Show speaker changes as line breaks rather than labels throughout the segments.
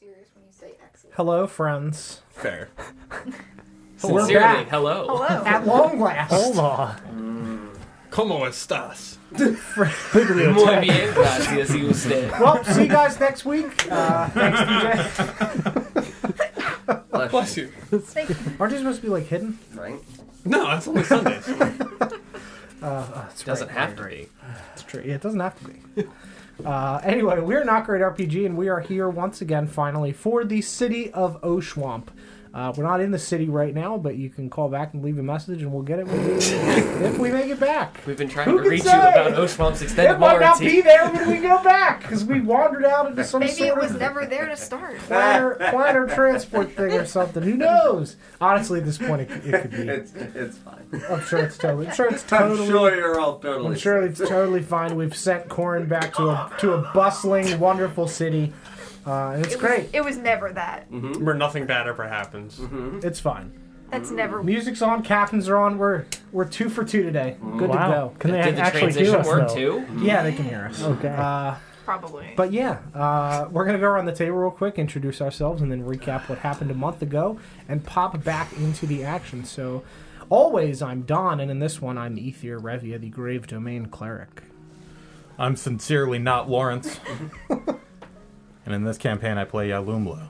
serious when you say excellent.
Hello, friends.
Fair.
We're
Sincerely,
back.
hello.
At long last. Hold on.
Mm.
Como estas?
Muy bien, gracias y usted.
Well, see you guys next week. Uh, thanks, DJ.
Bless you.
Aren't you supposed to be like hidden? Uh,
Right?
No, that's only Sundays.
oh, That's
Doesn't
right.
have to be.
It's true. Yeah, it doesn't have to be. Uh, anyway, we're Not Great RPG, and we are here once again, finally, for the city of Oshwamp. Uh, we're not in the city right now, but you can call back and leave a message, and we'll get it when we, if we make it back.
We've been trying
Who
to
can
reach
say?
you about Oshwamp's extended
It might not be
warranty.
there when we go back because we wandered out into some
Maybe it
sort
was
of
never there to start.
planner, planner transport thing or something. Who knows? Honestly, at this point, it, c- it could be.
It's, it's fine.
I'm sure it's totally. I'm sure it's
I'm
totally.
sure you're all totally.
I'm sure it's totally fine. We've sent Corin back to a to a bustling, wonderful city. Uh, and it's
It was,
great.
It was never that.
Mm-hmm.
Where nothing bad ever happens.
It's fine.
That's never.
Music's on. Captains are on. We're we're two for two today. Good to
Wow.
go.
Can they
Did the
actually hear
transition
us,
work
though?
too?
Yeah, they can hear us.
Okay.
Uh,
Probably.
But yeah, uh, we're gonna go around the table real quick, introduce ourselves, and then recap what happened a month ago, and pop back into the action. So, always I'm Don, and in this one I'm Ethier Revia, the Grave Domain Cleric.
I'm sincerely not Lawrence.
And in this campaign, I play Yalumlo.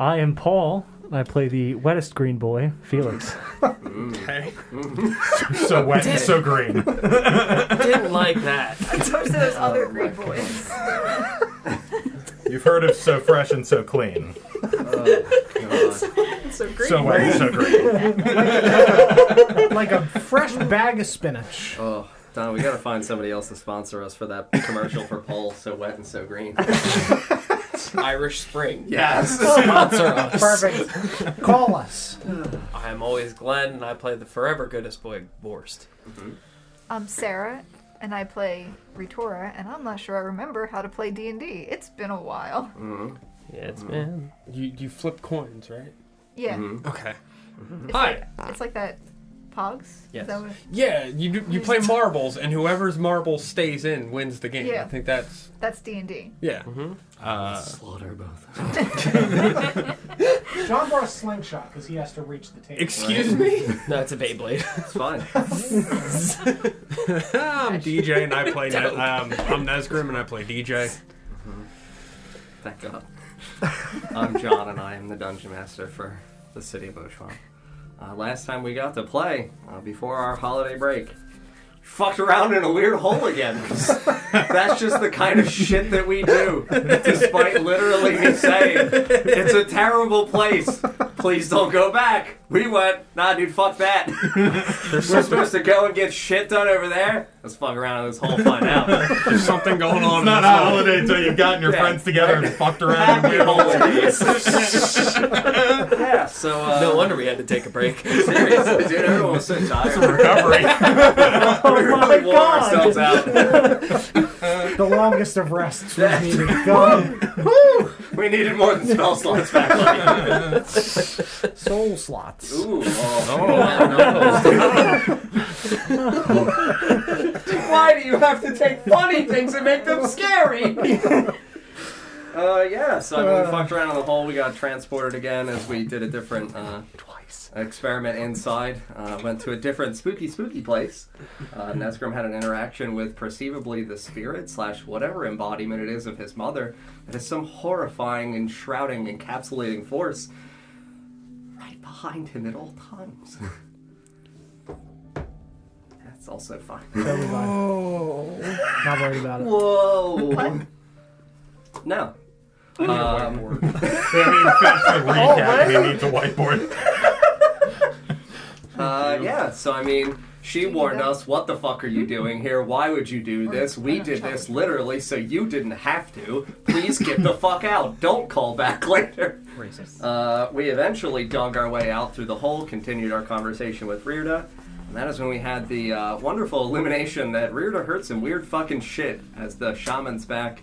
I am Paul, and I play the wettest green boy, Felix.
Mm.
Okay.
So wet, and so green.
Didn't like that.
Those are
Oh
those other green boys.
You've heard of so fresh and so clean.
So green.
So wet and so green.
like a fresh bag of spinach.
Oh, Don, we gotta find somebody else to sponsor us for that commercial for Paul, so wet and so green.
Irish Spring.
Yes.
Sponsor us.
Perfect. Call us.
I am always Glenn, and I play the forever goodest boy, Borst.
Mm.
I'm um, Sarah, and I play Retora, and I'm not sure I remember how to play D and D. It's been a while.
Mm-hmm.
Yeah, it's man.
You you flip coins, right?
Yeah.
Mm-hmm.
Okay.
It's
Hi.
Like, it's like that. Pogs.
Yes.
Is that what,
Yeah, you do, you play marbles, and whoever's marble stays in wins the game.
Yeah.
I think that's
that's D and D.
yeah.
Mm-hmm.
Uh,
Slaughter both.
John brought a slingshot because he has to reach the table.
Excuse me.
No, it's a Beyblade.
It's fine.
I'm DJ, and I play. Ne-
Dope.
um, I'm Nesgrim, and I play DJ.
Mm-hmm. Thank God. I'm John, and I am the dungeon master for the city of Oshwan. Uh, last time we got to play uh, before our holiday break, fucked around in a weird hole again. That's just the kind of shit that we do, despite literally me saying it's a terrible place. Please don't go back. We went, nah, dude, fuck that. We're supposed to go and get shit done over there. Let's fuck around in this hole, and find out.
There's something going on. in
Not a
this hole.
holiday until you've gotten your
Yeah.
friends together and fucked around.
Happy holidays. yeah. So uh,
No wonder we had to take a break.
Seriously, dude, everyone was so tired.
Recovery.
we really wore
Oh God.
ourselves out.
The longest of rests was needed. Go.
We needed more than spell slots back then.
Soul slots.
Ooh, Why do you have to take funny things and make them scary? Uh, yeah, so I mean, we fucked around in the hole. We got transported again as we did a different uh,
Twice.
experiment inside. Uh, went to a different spooky, spooky place. Uh, Nesgrim had an interaction with perceivably the spirit slash whatever embodiment it is of his mother. It is some horrifying, enshrouding, encapsulating force right behind him at all times. That's also fine.
Totally fine. Not worried about it.
Oh. Um,
Whoa! no. Um,
we need
Oh,
to recap. We need to whiteboard.
Uh, yeah, so I mean, she warned us, what the fuck are you doing here? Why would you do this? We did this literally, so you didn't have to. Please get the fuck out. Don't call back later. Uh, we eventually dug our way out through the hole, continued our conversation with Rirda, and that is when we had the uh, wonderful illumination that Rirda heard some weird fucking shit as the shamans back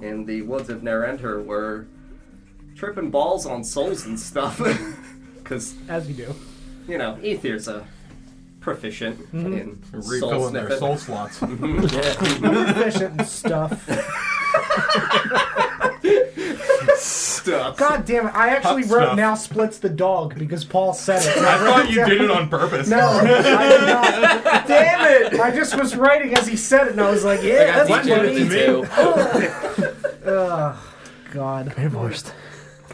in the woods of Nerenter were tripping balls on souls and stuff. Because
As you do.
you know, Ethier's a proficient
Mm-hmm.
in soul
Refilling Mm-hmm. their
sniffing.
soul slots.
Efficient and stuff.
stuff.
God damn it! I actually
Hot
wrote
stuff.
"now splits the dog" because Paul said it.
I thought you did it on purpose.
No, I did not. Damn it! I just was writing as he said it, and I was like,
I
"Yeah,
got
that's
DJ
what
with the
he
two.
God.
Divorced.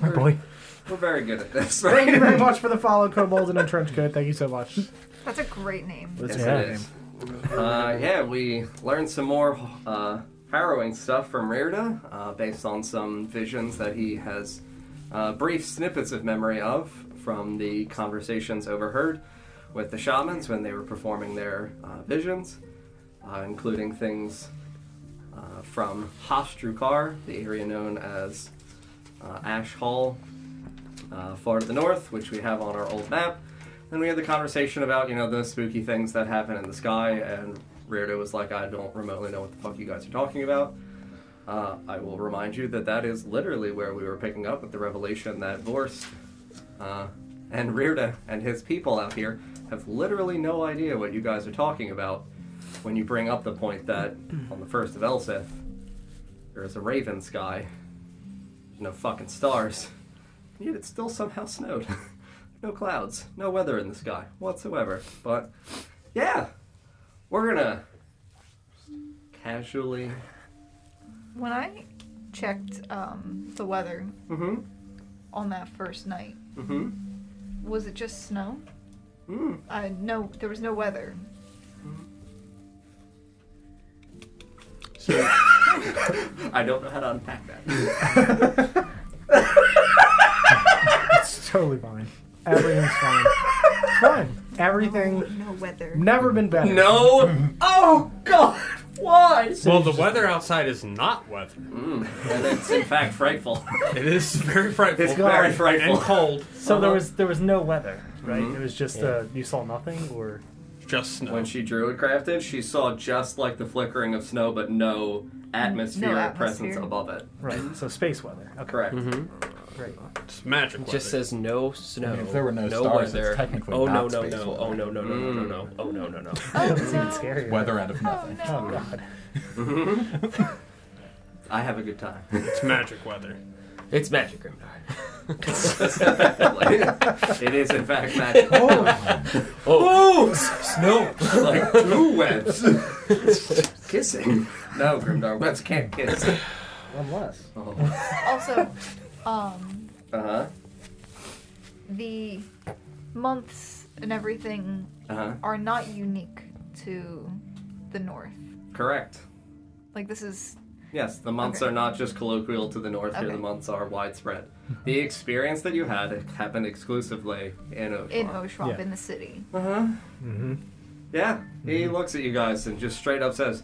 My boy.
We're very good at this,
Thank you
right?
very much for the follow, Kobold and Trench Coat. Thank you so much.
That's a great name.
Yes,
Yeah.
it is. Uh, yeah, we learned some more uh, harrowing stuff from Rirda, uh, based on some visions that he has uh, brief snippets of memory of from the conversations overheard with the shamans when they were performing their uh, visions, uh, including things uh, from Hofstrukar, the area known as uh, Ash Hall, uh, far to the north, which we have on our old map. And we had the conversation about, you know, those spooky things that happen in the sky, and Reardo was like, I don't remotely know what the fuck you guys are talking about. Uh, I will remind you that that is literally where we were picking up with the revelation that Vorst uh, and Rearda and his people out here have literally no idea what you guys are talking about when you bring up the point that on the first of Elseth, there is a raven sky, no fucking stars. Yet it still somehow snowed. no clouds, no weather in the sky whatsoever. But yeah, we're gonna casually.
When I checked um, the weather
Mm-hmm.
on that first night,
Mm-hmm.
was it just snow?
Mm.
Uh, no, there was no weather.
I don't know how to unpack that.
It's totally fine. Everything's fine. It's fine. Everything.
No weather.
Never been better.
No.
oh God! Why?
Well, the weather outside is not weather.
And it's Mm, in fact frightful.
It is very frightful.
It's very
and
frightful.
cold.
So there
Uh-huh.
was there was no weather, right?
Mhm.
It was just uh, you saw nothing, or
Just snow.
When she druid crafted, she saw just like the flickering of snow, but no atmospheric presence
atmosphere.
above it.
right? So space weather. Okay,
Correct.
great.
It's magic.
Mm-hmm. It
Weather.
just says no snow.
mean, if there were no
no
stars, it's
weather.
technically
oh no
not
no
space
no!
weather. Mm-hmm.
Oh no no no no no no! Oh no no no!
Oh,
It's even
no.
scarier.
Weather out of
Oh,
nothing.
Oh
no.
god.
Mm-hmm.
I have a good time.
it's magic weather.
It's magic, Grimdar.
it is in fact magic.
Oh, snow!
like two webs kissing. No, Grimdar, webs can't kiss.
Unless.
Uh
Also, um,
huh.
the months and everything
Uh huh.
are not unique to the north.
Correct.
Like this is
Yes, the months
Okay.
are not just colloquial to the north here. The
Okay.
months are widespread. The experience that you had happened exclusively in Oshawott.
in Oshwamp
Yeah.
in the city.
Uh huh.
Mm-hmm.
Yeah.
Mm-hmm.
He looks at you guys and just straight up says,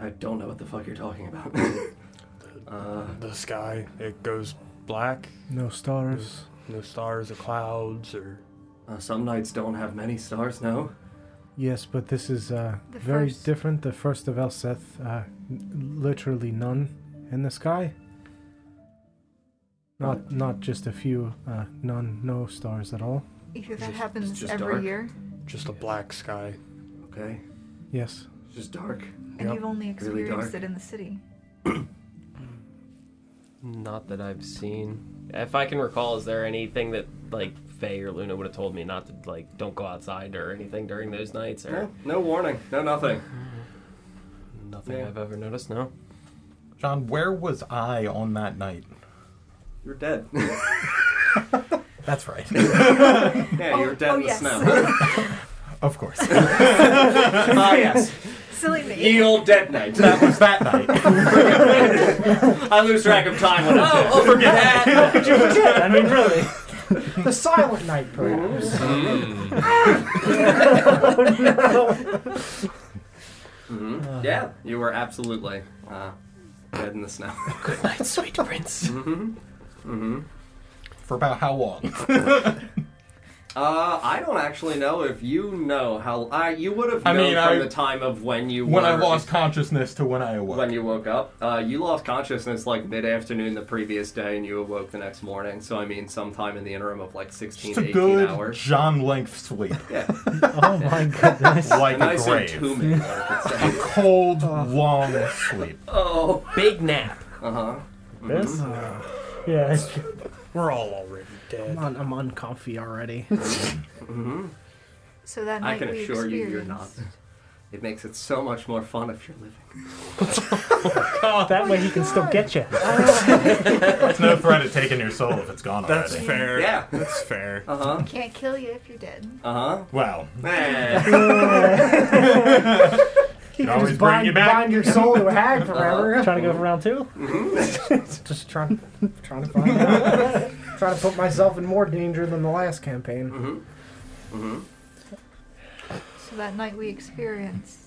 "I don't know what the fuck you're talking about." uh,
the sky it goes black
No stars.
no stars or clouds or
uh, some nights don't have many stars. No.
Yes, but this is uh,
The
very
first.
different. The first of Elseth, uh, n- literally none in the sky.
Oh.
Not not just a few. Uh, none. No stars at all.
Either that
Just- it's
happens
just
every
dark.
year,
just a black sky
Okay.
Yes.
It's just dark.
and
Yep.
you've only
Really
experienced
dark.
it in the city.
Not that I've seen. If I can recall, is there anything that like Faye or Luna would have told me not to like don't go outside or anything during those nights or
No, no warning. No nothing.
nothing
Yeah.
I've ever noticed? No.
John, where was I on that night?
You're dead.
That's right.
Yeah, you were dead
oh,
in the
yes.
snow.
of course.
Ah, yes.
Silly me.
Ye old dead night.
That was that night.
I lose track of time when I'm Oh, oh forget that.
Could you forget? I mean, really. the Silent Night, perhaps.
Mm. Mhm. Yeah, you were absolutely uh, dead in the snow. Mm-hmm.
Good night, sweet prince.
For about how long?
Uh, I don't actually know if you know how. I you would have
I
known
mean,
from
I-
the time of when you
When I
were-
lost consciousness to when I awoke.
When you woke up, uh, you lost consciousness like mid afternoon the previous day, and you awoke the next morning. So I mean, sometime in the interim of like sixteen
Just a
to eighteen
good
hours.
John length sleep.
Yeah,
Oh my goodness.
Like a
nice and
grave.
tombing. I could say.
Oh.
Cold, long sleep.
Oh,
Big nap.
uh huh.
This? Yeah, it's-
We're all already dead. Mm-hmm.
I'm, un- I'm uncomfy already.
So that night
I can
we
assure you, you're not.
experienced-
It makes it so much more fun if you're living.
that way he can still get you.
It's no threat of taking your soul if it's gone already.
That's fair.
Yeah.
That's fair.
Uh huh.
Can't kill you if you're dead.
Uh
Well,
huh. Eh.
He can
always
just
bring
bind,
you back.
bind your soul to a hag forever.
Trying to go for round two?
Mm-hmm.
Just trying, trying to find out. trying to put myself in more danger than the last campaign.
Mm-hmm.
So that night we experienced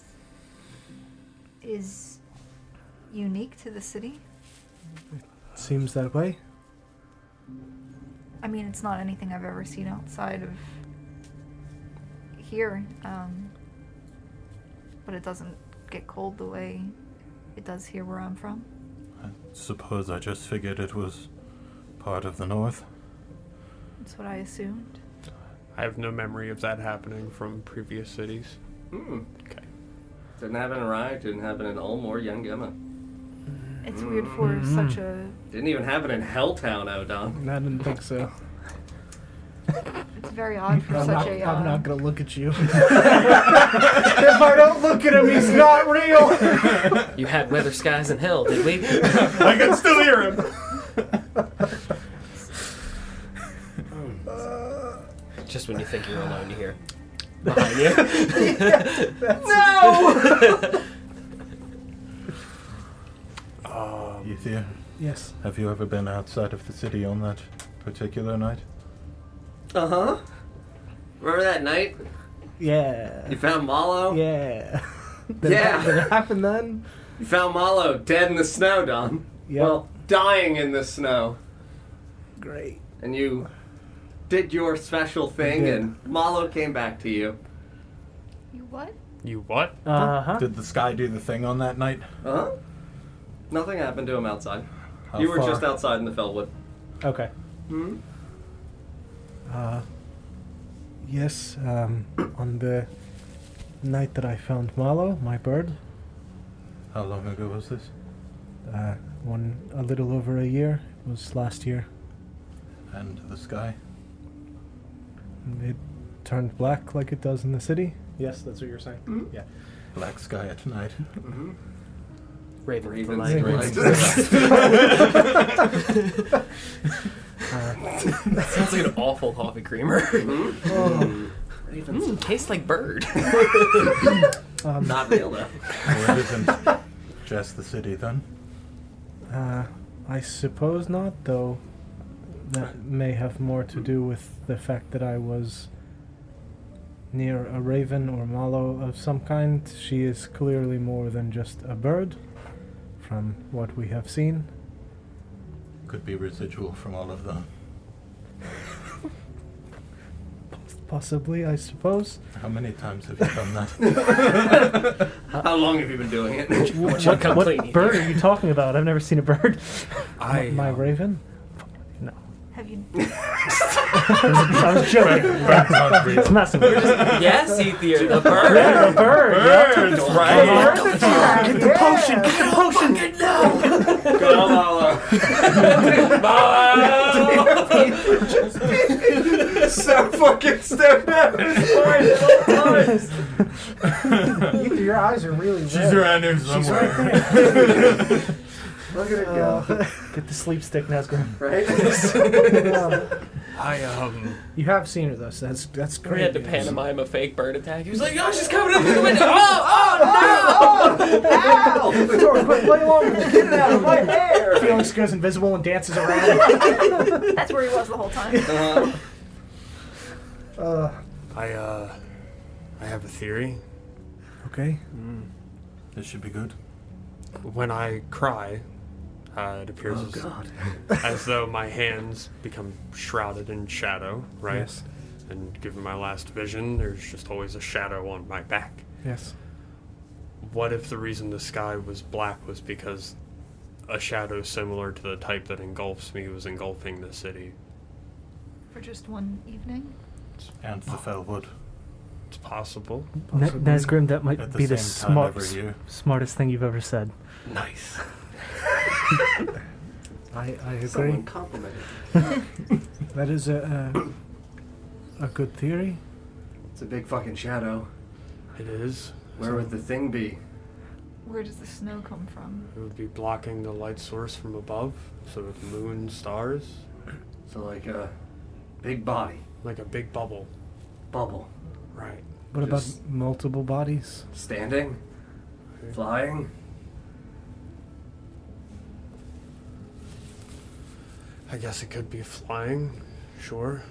is unique to the city.
Seems that way.
I mean, it's not anything I've ever seen outside of here, um, but it doesn't get cold the way it does here where I'm from.
suppose I just figured it was part of the north.
That's what I assumed.
I have no memory of that happening from previous cities.
Hmm.
Okay.
Didn't happen in Rye, didn't happen in Ulm or Young Emma.
It's weird for
Mm-hmm.
such a.
Didn't even happen in oh, Helltown, Odon.
I didn't think so.
It's very odd for
I'm
such
not,
a.
I'm
uh,
not gonna look at you. if I don't look at him, he's not real.
You had weather skies in hell, did we?
I can still hear him.
Just when you think you're alone, you hear behind you.
Uh,
Ethia,
yes.
have you ever been outside of the city on that particular night?
Uh huh. Remember that night
Yeah.
you found Mallow?
Yeah. Did
Yeah.
It, did it happen then?
You found Mallow dead in the snow, Don.
Yep.
Well, dying in the snow.
Great.
And you did your special thing,
did.
and Mallow came back to you.
You what?
You what?
Uh huh.
Did the sky do the thing on that night?
Uh huh. Nothing happened to him outside.
How
you were
far-
just outside in the Fellwood.
Okay.
Hmm?
Uh, yes, um, on the night that I found Marlow, my bird,
How long ago was this?
uh, one a little over a year. It was last year.
And the sky?
It turned black like it does in the city.
Yes, that's what you're saying.
Mm-hmm.
Yeah.
Black sky at night.
Raven, with the
Raven's
light.
Raven's
That sounds like an awful coffee creamer.
Mm-hmm.
Oh.
Raven's
mm, tastes like bird.
Um,
not real, though.
Well, it isn't just the city then.
Uh, I suppose not, though. That may have more to do with the fact that I was near a raven or mallow of some kind. She is clearly more than just a bird, from what we have seen.
Could be residual from all of the
Possibly, I suppose.
How many times have you done that?
How long have you been doing it?
What, what,
What bird are you talking about? I've never seen a bird.
I.
My
um,
raven?
Have you?
I was joking.
that sounds
It's
real.
messing with you.
yes, Ethier, the bird.
Yeah, the bird.
Birds, right?
Get the potion. Get the potion.
Go, Mallow. so fucking stoked out.
You, your eyes are really red.
She's around here somewhere.
Look at it go.
Get the sleep stick, Nazgrim.
Right?
I, um.
You have seen her though, so that's that's great.
We had to
news.
pantomime a fake bird attack. He was like, "Oh, she's coming up through the window! Oh, oh,
Tor, quick, play along with me.
Out of my hair.
Felix goes invisible and dances around.
That's where he was the whole time.
Uh-huh.
Uh,
I, uh. I have a theory.
Okay.
This should be good.
When I cry, uh, it appears
Oh,
as, as though my hands become shrouded in shadow, right?
Yes.
And given my last vision, there's just always a shadow on my back.
Yes.
What if the reason the sky was black was because a shadow similar to the type that engulfs me was engulfing the city?
For just one evening.
And the Fellwood.
It's possible.
Na-
Possibly.
Nazgrim, that might
At the
be the
same time
smart,
every year.
smartest thing you've ever said.
Nice.
I, I agree.
Someone complimented. me.
That is a, a, a good theory.
It's a big fucking shadow.
It is.
Where would the thing be?
Where does the snow come from?
It would be blocking the light source from above, so with moon, stars,
So like a big body
like a big bubble.
bubble
Right.
What
Just-
about multiple bodies?
standing, flying.
I guess it could be flying, sure.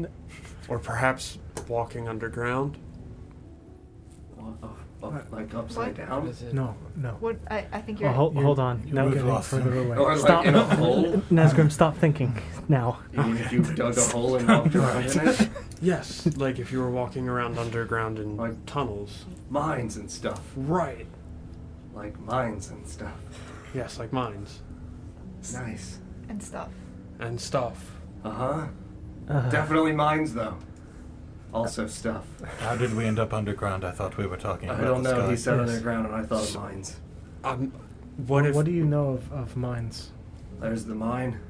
Uh.
or perhaps walking underground.
Well, up- up- like upside
What?
down.
No, no.
What I, I think you're.
Well, hold,
You're-
hold on.
You're
No,
getting
lost
further away.
Or
Stop.
like in a hole.
Nazgrim, stop thinking now.
You mean if you dug a hole and walked around in it?
Yes, like if you were walking around underground in
Like-
tunnels.
Mines and stuff.
Right.
Like mines and stuff.
Yes, like mines
Nice.
And stuff.
and stuff.
Uh huh.
Uh-huh.
Definitely mines though. Also stuff.
How did we end up underground? I thought we were talking
I
about
don't
the
know.
sky.
He said
Yes.
underground, and I thought of mines.
Um, what if
What do you know of, of mines?
There's the mine.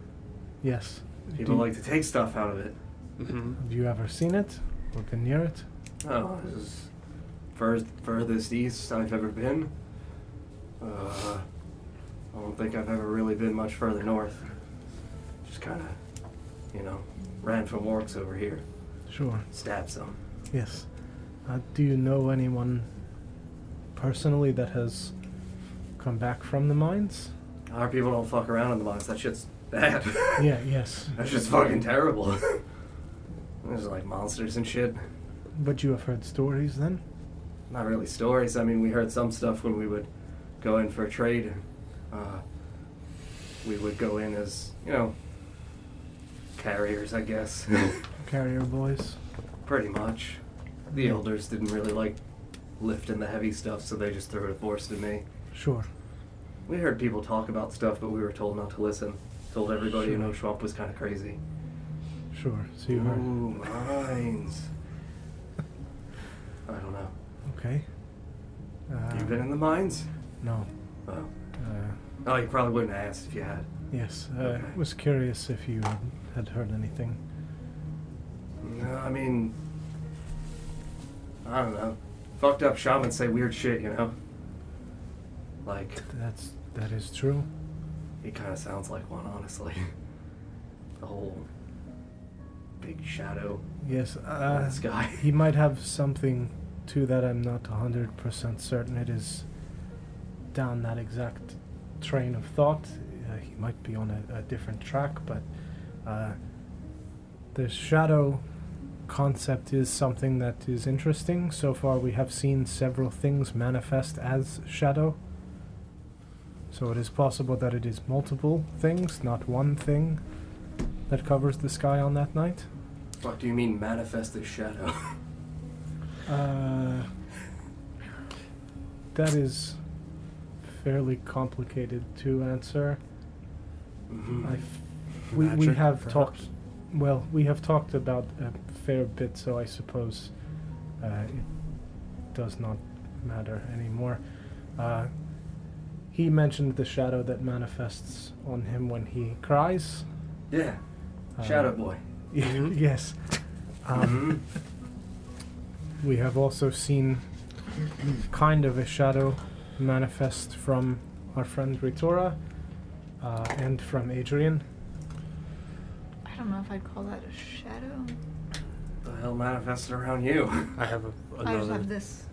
Yes.
People
Do-
like to take stuff out of it.
Mhm.
Mm-hmm.
Have you ever seen it or been near it?
Oh, this is fur- furthest east I've ever been. Uh, I don't think I've ever really been much further north. Just kind of, you know, ran from orcs over here,
Sure.
stabbed some.
Yes. Uh, do you know anyone personally that has come back from the mines?
Our people don't fuck around in the mines. That shit's bad.
Yeah. Yes.
That shit's fucking terrible. There's like monsters and shit.
But you have heard stories then?
not really stories. I mean, we heard some stuff when we would go in for trade. Uh, we would go in as, you know, carriers, I guess.
Carrier boys.
Pretty much. The elders didn't really like lifting the heavy stuff, so they just threw a force to me.
Sure.
We heard people talk about stuff, but we were told not to listen. Told everybody in Oshwamp was kind of crazy.
Sure. So you
Ooh,
heard.
mines. I don't know.
Okay. Uh,
you been in the mines?
No.
Oh.
Uh,
oh, you probably wouldn't have asked if you had.
yes. Uh, I
Okay.
was curious if you had- had heard anything.
No, I mean, I don't know. Fucked up shamans say weird shit, you know. Like
That's that is true.
he kind of sounds like one, honestly. The whole big shadow
Yes.
in
Uh,
the sky.
He might have something to that. I'm not 100% certain it is down that exact train of thought. Uh, he might be on a, a different track, but uh, the shadow concept is something that is interesting. So far, we have seen several things manifest as shadow. So it is possible that it is multiple things, not one thing, that covers the sky on that night.
Fuck, do you mean manifest as shadow?
Uh, that is fairly complicated to answer.
Mm-hmm.
I f- we, we
Hmm. Magic,
have
perhaps?
talked well we have talked about a fair bit so I suppose uh, it does not matter anymore. Uh, he mentioned the shadow that manifests on him when he cries.
yeah,
Uh,
shadow boy.
Mm-hmm.
yes. Um,
Mhm.
Mm-hmm.
we have also seen kind of a shadow manifest from our friend Ritora uh, and from Adrian.
I don't know if I'd call that a shadow.
The hell manifested around you?
I have a,
I just
another.
have this.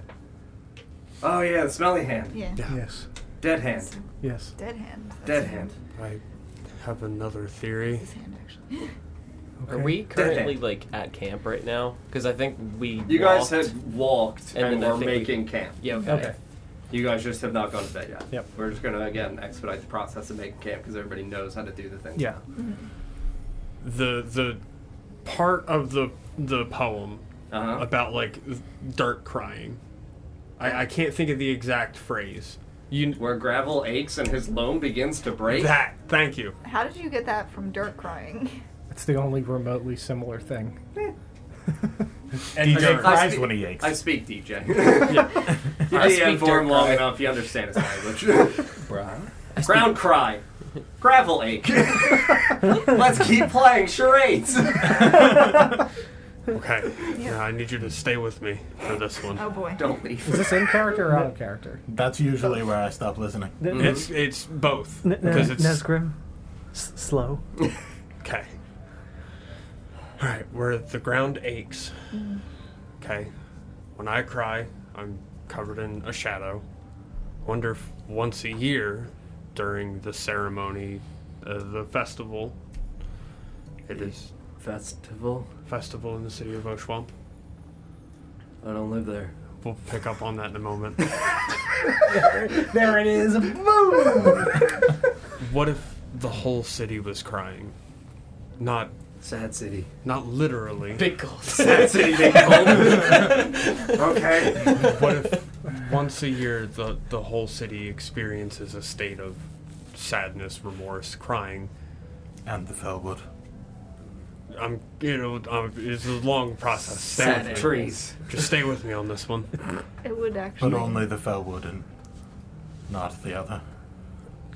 Oh yeah, the smelly hand,
Yeah.
Yeah.
Yes,
dead hand,
yes.
Dead hand. That's
dead
his
hand.
I have another theory.
His hand, actually.
Okay.
Are we currently
Dead.
like at camp right now? Because I think we.
You guys
walked-
had walked
And
and
then I
were
think we-
making camp.
Yeah. Okay.
Okay.
You guys just have not gone to bed yet.
Yep.
We're just gonna again expedite the process of making camp because everybody knows how to do the thing.
Yeah.
The the part of the the poem
Uh-huh.
about like dark crying. I, I can't think of the exact phrase. You
Where gravel aches and his loam begins to break.
that. Thank you.
How did you get that from dirt crying?
It's the only remotely similar thing.
And
DJ
dirt.
I
cries
speak-
when he aches.
I speak DJ. you DM
speak
for
dirt
him long
cry.
enough, you understand his language.
Bruh.
Ground cry. Gravel ache. Let's keep playing charades.
Oh,
Okay. Now I need you to stay with me for this one.
Oh boy.
Don't leave.
Is this in character or out of character?
That's usually where I stop listening.
Mm-hmm.
It's it's both
N-
because it's
Nesgrim, S- slow.
Okay. All right, where the ground aches. Okay. When I cry, I'm covered in a shadow. Wonder if once a year during the ceremony, uh, the festival, it is
Festival.
festival in the city of Oshwamp.
I don't live there.
We'll pick up on that in a moment.
There it is. Boom!
what if the whole city was crying? Not
Sad city.
not literally.
Big goals.
Sad city, big okay.
what if once a year the, the whole city experiences a state of sadness, remorse, crying?
And the Fellwood.
I'm, you know, I'm, it's a long process. Stay with
Sad
me.
trees.
Just stay with me on this one.
It would
But
actually.
only the Fellwood and not the other.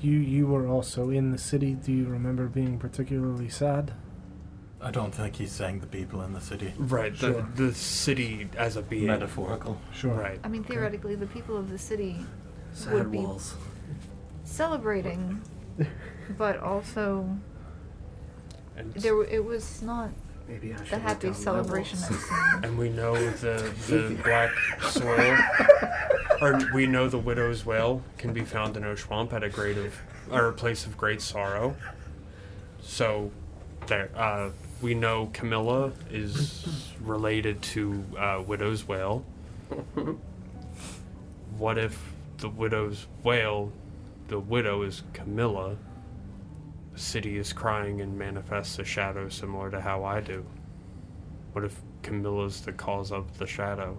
You you were also in the city. Do you remember being particularly sad?
I don't think he's saying the people in the city.
Right,
Sure.
the, the city as a being.
Metaphorical.
Sure.
Right.
I mean, theoretically, the people of the city
Sad
Would be-
walls.
celebrating, but also
And,
there w- it was not
Maybe I should
the
have
happy
done
celebration
levels.
I've seen.
and we know the, the black soil, or we know the widow's wail can be found in Oshwamp at a great of, or a place of great sorrow. So, there, uh, we know Camilla is related to uh, widow's wail. What if the widow's wail, the widow is Camilla? The city is crying and manifests a shadow similar to how I do. What if Camilla's the cause of the shadow?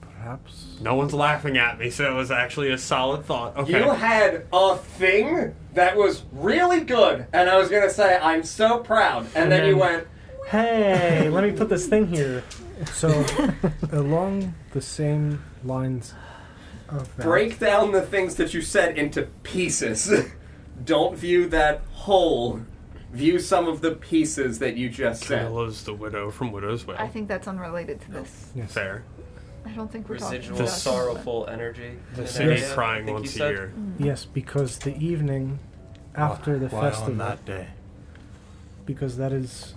Perhaps.
No one's laughing at me, so it was actually a solid thought. Okay.
You had a thing that was really good, and I was gonna say I'm so proud, and,
And
then, you
then-
went.
Hey, let me put this thing here.
So, along the same lines of that,
Break down the things that you said into pieces. Don't view that whole. View some of the pieces that you just said.
Camilla's the widow from Widow's Wail.
I think that's unrelated to this.
Yes.
Fair.
I don't think we're
Residual
talking about this, but-
sorrowful energy.
The
in
city
area, I
crying
think
once
you
a
said.
year.
Yes, because the evening after the
Why
festival,
on that day?
because that is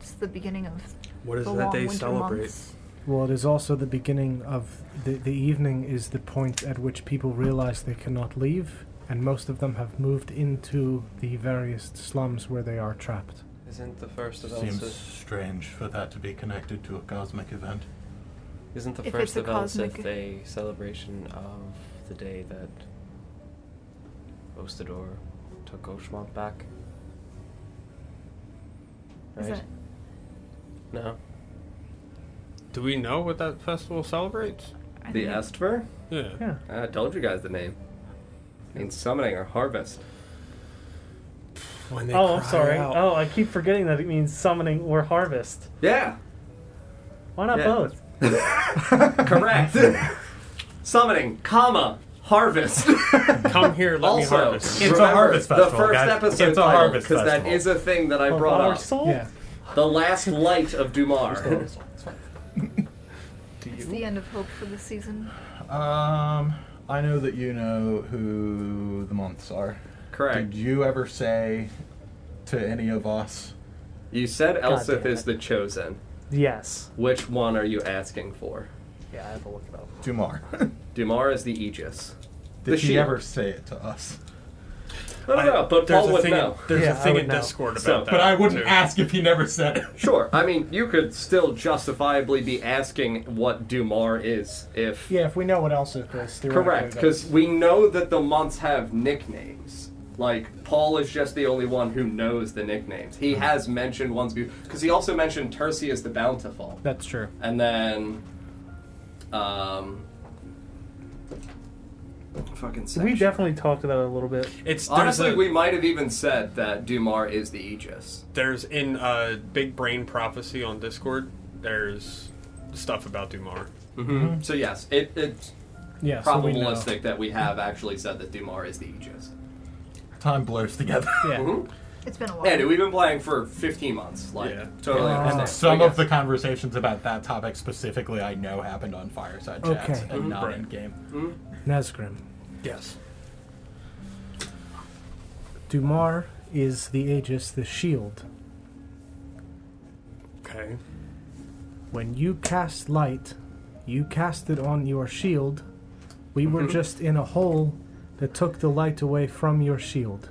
It's the beginning of
What is
the
that
long
they
winter
celebrate?
months.
well, it is also the beginning of the the evening is the point at which people realize they cannot leave, and most of them have moved into the various slums where they are trapped.
Isn't the first of
Seems
Elsith?
strange for that to be connected to a cosmic event.
Isn't the
If
first
it's a
of Elsith
cosmic-
a celebration of the day that Ostador took Oshwamp back? Right?
Is that
No.
Do we know what that festival celebrates?
I
The
think-
Estver?
Yeah.
Yeah.
I told you guys the name. means summoning or harvest.
When they
Oh, I'm
cry
sorry.
out.
Oh, I keep forgetting that it means summoning or harvest.
Yeah,
Why not
Yeah.
both?
correct. summoning, comma, harvest.
Come here, let me
also,
harvest.
It's a
remember
harvest
The
festival,
first
guys.
episode
It's a harvest
because that
festival.
is a thing that I
Of
brought
our
up.
soul?
Yeah,
The last light of Dumar.
It's the end of hope for the season.
Um, I know that you know who the months are.
Correct.
Did you ever say to any of us?
You said
God
Elsith
damn
is
it.
the chosen.
Yes.
Which one are you asking for?
Yeah, I have to look it up.
Dumar.
Dumar is the Aegis. The
Did she
shield.
ever say it to us?
I don't know, but
there's
Paul
a
would
thing,
know.
There's
Yeah,
a
I
thing
would
in
know.
Discord about
So-
that.
but
too.
ask if he never said it.
Sure, I mean, you could still justifiably be asking what Dumar is if.
Yeah, if we know what else it is. theoretically,
Correct,
that-
because we know that the months have nicknames. Like, Paul is just the only one who knows the nicknames. He has mentioned ones because he also mentioned Tercius the Bountiful.
That's true.
And then, um, fucking.
We
section.
definitely talked about it a little bit.
It's there's
Honestly,
a-
we might have even said that Dumar is the Aegis.
there's in uh, Big Brain Prophecy on
Mm-hmm.
Discord. There's stuff about Dumar.
So yes, it, it
Yeah, so we know.
probabilistic that we have actually said that Dumar is the Aegis.
Time blurs together.
Mhm.
It's been a while.
Yeah, dude, we've been playing for 15 months. Like,
Yeah.
totally.
and
understand.
some
I
of the
guess.
conversations about that topic specifically, I know happened on Fireside Chats
Okay.
Mm-hmm.
and not
Right.
in game.
Nazgrim.
Yes.
Dumar is the Aegis, the shield.
Okay.
When you cast light, you cast it on your shield. We were
Mm-hmm.
just in a hole that took the light away from your shield.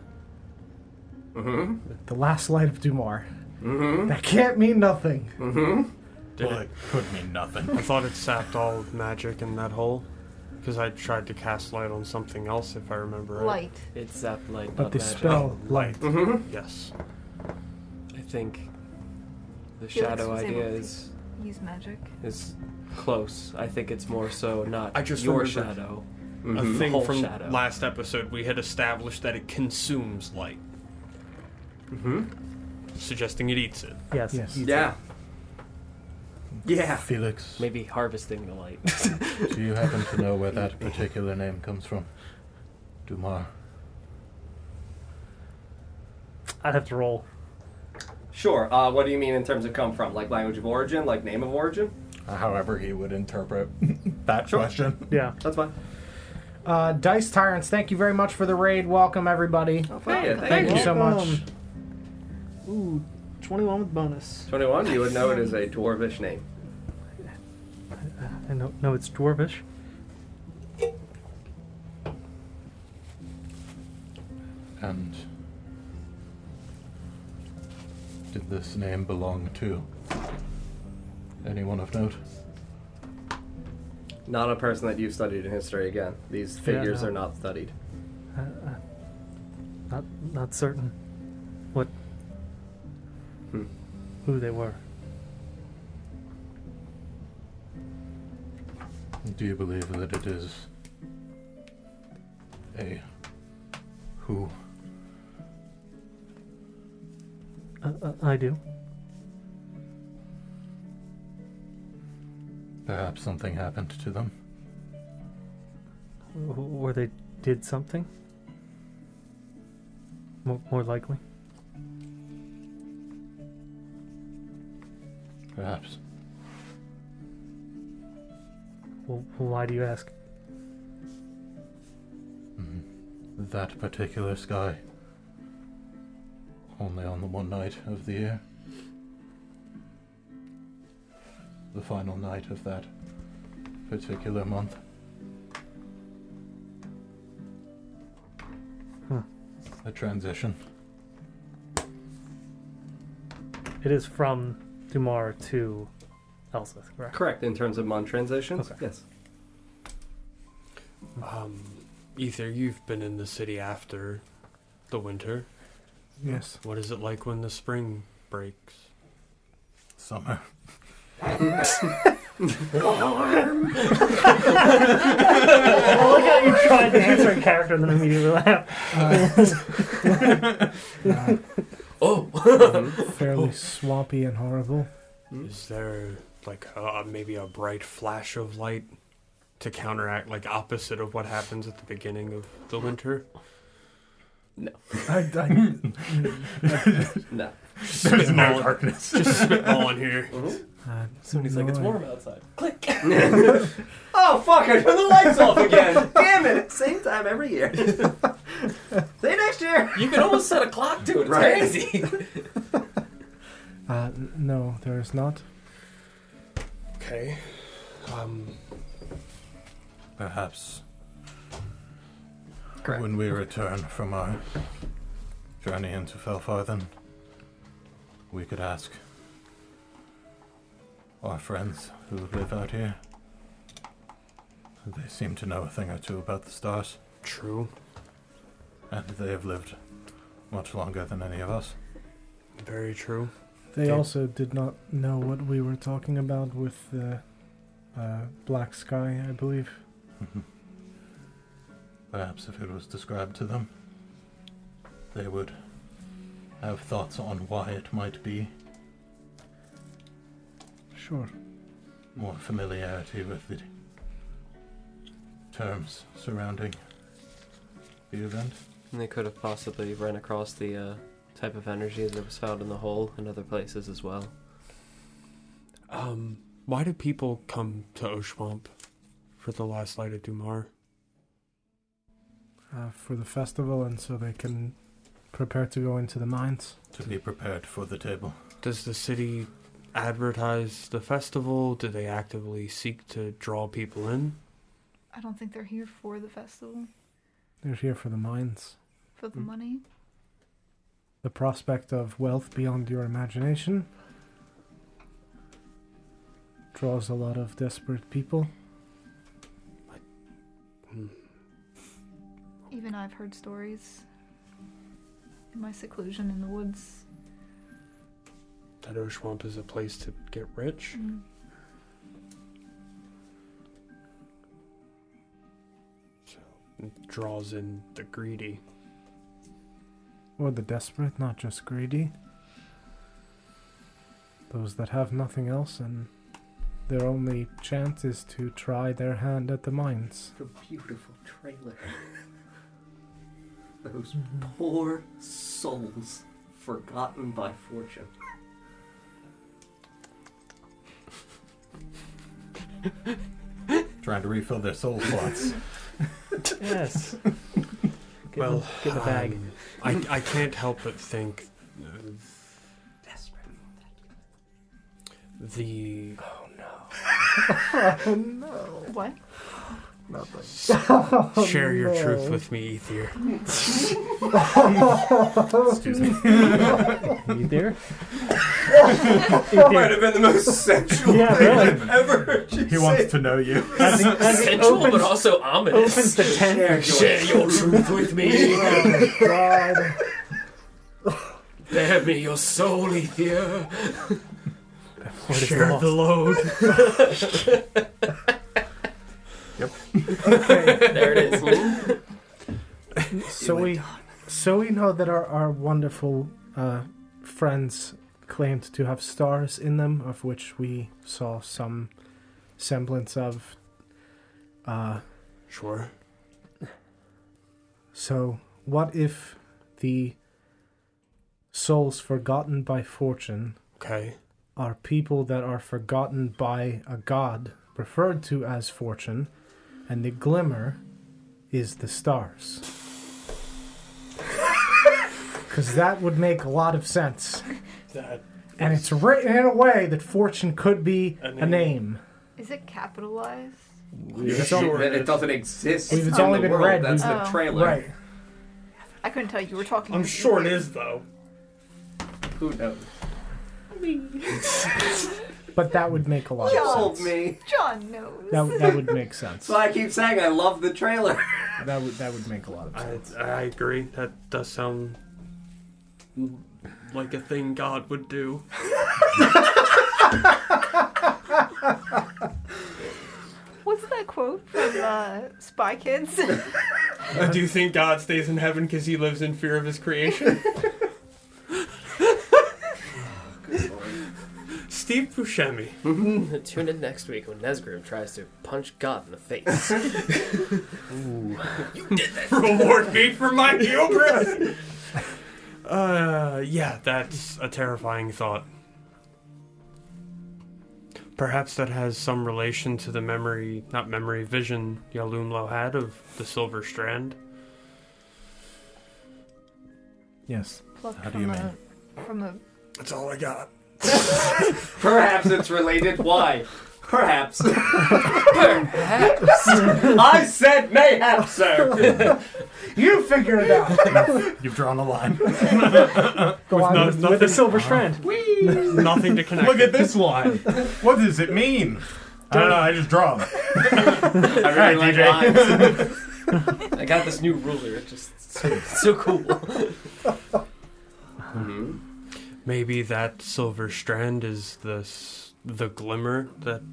Mm-hmm. The last light of Dumar. Mm-hmm. That can't mean nothing.
Mm-hmm.
Well, it could mean nothing.
I thought it sapped all magic in that hole. Because I tried to cast light on something else, if I remember right.
Light.
It's zap light,
But
not
the
magic. Mm-hmm.
spell light.
Yes.
I think the
Felix
shadow
was able
idea
to-
is
Use magic.
is close. I think it's more so not
I just
your
remembered
shadow. Mm-hmm.
A thing
Whole
from
shadow.
last episode, we had established that it consumes light. Mm-hmm. Suggesting it eats it.
Yes.
Yes.
Yeah. Yeah.
Felix,
Maybe harvesting the light.
do you happen to know where that particular name comes from? Dumar.
I'd have to roll.
Sure. Uh, what do you mean in terms of come from? Like language of origin? Like name of origin?
Uh, However, he would interpret that question.
Yeah.
That's fine.
Uh, Dice Tyrants, thank you very much for the raid. Welcome, everybody.
Oh, fuck yeah,
Thank you so much.
Welcome. Ooh, 21 with bonus.
21, you would know it is a dwarvish name.
I know, no, it's dwarvish.
And did this name belong to anyone of note?
Not a person that you've studied in history again. These figures
no.
are not studied.
Uh, Not, not certain what,
Hmm.
who they were.
Do you believe that it is a who?
Uh, uh, I do.
Perhaps something happened to them?
W- Or they did something. More, more likely.
Perhaps.
Well, why do you ask?
Mm-hmm. that particular sky. Only on the one night of the year. The final night of that particular month.
Huh.
A transition.
It is from Dumar to Elseth, correct?
Correct. In terms of mon transitions?
Okay.
Yes.
Um, Ether, you've been in the city after the winter.
Yes.
What is it like when the spring breaks?
Summer.
I like how you tried to answer in character and then immediately laughed.
Uh, Mm-hmm.
Fairly swampy and horrible.
Is there like a, maybe a bright flash of light to counteract, like opposite of what happens at the beginning of the winter?
I, I,
No.
There's no
Spitballing.
darkness.
Mm-hmm.
Uh-huh.
Just spitballing here.
Uh,
Uh,
I,
Somebody's like, Mm-hmm. it's
No, I-
warm outside. Click.
Oh, fuck, I turned the lights off again. Damn it. Same time every year. Same next year.
You can almost set a clock to it. It's
Right.
crazy.
uh, n- no, there is not.
Okay. Um,
Perhaps
Correct.
when we return from our journey into Felfarthen, we could ask our friends who live out here. They seem to know a thing or two about the stars,
true.
and they have lived much longer than any of us.
Very true.
They
Did-
also did not know what we were talking about with the uh, black sky, I believe.
Perhaps if it was described to them, they would have thoughts on why it might be.
Sure.
more familiarity with the terms surrounding the event.
And they could have possibly run across the uh, type of energy that was found in the hole and other places as well.
Um, why do people come to Oshwamp for the last light of Dumar?
uh, for the festival, and so they can prepare to go into the mines.
To be prepared for the table.
Does the city advertise the festival? Do they actively seek to draw people in?
I don't think they're here for the festival,
They're here for the mines.
for
Hmm.
the money.
The prospect of wealth beyond your imagination draws a lot of desperate people.
Even I've heard stories in my seclusion in the woods.
That Oshwamp is a place to get rich?
Mm.
So it draws in the greedy.
Or the desperate, not just greedy. Those that have nothing else and their only chance is to try their hand at the mines.
The beautiful trailer. Those poor souls forgotten by fortune.
Trying to refill their soul slots.
Yes. Give him- give him a bag.
um, I, I can't help but think uh,
Desperate.
the
Oh no.
What?
Nothing.
share your
Oh,
truth with me, Ether.
Excuse me.
You there?
That might have been the most sensual
Yeah,
thing
really.
I've ever heard you
He
say.
wants to know you.
As he, as he
Sensual, but
opens,
also ominous.
opens the tent,
Share your truth with me.
Oh,
God.
Bear me your soul, Ether.
what is
Share
lost?
the load.
There it is.
So we, so we know that our, our wonderful uh, friends claimed to have stars in them, of which we saw some semblance of. Uh,
Sure.
So, what if the souls forgotten by fortune
Okay.
are people that are forgotten by a god referred to as fortune, and the glimmer is the stars? Because that would make a lot of sense.
That
And it's written in a way that fortune could be
A
a name.
Is it capitalized?
It's
Sure it
that it
is.
doesn't exist.
We've- it's
in
only
the
been
world.
read.
That's the
Oh.
trailer.
Right.
I couldn't tell. You were talking.
I'm
to
sure it
Ether.
is though.
Who knows?
But that would make a lot
You
of
told
sense.
me.
John knows.
That, that would make sense.
So I keep saying I love the trailer.
That would, that would make a lot of
I,
sense.
I agree. That does sound like a thing God would do.
What's that quote from uh, Spy Kids?
Do you think God stays in heaven because he lives in fear of his creation?
Steve Buscemi.
Mm-hmm. Tune in next week when Nesgrim tries to punch God in the face.
Reward me for my hubris. uh, yeah, that's a terrifying thought. Perhaps that has some relation to the memory, not memory, vision Yalumlo had of the Silver Strand.
Yes.
Plucked
How do
from
you
a, From a
That's all I got.
Perhaps it's related. Why? Perhaps. Perhaps. I said mayhap, sir.
You figure it out!
You've drawn a line.
Go on
no-
with, with
nothing-
a silver strand.
Nothing to connect.
Look at this line. What does it mean? I don't know. I just draw them.
I really like lines.
I got this new ruler. It's just so, so cool.
Maybe that silver strand is the s- the glimmer that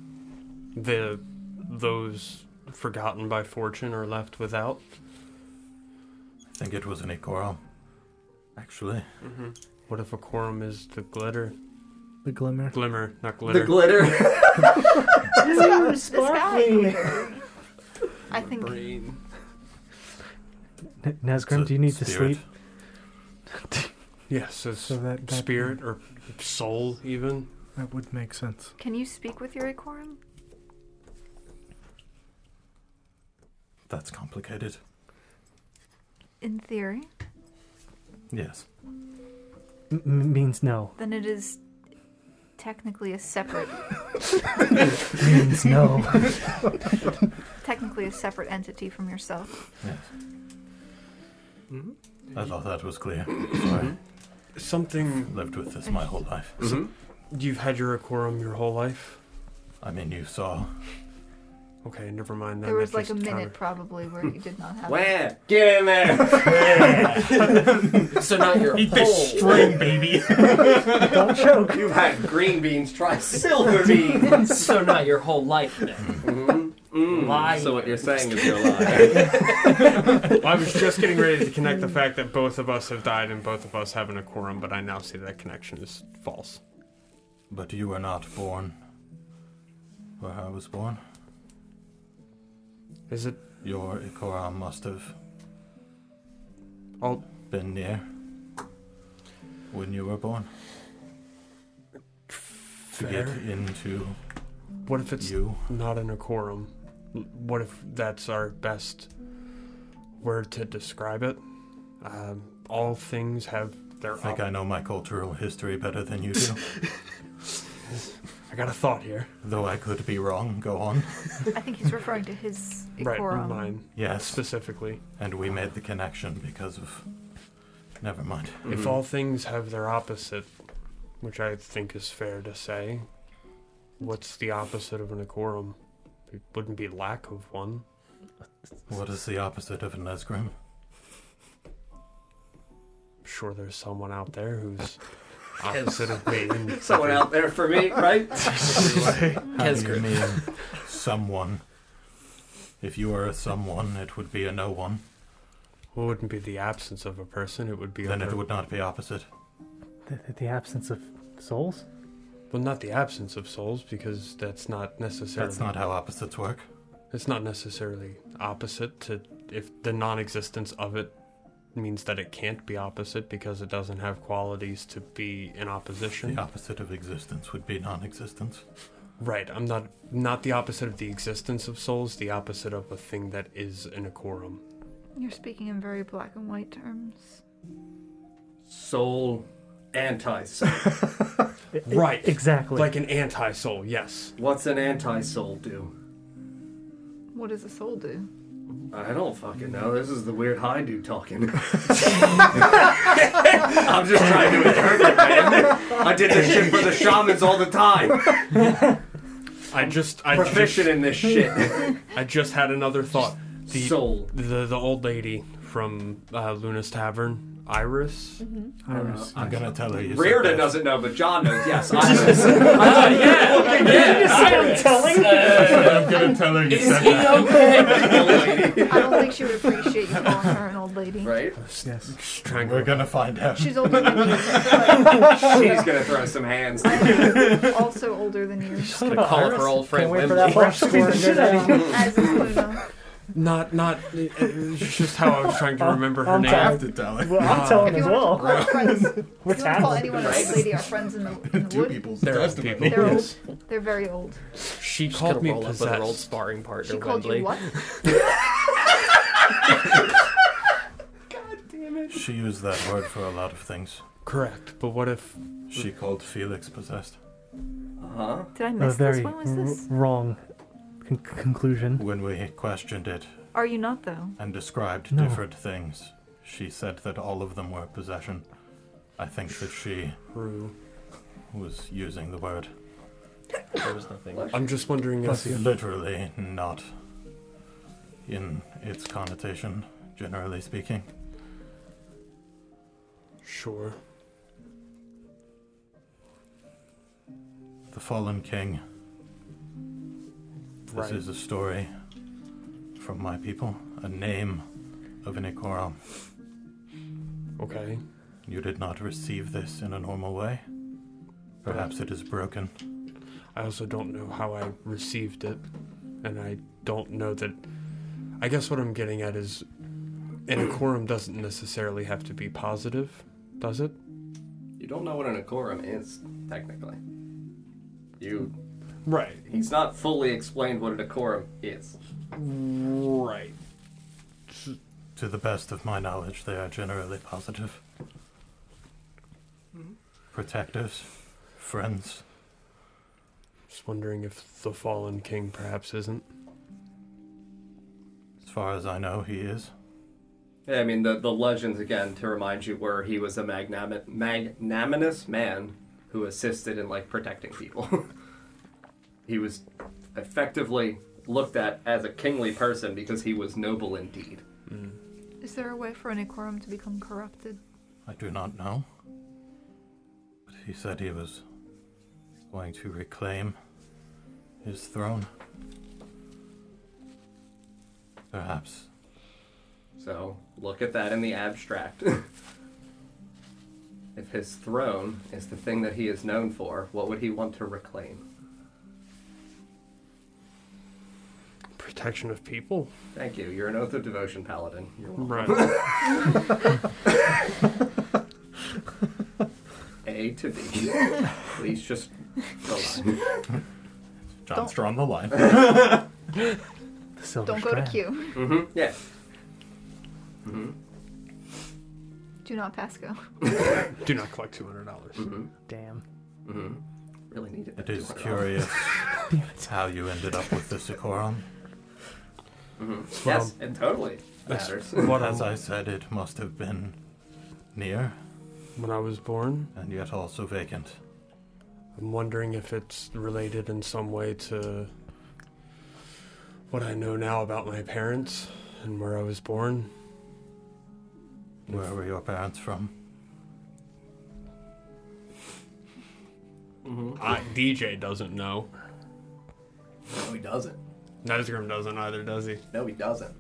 the those forgotten by fortune are left without.
I think it was an Ikoral. Actually,
Mm-hmm. What if a quorum is the glitter?
The glimmer.
Glimmer, not
The
glitter.
glitter.
this guy, this guy. I think
N- Nazgrim, do you need to sleep?
Yes, as
So that- that-
spirit or soul, even.
That would make sense.
Can you speak with your Acorum?
That's complicated.
In theory,
Yes.
M- m- means no.
then it is technically a separate.
Means no.
technically a separate entity from yourself.
Yes. I thought that was clear. Sorry.
Something
Lived with this my whole life.
Mm-hmm. you've had your aquorum your whole life.
I mean, you saw.
Okay, never mind.
There
that
was like a
just
minute
counter-
probably where you did not have. it.
Where? Get in there!
So now you're
Eat
whole.
this string, baby. Don't choke. You've had green beans. Try silver beans.
so now your whole life then.
Mm, mm.
Lying.
So what you're saying is you're lying.
I was just getting ready to connect the fact that both of us have died and both of us have an aquorum, but I now see that connection is false.
But you were not born where I was born.
Is it?
Your Ikoram must have
I'll-
been near when you were born. To
Fair.
get into
What if it's
you.
not an aquorum? L- What if that's our best word to describe it? Um, all things have their.
I think
op-
I know my cultural history better than you do.
I got a thought here.
Though I could be wrong, go on.
I think he's referring to his
Right,
Acorum.
mine
Yes,
specifically.
and we made the connection because of. Never mind.
If all things have their opposite, which I think is fair to say, what's the opposite of an aquorum? It wouldn't be lack of one.
What is the opposite of an Esgrim?
I'm sure there's someone out there who's opposite of me. in
Someone
every-
out there for me, right?
How do you
Esgrim.
mean someone? If you were a someone, it would be a no one.
Well, it wouldn't be the absence of a person. It would be
Then
other-
it would not be opposite.
the, the absence of souls?
Well, not the absence of souls because that's not necessarily.
That's not how opposites work.
It's not necessarily opposite to if the non-existence of it means that it can't be opposite because it doesn't have qualities to be in opposition.
The opposite of existence would be non-existence.
Right. I'm not not the opposite of the existence of souls. The opposite of a thing that is an aquorum.
You're speaking in very black and white terms.
Soul anti-soul.
I- I-
Right.
Exactly.
Like an anti-soul. Yes.
What's an anti-soul do?
What does a soul do?
I don't fucking know. This is the weird high dude talking. I'm just trying to interpret, man. I did this shit for the shamans all the time.
I just I just,
Proficient in this shit.
I just had another thought. The
Soul.
the the old lady from uh, Luna's Tavern, Iris.
Mm-hmm.
Uh,
Iris.
I'm gonna tell her you said
Reardon
that.
doesn't know, but John knows. Yes, I was. I thought, yeah, fucking yeah.
I'm gonna tell her you said that.
I don't think she would appreciate you calling her an old lady.
Right?
Yes.
We're
Strangled.
gonna find out.
She's older than you. but
She's gonna throw some hands.
also older than you.
Gonna call up her old friend
Can't wait for that
Wimsey.
box score to go down.
As is Luna.
Not not.
uh,
It's just how I was trying to remember her
I'm
name. Uh,
I have to tell her.
well, I'll tell him
If
as
you want to
well.
call, our friends, if you want to call
happening?
anyone an old lady, our friends in the, in the
Two
wood,
people's
They're old
testimony.
people.
They're old.
yes.
they're very old.
She
Just
called
gonna
me
roll up with her old
possessed.
sparring partner,
She called
Wembley.
you what?
She used that word for a lot of things.
Correct. But what if
She called Felix possessed.
Huh?
Did I
A
miss
very
this? When was this?
r- wrong con- conclusion.
When we questioned it
Are you not though?
and described
No.
different things, she said that all of them were possession. I think that she
Rue?
was using the word.
There was nothing.
I'm just wondering if
Literally not in its connotation, generally speaking.
Sure.
The Fallen King. This
Right.
is a story from my people, a name of an Ikoram.
Okay.
You did not receive this in a normal way. Perhaps it is broken.
I also don't know how I received it, and I don't know that I guess what I'm getting at is an quorum doesn't necessarily have to be positive, does it?
You don't know what an Akorum is, technically. You.
Right.
He's not fully explained what an Akorum is.
Right.
To the best of my knowledge, they are generally positive. Protectors, friends.
Just wondering if the fallen king perhaps isn't.
As far as I know, he is.
Yeah, I mean, the, the legends, again, to remind you, were he was a magnami- magnanimous man who assisted in, like, protecting people. he was effectively looked at as a kingly person because he was noble indeed.
Mm.
Is there a way for an Ikorum to become corrupted?
I do not know. But he said he was going to reclaim his throne. Perhaps.
So look at that in the abstract. if his throne is the thing that he is known for, what would he want to reclaim?
Protection of people.
Thank you. You're an oath of devotion paladin. You're welcome. A to B. Please just go on.
John's drawn the line.
Don't go to Q.
hmm Yeah. hmm
Do not pass go.
Do not collect two hundred dollars.
Damn.
hmm Really needed that.
It is
$200.
curious how you ended up with the Sikoron.
Mhm. Yes, and totally
That's
matters.
What, as I said, it must have been near
When I was born,
and yet also vacant.
I'm wondering if it's related in some way to what I know now about my parents and where I was born.
Where were your parents from?
Mhm.
I, DJ doesn't know.
No, he doesn't.
Nesgrim doesn't either, does he?
No, he doesn't.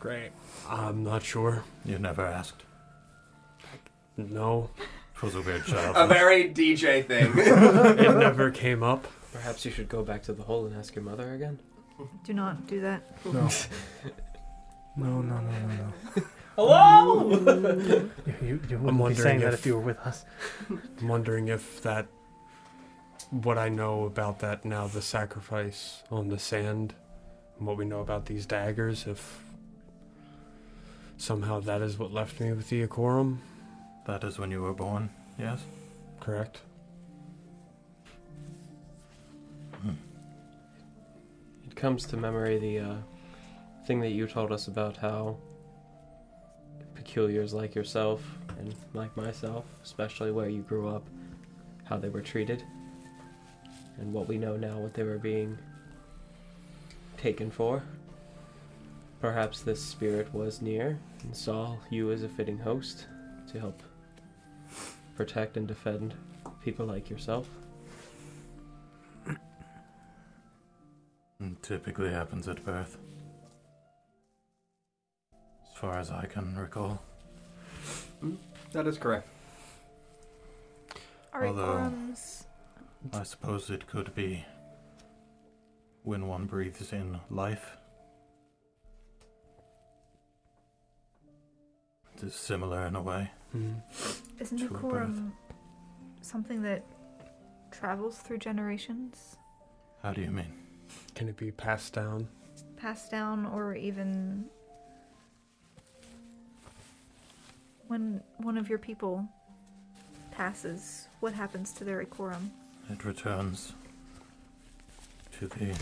Great. I'm not sure.
You never asked.
No,
It was a weird
A
childhood.
very DJ thing.
it never came up.
Perhaps you should go back to the hole and ask your mother again.
Do not do that.
No. No, no, no, no, no.
Hello.
You, you, you
Um,
I'm
wouldn't be
wondering
saying that
if-
if you were with us.
I'm wondering if that, what I know about that now, the sacrifice on the sand, and what we know about these daggers, if somehow that is what left me with the Akorum,
That is when you were born, yes?
correct?
It comes to memory the uh, thing that you told us about how peculiars like yourself and like myself, especially where you grew up, how they were treated, and what we know now, what they were being taken for. Perhaps this spirit was near and saw you as a fitting host to help protect and defend people like yourself.
And typically happens at birth. As far as I can recall.
that is correct.
Are
Although-
Ikorums.
I suppose it could be when one breathes in life. It is similar in a way.
Isn't
True birth.
Ikorum something that travels through generations?
How do you mean?
Can it be passed down?
Passed down or even. When one of your people passes, what happens to their Ikorum?
It returns to the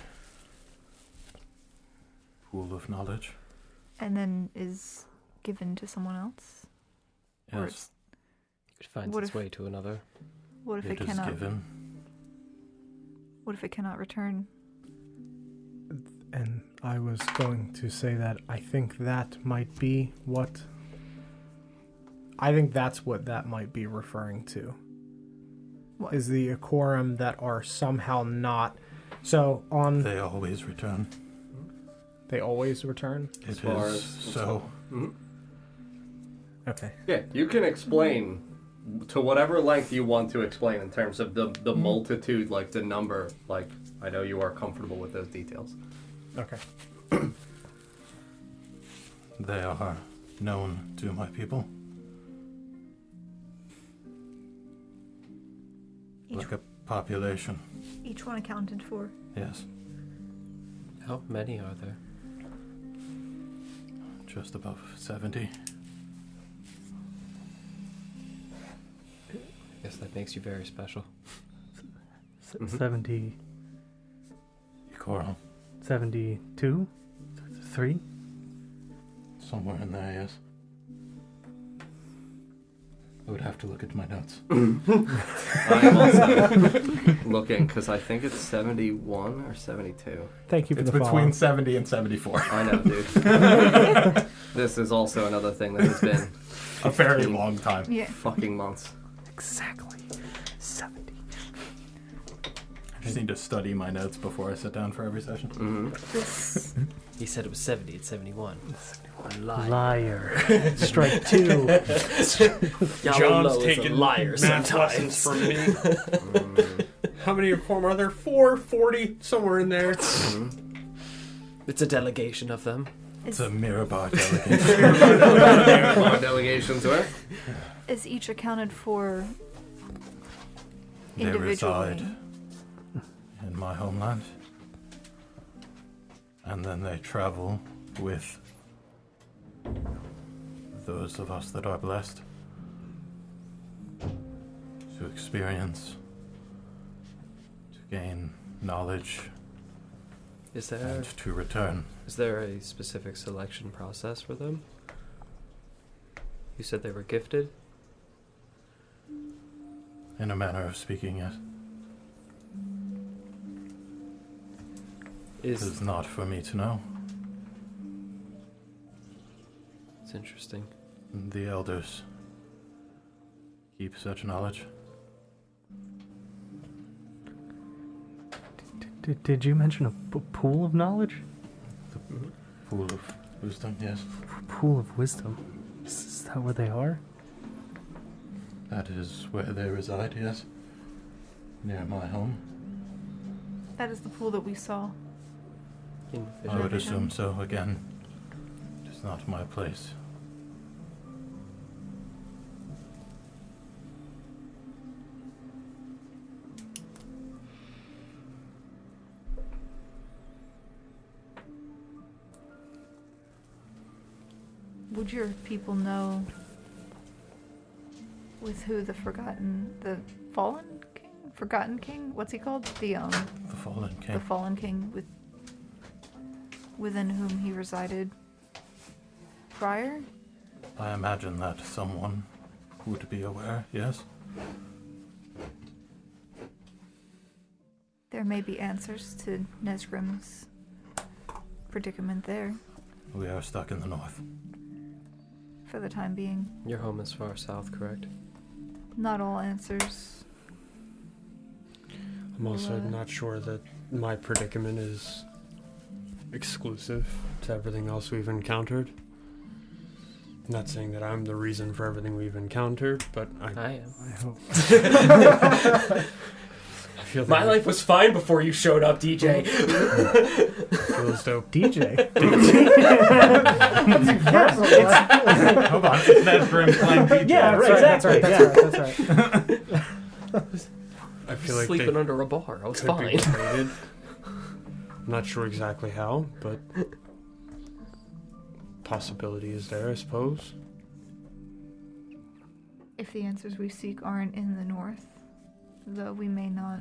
pool of knowledge.
And then is given to someone else? Or
Yes,
it's-
It finds
What
its
if-
way to another.
what if it,
it is
cannot?
given.
What if it cannot return?
And I was going to say that I think that might be what. I think that's what that might be referring to.
What?
Is the Aquorum that are somehow not. So on.
They always return.
They always return?
It is
far as-
so.
Okay.
Yeah, you can explain to whatever length you want to explain in terms of the, the
Mm-hmm.
multitude, like the number. Like, I know you are comfortable with those details.
Okay.
They are known to my people. Like a population,
Each one accounted for.
yes,
How many are there?
just above 70.
I guess that makes you very special.
S- 70,
Coral,
72, 3.
somewhere in there, yes. I would have to look at my notes.
I am also looking because I think it's 71 or 72.
Thank you for
It's
the
between
follow.
70 and 74.
I know, dude. this is also another thing that has been
A very long time.
Yeah.
fucking months.
Exactly. 70.
I just need to study my notes before I sit down for every session.
hmm
This
He said it was 70, it's 71.
Liar. Strike two.
Yalolo is a liar
math lessons
sometimes.
from me. How many of form are there? Four, forty, somewhere in there.
It's a delegation of them.
It's
is,
a Mirabar delegation.
Our delegations were.
is each accounted for
they reside
individually?
in my homeland. And then they travel with those of us that are blessed to experience, to gain knowledge,
Is there
and to return.
is there a specific selection process for them? You said they were gifted.
In a manner of speaking, yes. It
Is
is not for me to know.
it's interesting.
The elders keep such knowledge.
Did, did you mention a p- pool of knowledge?
Mm-hmm.
Pool of wisdom, yes.
Pool of wisdom. Is, is that where they are?
That is where they reside, yes. Near my home.
That is the pool that we saw.
Individual.
I would
Sure.
assume so again. It is not my place.
Would your people know with who the forgotten, the fallen king, forgotten king? What's he called? The um,
The fallen
the
king.
fallen king with within whom he resided prior.
I imagine that someone would be aware, yes.
There may be answers to Nesgrim's predicament there
We are stuck in the north.
for the time being.
Your home is far south, correct?
Not all answers.
I'm also
Uh,
not sure that my predicament is exclusive to everything else we've encountered. Not saying that I'm the reason for everything we've encountered, but I,
I am.
I hope.
I feel that
My
it
life was fine before you showed up, DJ.
feels dope.
DJ.
Hold on, it's Nesgrim playing PJ.
yeah,
right,
right, that's right,
exactly,
that's right, that's right. That's right.
I feel like they
Sleeping under a bar. I was
could
fine.
be related. I'm not sure exactly how, but possibility is there, I suppose.
If the answers we seek aren't in the north, though we may not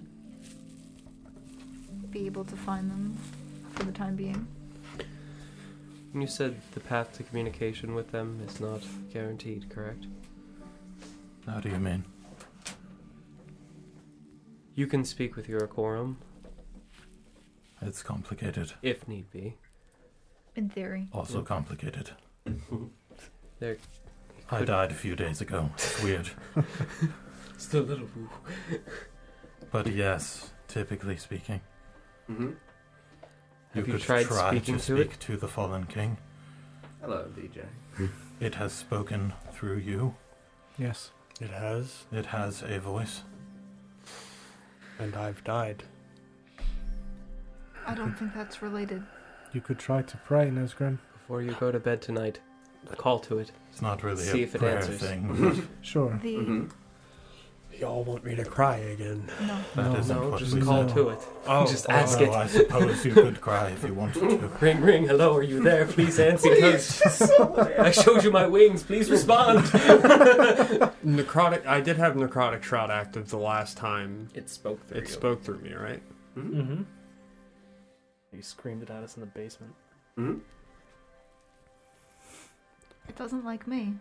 be able to find them for the time being.
You said the path to communication with them is not guaranteed, correct?
How do you mean?
You can speak with your quorum
It's complicated.
if need be.
In theory.
Also complicated.
There
I
could-
died a few days ago. It's weird.
It's a little
But yes, typically speaking,
hmm
Have you
could
tried
try
speaking
to
to it? Hmm.
speak to the fallen king.
Hello, DJ.
It has spoken through you.
Yes.
It has,
It has a voice.
and I've died.
I don't think that's related.
You could try to pray, Nesgrim.
Before you go to bed tonight, Call to it.
It's not really
See
a
if it
prayer
answers.
thing.
Sure.
The
Mm-hmm.
Mm-hmm.
Y'all want me to cry again?
no.
That isn't
no,
what
just
we
call
said.
to it.
Oh,
just ask
Although
it.
I suppose you could cry if you wanted to.
Ring, ring. Hello, are you there? Please answer. I showed you my wings. Please respond.
Necrotic. I did have necrotic shroud active the last time.
It spoke through
It
you.
spoke through me, right?
Mm-hmm.
You screamed it at us in the basement.
It doesn't like me.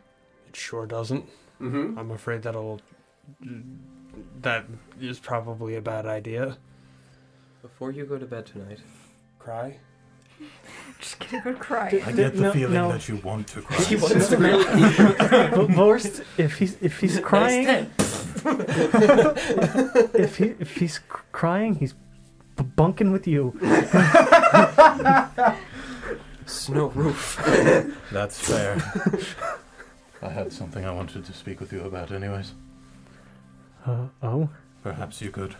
It sure doesn't.
Mm-hmm.
I'm afraid that'll. That is probably a bad idea.
Before you go to bed tonight,
Cry.
Just get a good cry.
I get the
No,
feeling
no.
that you want to cry.
wants to really
but worst, if he's if he's crying, if he if he's cr- crying, he's b- bunking with you.
Snow roof.
That's fair. I had something I wanted to speak with you about, anyways.
Uh, oh,
Perhaps you could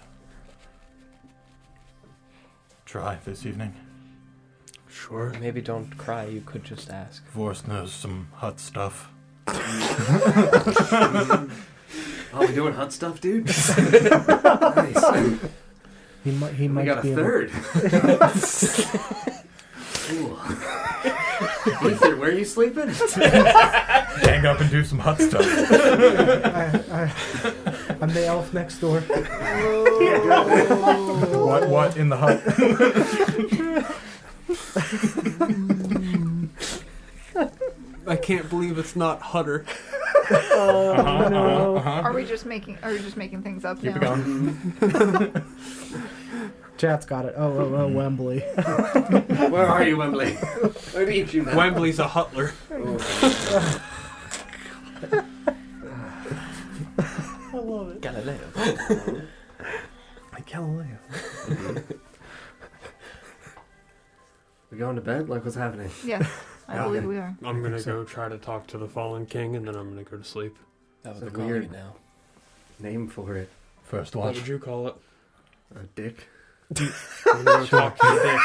try this evening.
Sure.
maybe don't cry. You could just ask.
Vorst knows some hot stuff.
Oh, we doing hot stuff, dude? nice.
He might. He
We
might
got
be
a
able.
third. Cool. Ethan, where are you sleeping?
Hang up and do some hot stuff.
I, I, I'm the elf next door.
what? What in the hut?
I can't believe it's not Hutter.
Oh,
Uh-huh,
Are we just making? Are we just making things up now?
Chat's got it. Oh, oh, oh Wembley.
Where are you, Wembley? I need you now.
Wembley's a Hutler.
Oh,
Galileo.
Galileo.
We going to bed? Like, what's happening?
Yes, I believe we are.
I'm gonna go try to talk to the fallen king, and then I'm gonna go to sleep.
That was
So
the
weird.
weird now.
Name for it.
First
What
watch.
would you call it?
A dick.
I'm gonna go talk to the dick.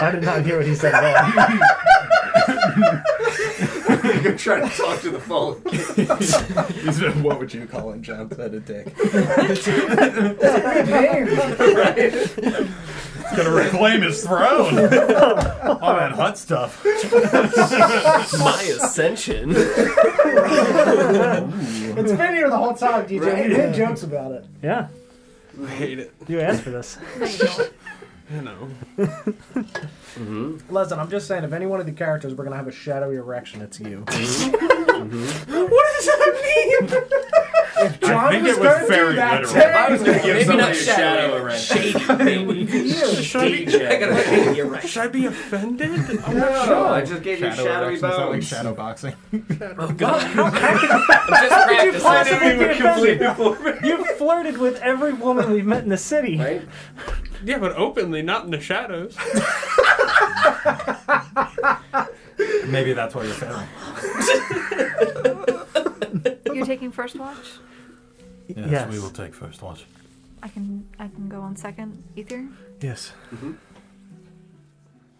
I did not hear what he said at all.
You're trying to talk to the phone.
what would you call it? John said a dick.
He's gonna reclaim his throne. All that hot stuff.
My ascension.
it's been here the whole time, DJ.
Right.
You made jokes about it.
yeah,
I hate it.
you asked for this.
No, you don't.
You know.
Mm-hmm.
Listen, I'm just saying, if any one of the characters we're gonna have a shadowy erection, it's you. If John
think
was,
it was
gonna
very
do that
literal.
today,
I was gonna give
Maybe
somebody
not
a
shadow.
shadow,
Shady, maybe.
you.
I gotta shady erection.
Should I be offended?
No, no, no, I just gave you shadowy
erection, sound like
bones.
shadow boxing.
Oh god. Just practice.
Possibly be offended. You flirted with every woman we've met in the city.
Right?
yeah, but openly, not in the shadows.
Maybe that's why you're failing.
You're taking first watch.
Yes,
Yes.
we will take first watch.
I can. I can go on second. Ether.
Yes.
Mm-hmm.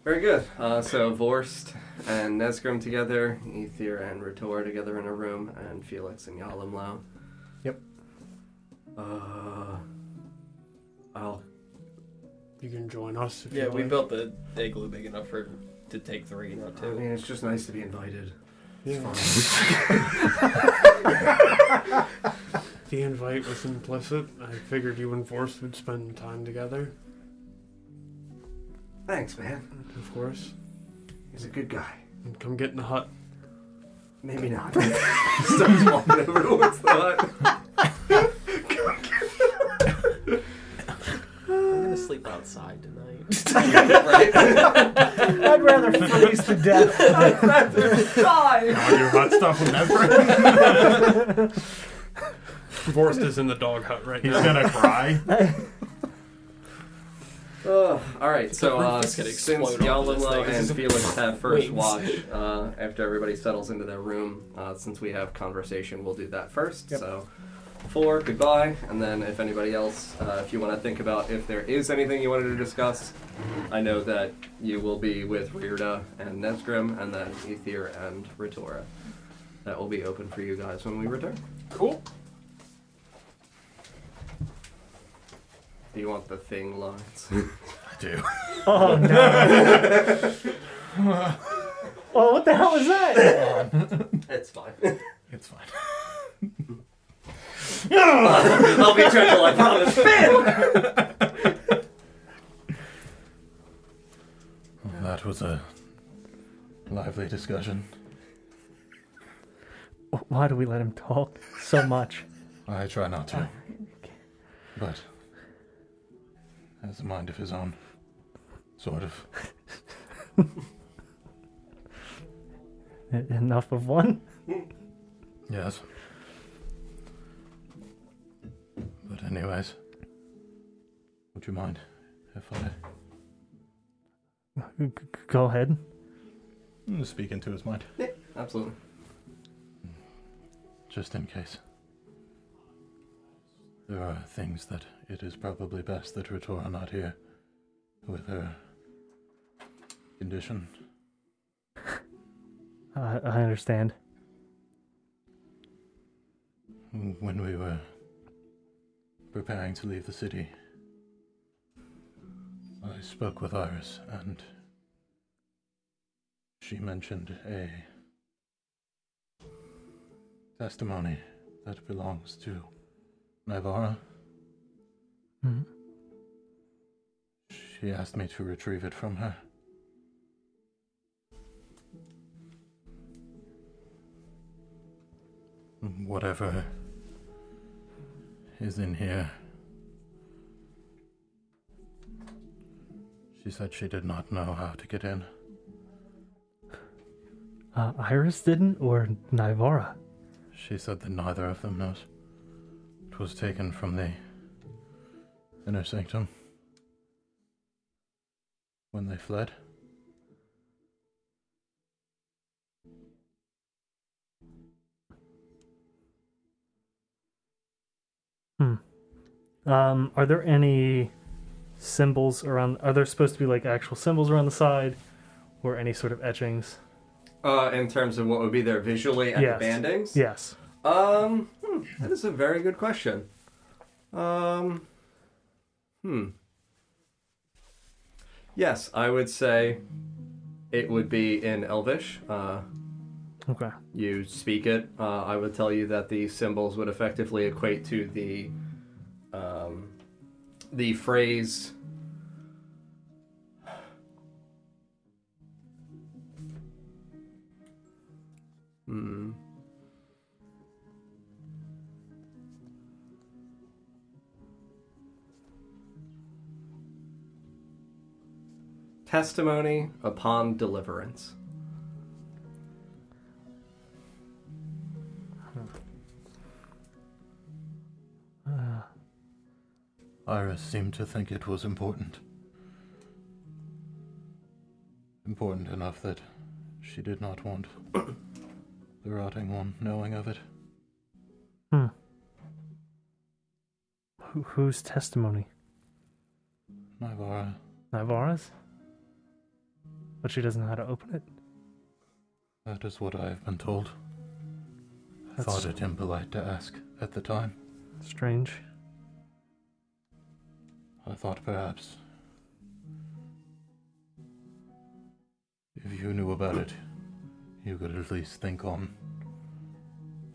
Very good. Uh, so Vorst and Nesgrim together, Ether and Rotor together in a room, and Felix and Yalamlow.
Yep.
Uh, I'll.
You can join us if
Yeah,
you
we
like.
built the igloo big enough for to take three, not
I
two.
mean, it's just nice to be invited.
Yeah.
It's fine.
The invite was implicit. I figured you and Force would spend time together,
Thanks, man.
of course.
He's a good guy.
And come get in the hut.
Maybe not. Starts walking over towards the hut.
I'm gonna sleep outside tonight.
I'd rather freeze to death.
Now do hot stuff with Nesper.
Forrest is in the dog hut right
He's
now.
gonna cry.
Ugh, all right, so
roof
uh,
is gonna
since
explode off of this
Yalamlo
thing. This
and
is a-
Felix have first
Wings.
watch uh, after everybody settles into their room, uh, since we have conversation, we'll do that first. So four, goodbye. And then if anybody else, uh, if you want to think about if there is anything you wanted to discuss, I know that you will be with Rearda and Nesgrim, and then Ether and Retora. That will be open for you guys when we return.
Cool.
Do you want the thing lines? I
do.
Oh no. oh, what the hell was that?
it's fine.
It's fine.
I'll be gentle, I promise.
Well, Mm, that was a lively discussion.
Why do we let him talk so much?
I try not to. But has a mind of his own. Sort of.
E- Enough of one.
Yes. But anyways. Would you mind if I
G- g- Go ahead.
Mm, speak into his mind?
Yeah, absolutely.
Just in case. There are things that it is probably best that Retora not here with her condition.
I, I understand.
When we were preparing to leave the city, I spoke with Iris, and she mentioned a testimony that belongs to Nivara.
Mhm.
She asked me to retrieve it from her. Whatever is in here. She said she did not know how to get in.
Uh, Iris didn't, or Nivara?
She said that neither of them knows. It was taken from the inner sanctum when they fled.
Um, are there any symbols around? Are there supposed to be like actual symbols around the side, or any sort of etchings?
Uh, in terms of what would be there visually and
Yes.
the bandings?
Yes.
Um, hmm, that is a very good question. Um, hmm. Yes, I would say it would be in Elvish. Uh,
Okay.
you speak it. Uh, I would tell you that the symbols would effectively equate to the um, the phrase. Hmm. Testimony upon deliverance.
Uh,
Iris seemed to think it was important. Important enough that she did not want the rotting one knowing of it.
Hmm. who, whose testimony?
Nivara,
Nivara's. But she doesn't know how to open it.
that is what I have been told. I
That's-
thought it impolite to ask at the time.
Strange.
I thought perhaps if you knew about it, you could at least think on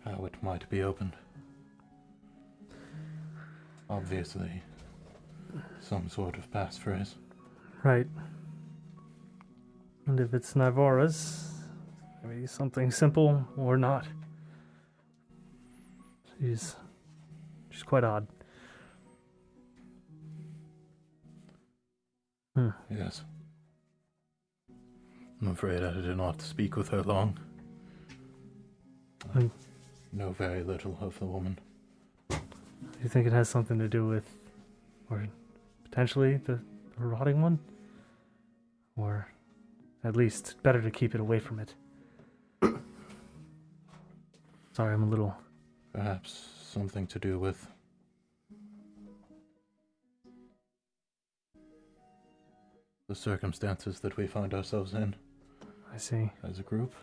how it might be opened. Obviously, some sort of passphrase.
Right. And if it's Nivara's, maybe something simple or not. She's she's quite odd.
Yes. I'm afraid I did not speak with her long.
Um,
Know very little of the woman.
Do you think it has something to do with, or potentially the, the rotting one? Or at least better to keep it away from it. Sorry, I'm a little
Perhaps something to do with. The circumstances that we find ourselves in.
I see.
As a group.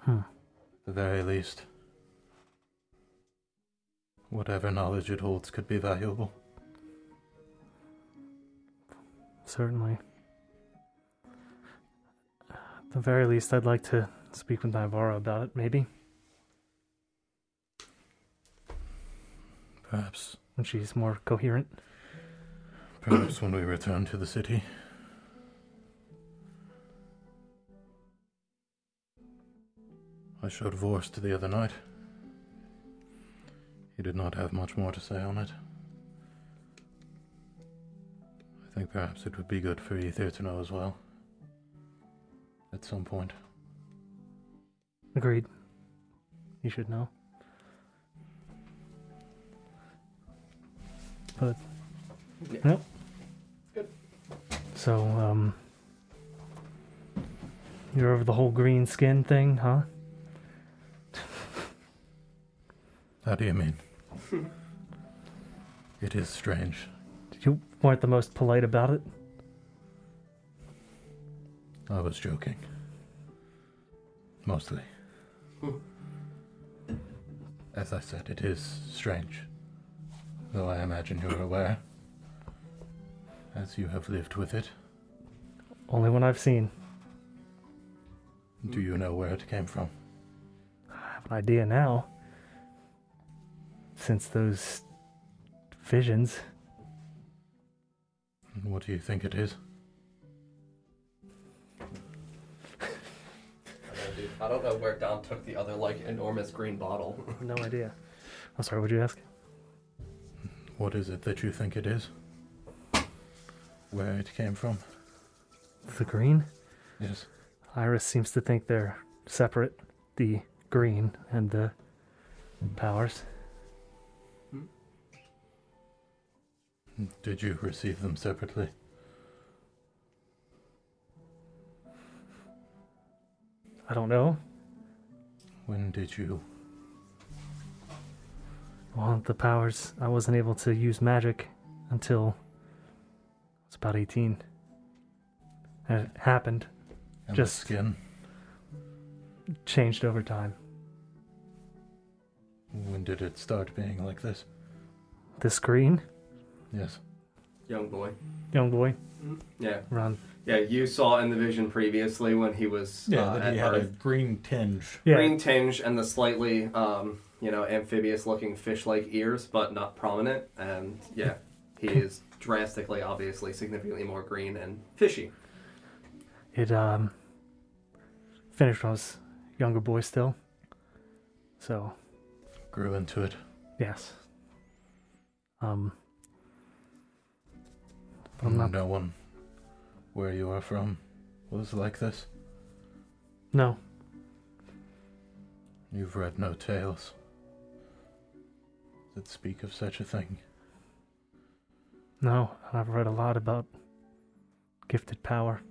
Hmm.
At the very least, whatever knowledge it holds could be valuable.
Certainly. At the very least, I'd like to speak with Navarro about it, maybe.
Perhaps.
When she's more coherent.
Perhaps when we return to the city. I showed Vorst the other night. He did not have much more to say on it. I think perhaps it would be good for Ether to know as well. At some point.
Agreed. You should know. But
Yeah.
nope. So, um, you're over the whole green skin thing, huh?
How do you mean? it is strange.
You weren't the most polite about it.
I was joking. Mostly. As I said, it is strange. Though I imagine you're aware. As you have lived with it,
Only one I've seen.
do you know where it came from?
I have an idea now. Since those visions,
And what do you think it is?
I don't know where Dom took the other like enormous green bottle.
no idea. I'm sorry. Would you ask?
What is it that you think it is? Where it came from?
The green.
Yes.
Iris seems to think they're separate, the green and the powers.
Did you receive them separately?
I don't know.
When did you?
Well, the powers, I wasn't able to use magic until I was about 18. And it happened.
And the
Just
skin.
changed over time.
When did it start being like this?
This green,
Yes.
Young boy.
young boy,
Yeah.
Ron.
Yeah, you saw in the vision previously when he was
Yeah,
uh,
that
at
he had a
Earth.
green tinge.
Yeah.
green tinge and the slightly um, you know amphibious looking fish like ears but not prominent and yeah he is drastically obviously significantly more green and fishy
It um finished when I was a younger boy still. So
Grew into it.
yes. Um but I'm not
No one where you are from was like this.
no,
You've read no tales that speak of such a thing.
no. I've read a lot about gifted power.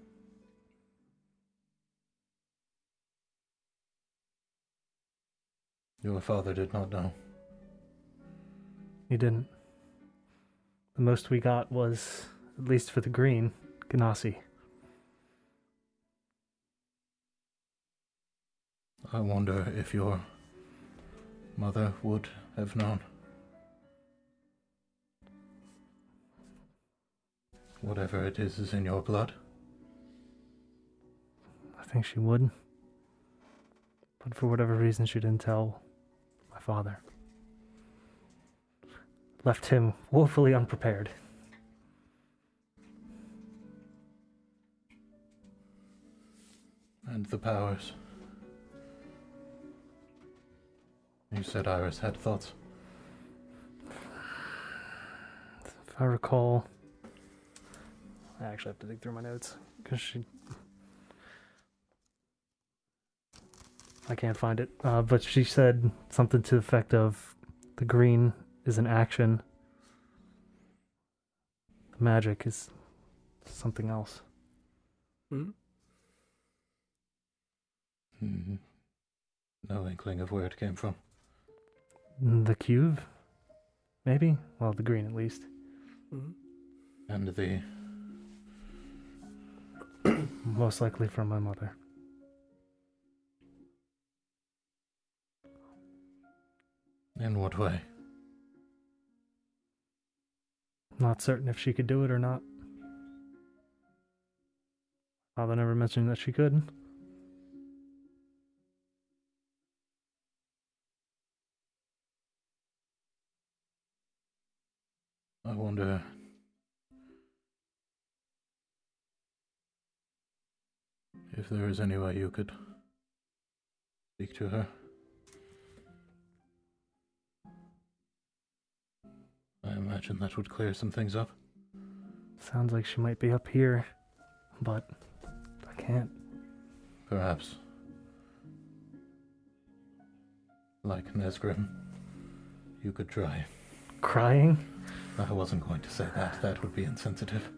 Your father did not know.
You didn't. The most we got was, at least for the green, Ganassi.
I wonder if your mother would have known. Whatever it is is in your blood.
I think she would. But for whatever reason, she didn't tell my father. Left him woefully unprepared.
And the powers. You said Iris had thoughts.
If I recall,
I actually have to dig through my notes.
because she. I can't find it. Uh, but she said something to the effect of the green is an action, the magic is something else.
Mhm. No inkling Mm-hmm. of where it came from.
The cube? Maybe? Well, the green at least.
And the
Most likely from my mother.
in what way?
Not certain if she could do it or not. Father never mentioned that she could.
I wonder. If there is any way you could speak to her. I imagine that would clear some things up.
Sounds like she might be up here, but I can't.
Perhaps. Like Nesgrim, you could try.
Crying?
I wasn't going to say that, that would be insensitive.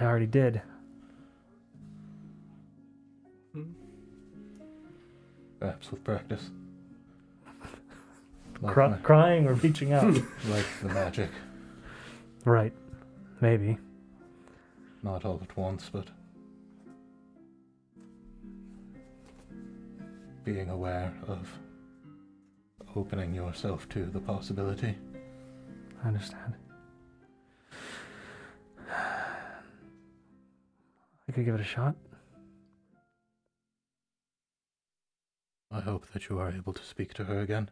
I already did.
Perhaps with practice. Like
Cry-
ma-
crying or reaching out?
like the magic.
right. Maybe.
Not all at once, but. Being aware of opening yourself to the possibility.
I understand. I could give it a shot.
I hope that you are able to speak to her again.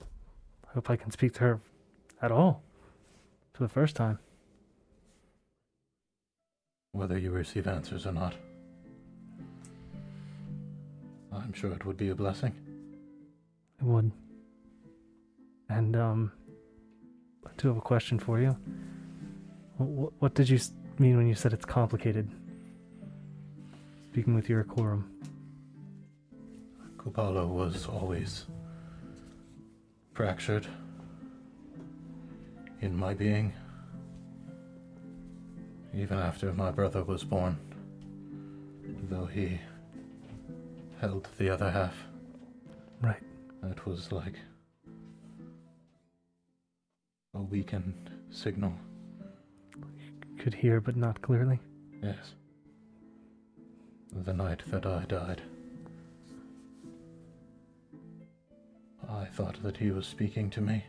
I hope I can speak to her at all for the first time.
whether you receive answers or not. I'm sure it would be a blessing.
It would. And um, I do have a question for you. What, what did you s- mean when you said it's complicated? Speaking with your quorum.
Kupalo was always fractured in my being. Even after my brother was born, though he held the other half.
Right.
It was like a weakened signal.
Could hear, but not clearly.
Yes. The night that I died. I thought that he was speaking to me.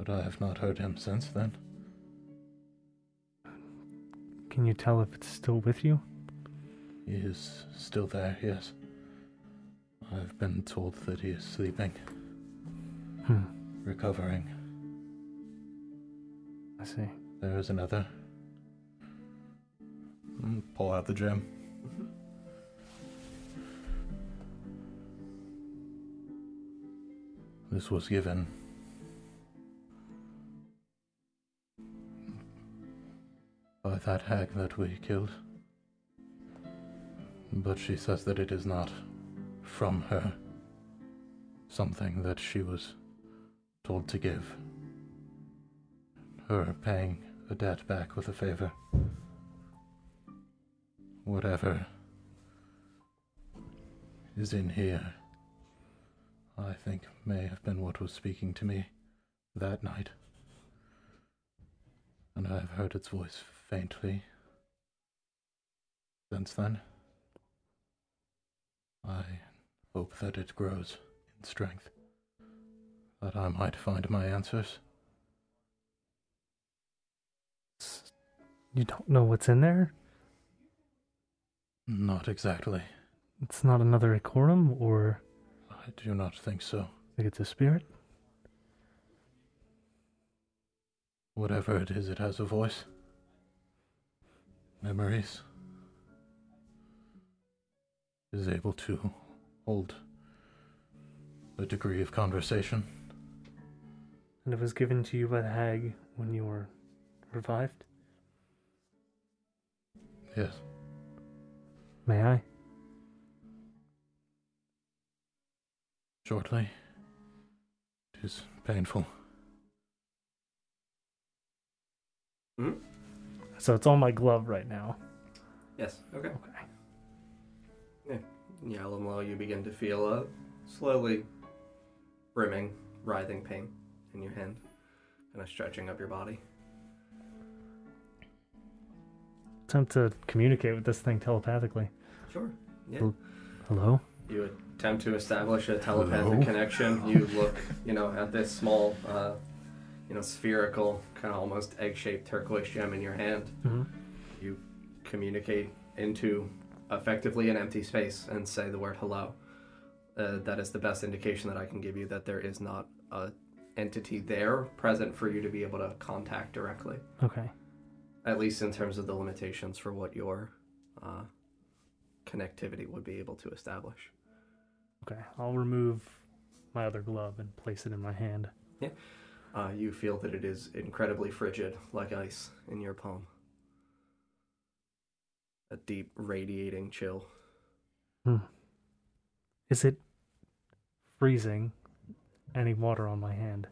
But I have not heard him since then.
Can you tell if it's still with you?
He is still there, yes. I've been told that he is sleeping,
Hmm.
recovering.
I see.
There is another. Mm, Pull out the gem. This was given. By that hag that we killed. But she says that it is not from her. Something that she was told to give. Her paying a debt back with a favor. Whatever is in here, I think may have been what was speaking to me that night. And I have heard its voice faintly since then. I hope that it grows in strength, that I might find my answers.
You don't know what's in there?
Not exactly.
It's not another Ikorum, or
I do not think so.
like it's a spirit?
Whatever it is, it has a voice. Memories. Is able to hold a degree of conversation.
And it was given to you by the hag when you were revived?
Yes.
May I?
Shortly. It is painful.
Hmm? So it's on my glove right now.
Yes. Okay. Okay. Yeah. Yalamlo, you begin to feel a slowly brimming, writhing pain in your hand, kind of stretching up your body.
Attempt to communicate with this thing telepathically.
Sure. Yeah.
Hel- Hello?
You attempt to establish a telepathic
Hello?
connection. You look, you know, at this small, uh, you know, spherical, kind of almost egg-shaped turquoise gem in your hand.
Mhm.
You communicate into effectively an empty space and say the word hello. Uh, that is the best indication that I can give you that there is not a entity there present for you to be able to contact directly.
Okay.
At least in terms of the limitations for what your uh, connectivity would be able to establish.
Okay. I'll remove my other glove and place it in my hand.
Yeah. Uh, you feel that it is incredibly frigid, like ice in your palm. A deep, radiating chill.
Hmm. Is it freezing any water on my hand?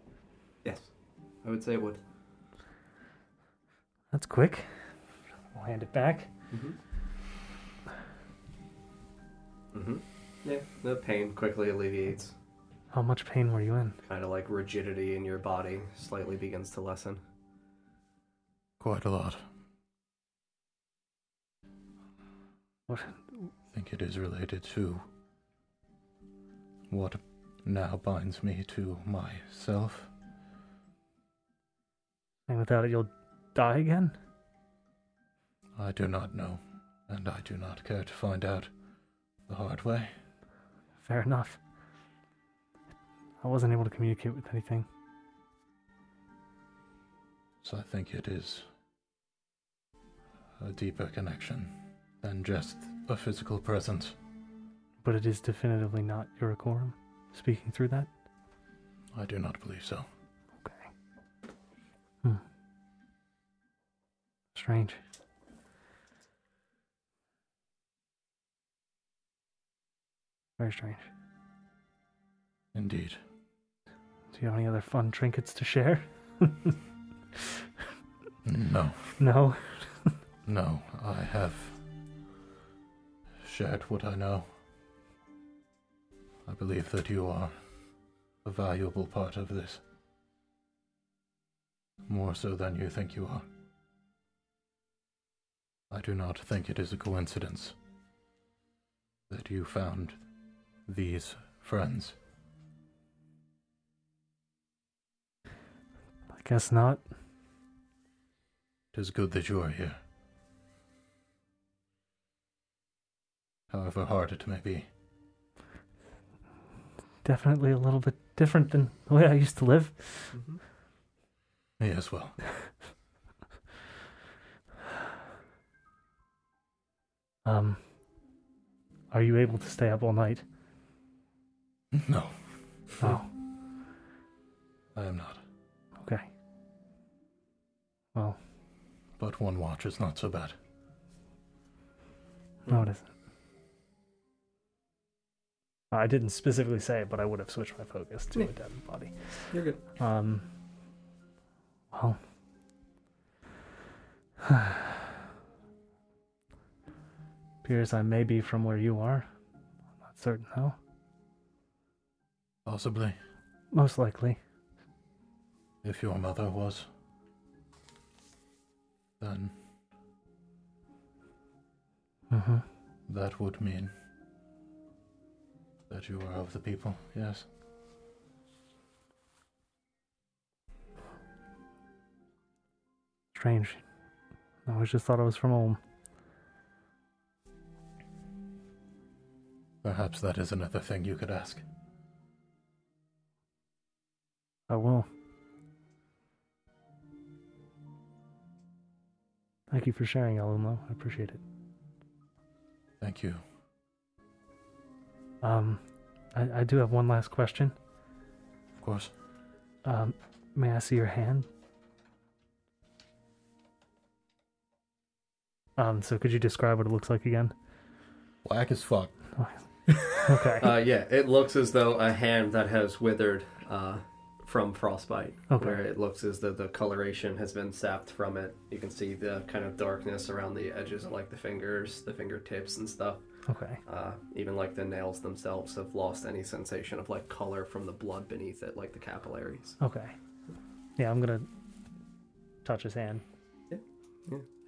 Yes. I would say it would.
That's quick. I'll hand it back.
hmm Yeah, the pain quickly alleviates.
How much pain were you in?
Kind of like rigidity in your body slightly begins to lessen.
Quite a lot.
What?
I think it is related to what now binds me to myself.
And without it, you'll die again?
I do not know, and I do not care to find out the hard way.
Fair enough. I wasn't able to communicate with anything.
So I think it is a deeper connection than just a physical presence.
But it is definitively not Iricorum speaking through that.
I do not believe so.
Strange. Very strange.
Indeed.
Do you have any other fun trinkets to share?
No.
No.
No, I have shared what I know. I believe that you are a valuable part of this. More so than you think you are. I do not think it is a coincidence that you found these friends.
I guess not.
It is good that you are here. However hard it may be.
Definitely a little bit different than the way I used to live.
Me as well.
Um, are you able to stay up all night?
No,
Oh,
I am not.
okay. Well,
But one watch is not so bad.
no, it isn't. I didn't specifically say it, but I would have switched my focus to a dead body.
You're good.
Um, well, appears I may be from where you are. I'm not certain how.
Possibly,
Most likely.
if your mother was. Then
Mm-hmm.
that would mean that you are of the people, yes.
Strange. I always just thought I was from home.
Perhaps that is another thing you could ask.
I will. Thank you for sharing, Alumlo. I appreciate it.
Thank you.
Um, I, I do have one last question.
Of course.
Um, may I see your hand? Um, so could you describe what it looks like again?
Black as fuck.
Okay.
Uh, yeah, it looks as though a hand that has withered uh, from frostbite,
Okay.
where it looks as though the coloration has been sapped from it. You can see the kind of darkness around the edges of like the fingers, the fingertips, and stuff.
Okay.
Uh, even like the nails themselves have lost any sensation of like color from the blood beneath it, like the capillaries.
Okay. Yeah, I'm gonna touch his hand.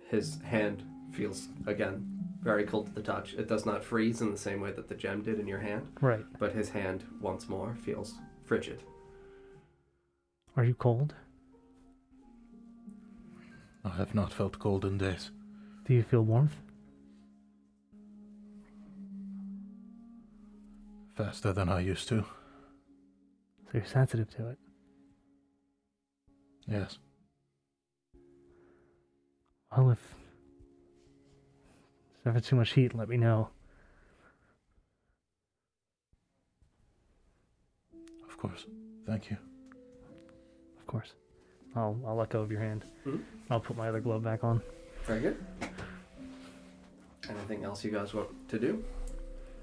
His hand feels again very cold to the touch. It does not freeze in the same way that the gem did in your hand.
Right.
But his hand once more feels frigid.
Are you cold?
I have not felt cold in days.
Do you feel warmth?
Faster than I used to.
So you're sensitive to it.
Yes.
Well, Oh, if if there's too much heat, let me know.
Of course. Thank you.
Of course. I'll I'll let go of your hand.
Mhm.
I'll put my other glove back on.
Very good. Anything else you guys want to do?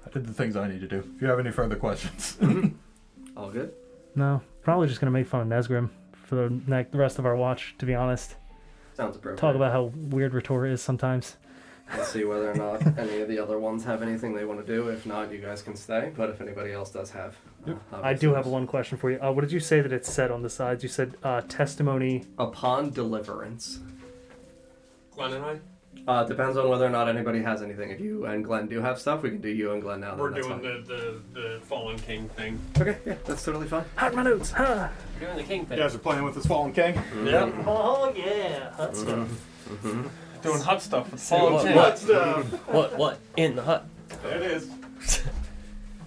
I did the things I need to do. If you have any further questions,
Mm-hmm. All good?
No, probably just gonna make fun of Nesgrim for the next the rest of our watch. To be honest,
Sounds appropriate.
talk about how weird Retora is sometimes.
Let's see whether or not any of the other ones have anything they want to do. If not, you guys can stay. But if anybody else does have, uh,
I do
obviously-
have one question for you. Uh, what did you say that it said on the sides? You said uh, testimony.
Upon deliverance.
Glenn and I,
Uh, depends on whether or not anybody has anything. If you and Glenn do have stuff, we can do you and Glenn now. then,
we're
that's
doing
fine.
the, the, the Fallen King thing.
Okay, yeah, that's totally fine.
Hide my notes. Huh.
You're doing the king
you
thing.
guys are playing with this fallen king.
Mm-hmm.
Yeah.
Oh yeah,
Mm-hmm.
that's
Doing hot stuff with
What,
Fallen King.
what, what, what? In the hut.
There it is.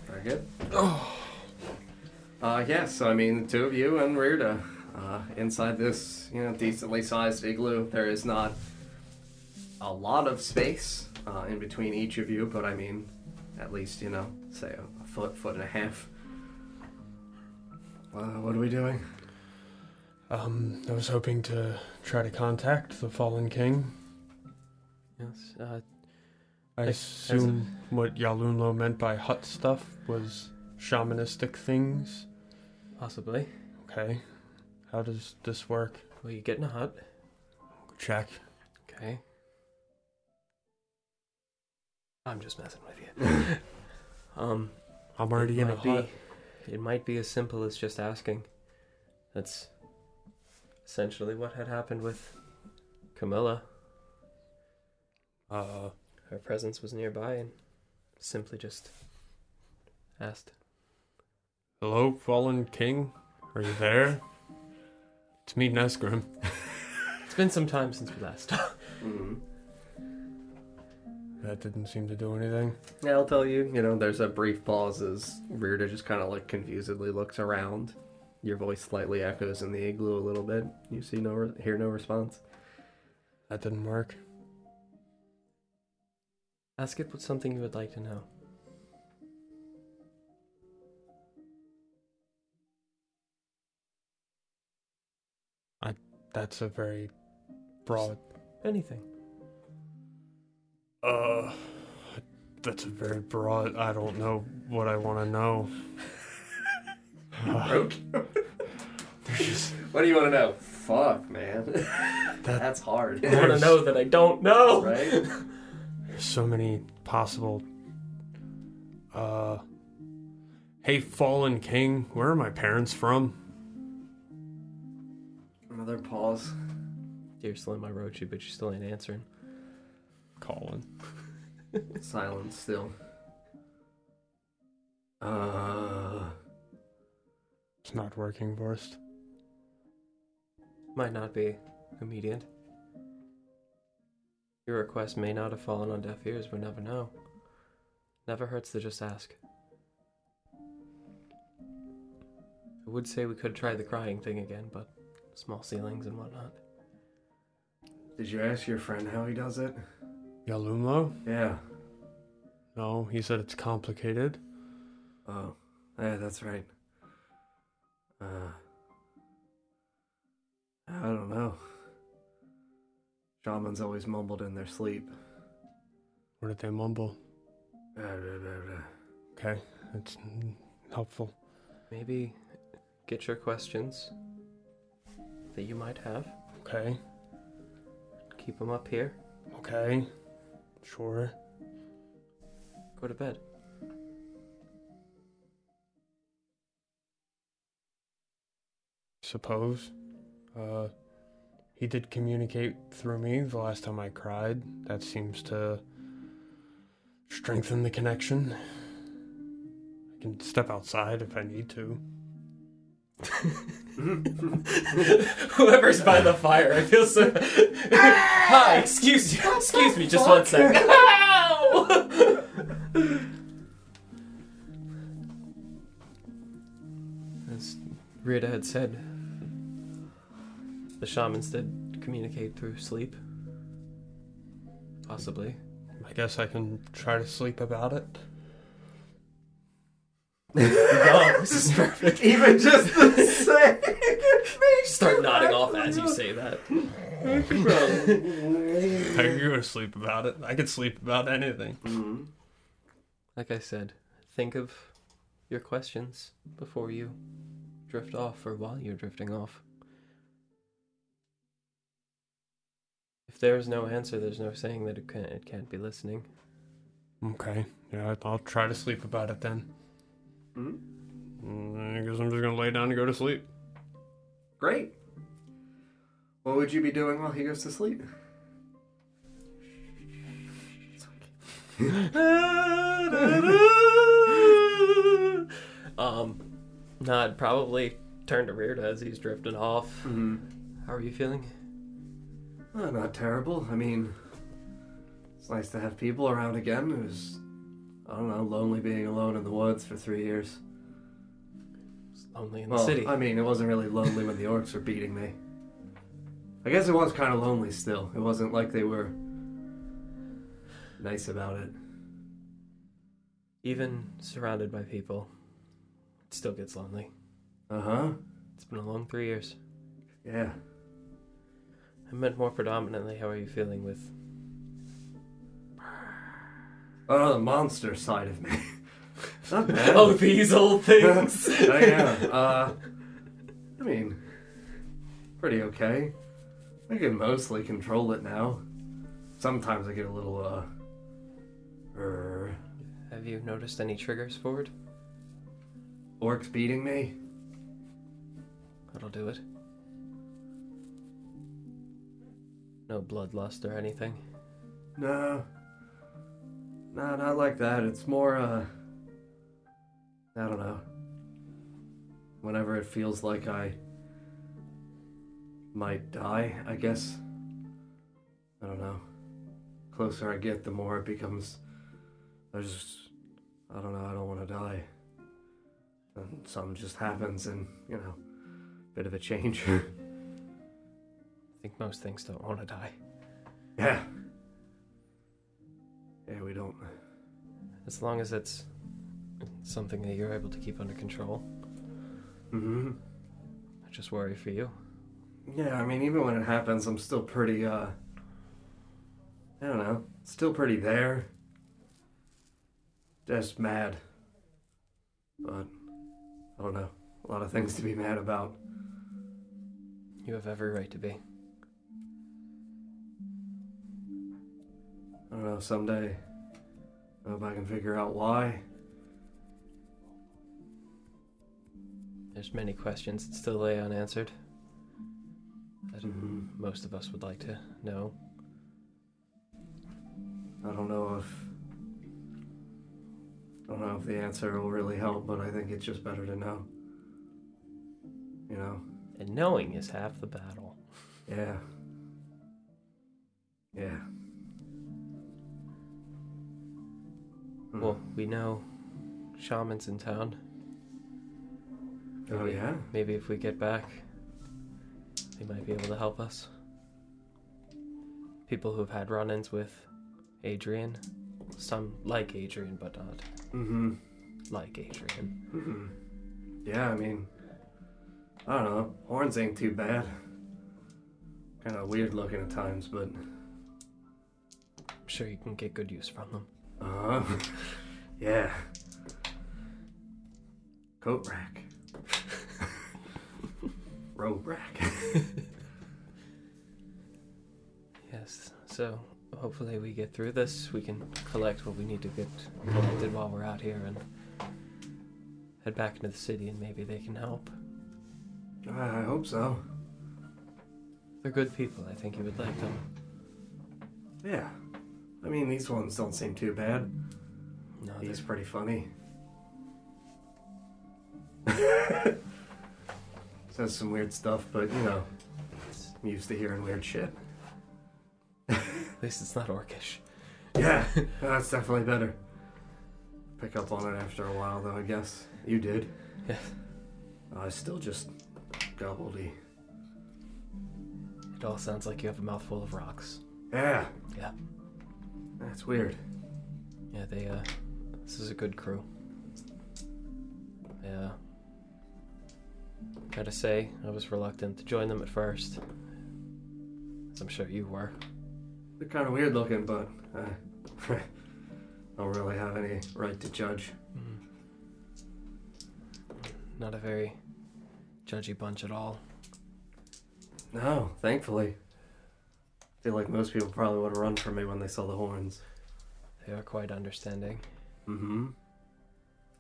Very good. Uh, yeah, so I mean, the two of you and Rirda, uh, inside this, you know, decently sized igloo, there is not a lot of space uh, in between each of you, but I mean, at least, you know, say a, a foot, foot and a half. Uh, what are we doing?
Um, I was hoping to try to contact the Fallen King.
Yes. Uh,
I
Like,
assume what Yalunlo meant by hut stuff was shamanistic things.
possibly.
Okay. How does this work?
Well, you get in a hut.
Check.
Okay. I'm just messing with you. um,
I'm already
it
in a
might be,
hut.
It might be as simple as just asking. That's essentially what had happened with Camilla.
Uh,
Her presence was nearby and simply just asked.
hello, Fallen King? Are you there? It's me, Nesgrim.
It's been some time since we last talked.
Mm-hmm.
That didn't seem to do anything.
Yeah, I'll tell you, you know, there's a brief pause as Rirda just kind of like confusedly looks around. Your voice slightly echoes in the igloo a little bit. You see no, re- hear no response.
That didn't work.
Ask it what something you would like to know.
That's a very broad.
Anything.
Uh, that's a very broad. I don't know what I want to know.
Rogue? what do you want to know? Fuck, man. That's hard.
I want to know that I don't know.
Right?
There's so many possible. Uh. Hey, fallen king, where are my parents from?
Another pause.
You're still in my road shoe, but you still ain't answering.
Colin.
Silence still. Uh,
It's not working, Vorst.
Might not be immediate. Your request may not have fallen on deaf ears. We never know. Never hurts to just ask. I would say we could try the crying thing again, but small ceilings and whatnot.
did you ask your friend how he does it?
Yalumlo?
Yeah.
No, he said it's complicated.
Oh, yeah, that's right. Uh, I don't know. Shamans always mumbled in their sleep.
What did they mumble?
Uh, blah, blah, blah.
Okay, that's helpful.
Maybe get your questions that you might have.
Okay.
Keep them up here.
Okay. Sure.
Go to bed.
Suppose. Uh, he did communicate through me the last time I cried. That seems to strengthen the connection. I can step outside if I need to.
Whoever's by the fire, I feel so. Hi, excuse you, excuse me, just one sec. Ow! As Rita had said, the shamans did communicate through sleep. Possibly.
I guess I can try to sleep about it.
No, this is perfect.
Even just the
saying Start nodding off as you say that.
I could go to sleep about it. I could sleep about anything.
Mm-hmm. Like I said, think of your questions before you drift off or while you're drifting off. If there is no answer, there's no saying that it can't, it can't be listening.
Okay. Yeah, I- I'll try to sleep about it then. Mm, I guess I'm just gonna lay down and go to sleep.
Great. What would you be doing while he goes to sleep?
Um, no, I'd probably turn to Rearda as he's drifting off.
Mm-hmm.
How are you feeling?
Uh, not terrible. I mean, it's nice to have people around again. It was, I don't know, lonely being alone in the woods for three years.
It's lonely in
well,
the city.
I mean, it wasn't really lonely when the orcs were beating me. I guess it was kind of lonely still. It wasn't like they were nice about it.
Even surrounded by people, it still gets lonely.
Uh huh.
It's been a long three years.
Yeah.
I meant more predominantly, how are you feeling with
Oh, the monster side of me. Not bad.
Oh, these old things.
I am. Uh, I mean, pretty okay. I can mostly control it now. Sometimes I get a little, uh, er,
Have you noticed any triggers for it?
orcs beating me.
That'll do it. No bloodlust or anything.
No. No, not like that. It's more, uh, I don't know. Whenever it feels like I might die, I guess. I don't know. Closer I get, the more it becomes. I just. I don't know, I don't want to die. And something just happens, and, you know, bit of a change.
I think most things don't want to die.
yeah. Yeah, we don't.
As long as it's something that you're able to keep under control.
hmm.
I just worry for you.
Yeah, I mean, even when it happens, I'm still pretty, uh. I don't know. Still pretty there. Just mad. But. I don't know. A lot of things to be mad about.
You have every right to be.
I don't know, someday. I hope I can figure out why.
There's many questions that still lay unanswered. That
Mhm.
most of us would like to know.
I don't know if. I don't know if the answer will really help, but I think it's just better to know. You know?
And knowing is half the battle.
Yeah. Yeah. Hmm.
Well, we know shamans in town.
Oh,
Maybe-
yeah?
Maybe if we get back, they might be able to help us. People who've had run ins with Adrian. Some like Adrian, but not
Mm-hmm.
like Adrian.
hmm Yeah, I mean, I don't know. Horns ain't too bad. Kind of weird looking at times, but
I'm sure you can get good use from them.
uh, yeah. Coat rack. Road rack.
Yes. So hopefully we get through this. We can collect what we need to get collected while we're out here and head back into the city, and maybe they can help.
I hope so.
They're good people. I think you would like them.
Yeah. I mean, these ones don't seem too bad.
No,
He's pretty funny. Says some weird stuff, but you know, I'm used to hearing weird shit.
At least it's not orcish.
Yeah, that's definitely better. Pick up on it after a while, though, I guess. You did.
Yes.
I still just gobbledy.
It all sounds like you have a mouthful of rocks.
Yeah.
Yeah.
That's weird.
Yeah, they, uh, this is a good crew. Yeah. Gotta say, I was reluctant to join them at first. As I'm sure you were.
They're kind of weird looking, but I don't really have any right to judge.
Not a very judgy bunch at all.
No, thankfully. feel like most people probably would have run from me when they saw the horns.
They are quite understanding.
Mm-hmm.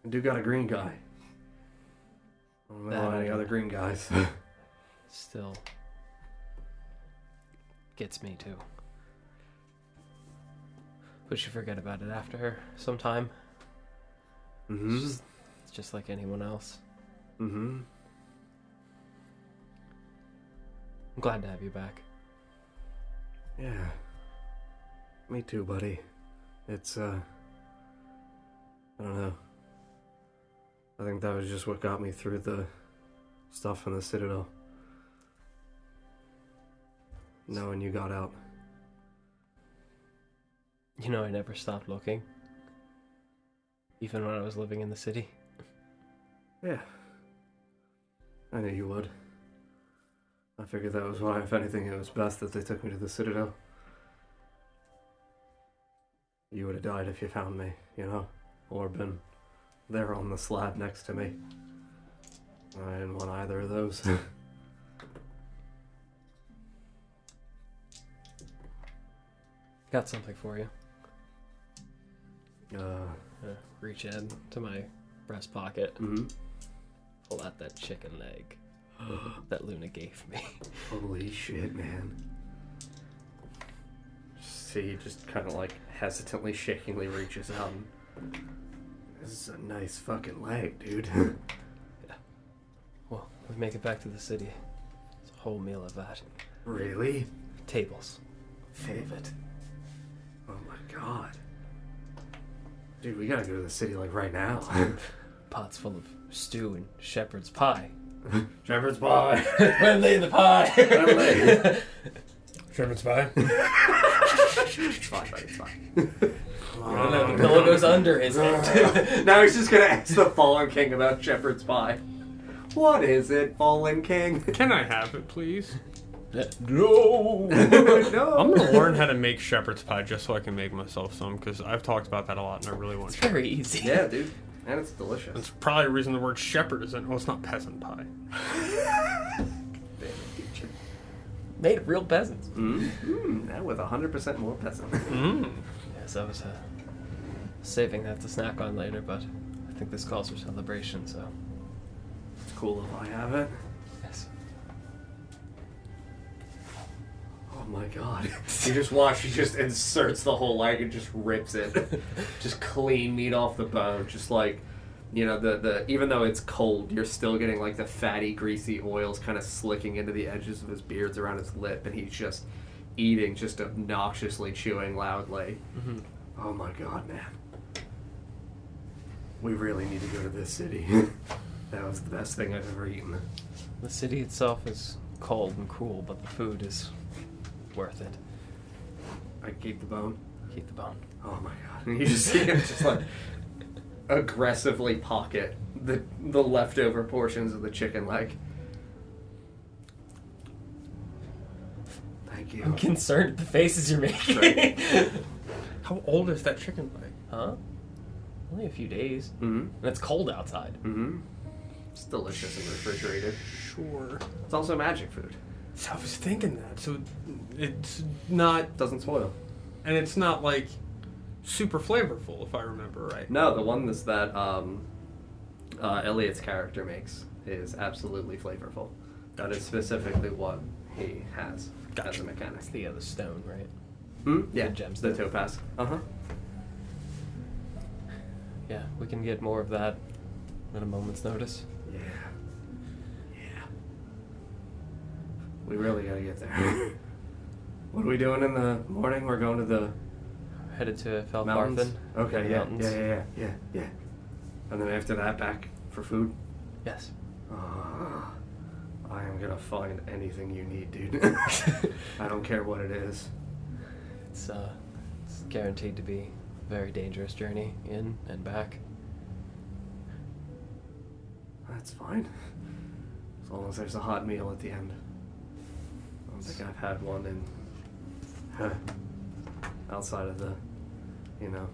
I do got a green guy. I don't know
That
any
I-
other green guys.
Still gets me too. We should forget about it after sometime.
mm-hmm.
It's just like anyone else.
Mm-hmm.
I'm glad to have you back.
Yeah. Me too, buddy. It's, uh. I don't know. I think that was just what got me through the stuff in the Citadel. Knowing you got out.
You know, I never stopped looking. Even when I was living in the city.
Yeah. I knew you would. I figured that was why, if anything, it was best that they took me to the Citadel. You would have died if you found me, you know? Or been there on the slab next to me. I didn't want either of those.
Got something for you.
uh,
Uh, reach in to my breast pocket,
mhm.
pull out that chicken leg that Luna gave me.
Holy shit, man. See, just kind of like hesitantly, shakingly reaches out. And... This is a nice fucking leg, dude.
Well, we make it back to the city. It's a whole meal of that.
really?
Tables.
Favorite. Oh my god. Dude, we gotta go to the city like right now.
Pots full of stew and shepherd's pie.
Shepherd's pie.
Remley in the pie!
Remley.
Sherman's spy.
it's fine, buddy, it's fine.
no, no, the pillow goes under his head.
now he's just gonna ask the fallen king about shepherd's pie. What is it, fallen king?
Can I have it, please?
No.
no.
I'm gonna learn how to make shepherd's pie just so I can make myself some because I've talked about that a lot and I really want.
It's
Shepherd.
very easy.
Yeah, dude. And it's delicious.
That's probably the reason the word shepherd isn't. Well, it's not peasant pie.
Made of real peasants.
Mm, now with 100% more peasant.
Mm.
Mm-hmm. Yes, I was uh, saving that to snack on later, but I think this calls for celebration, so.
It's cool if I have it.
Yes.
Oh my god. You just watch, he just inserts the whole leg and just rips it. just clean meat off the bone. Just like, you know, the, the even though it's cold, you're still getting like the fatty, greasy oils kind of slicking into the edges of his beards around his lip, and he's just eating, just obnoxiously chewing loudly. Oh my god, man. We really need to go to this city. that was the best thing I've ever eaten.
The city itself is cold and cruel, but the food is worth it.
I keep the bone.
Keep the bone.
Oh my god. And you just see him just like aggressively pocket the the leftover portions of the chicken leg. Thank you.
I'm concerned at the faces you're making.
Right.
How old is that chicken leg?
Huh? Only a few days.
Mm-hmm.
And it's cold outside.
Mm-hmm. It's delicious and refrigerated.
Sure.
It's also magic food.
So I was thinking that. So it's not
doesn't spoil,
and it's not like super flavorful, if I remember right.
No, the one that's that um, uh, Elliot's character makes is absolutely flavorful. That is specifically what he has as a mechanic.
It's the other stone, right?
Hmm? Yeah,
The gemstone.
the topaz. Uh huh.
Yeah, we can get more of that at a moment's notice.
Yeah. We really gotta get there. what are we doing in the morning? We're going to the
Headed to Felfarthen.
mountains. Okay, yeah,
Mountains.
yeah, yeah, yeah, yeah, yeah. And then after that, back for food.
Yes.
Ah, I am gonna find anything you need, dude. I don't care what it is.
It's uh, it's guaranteed to be a very dangerous journey in and back.
That's fine. As long as there's a hot meal at the end. I don't think I've had one in. Huh, outside of the, you know,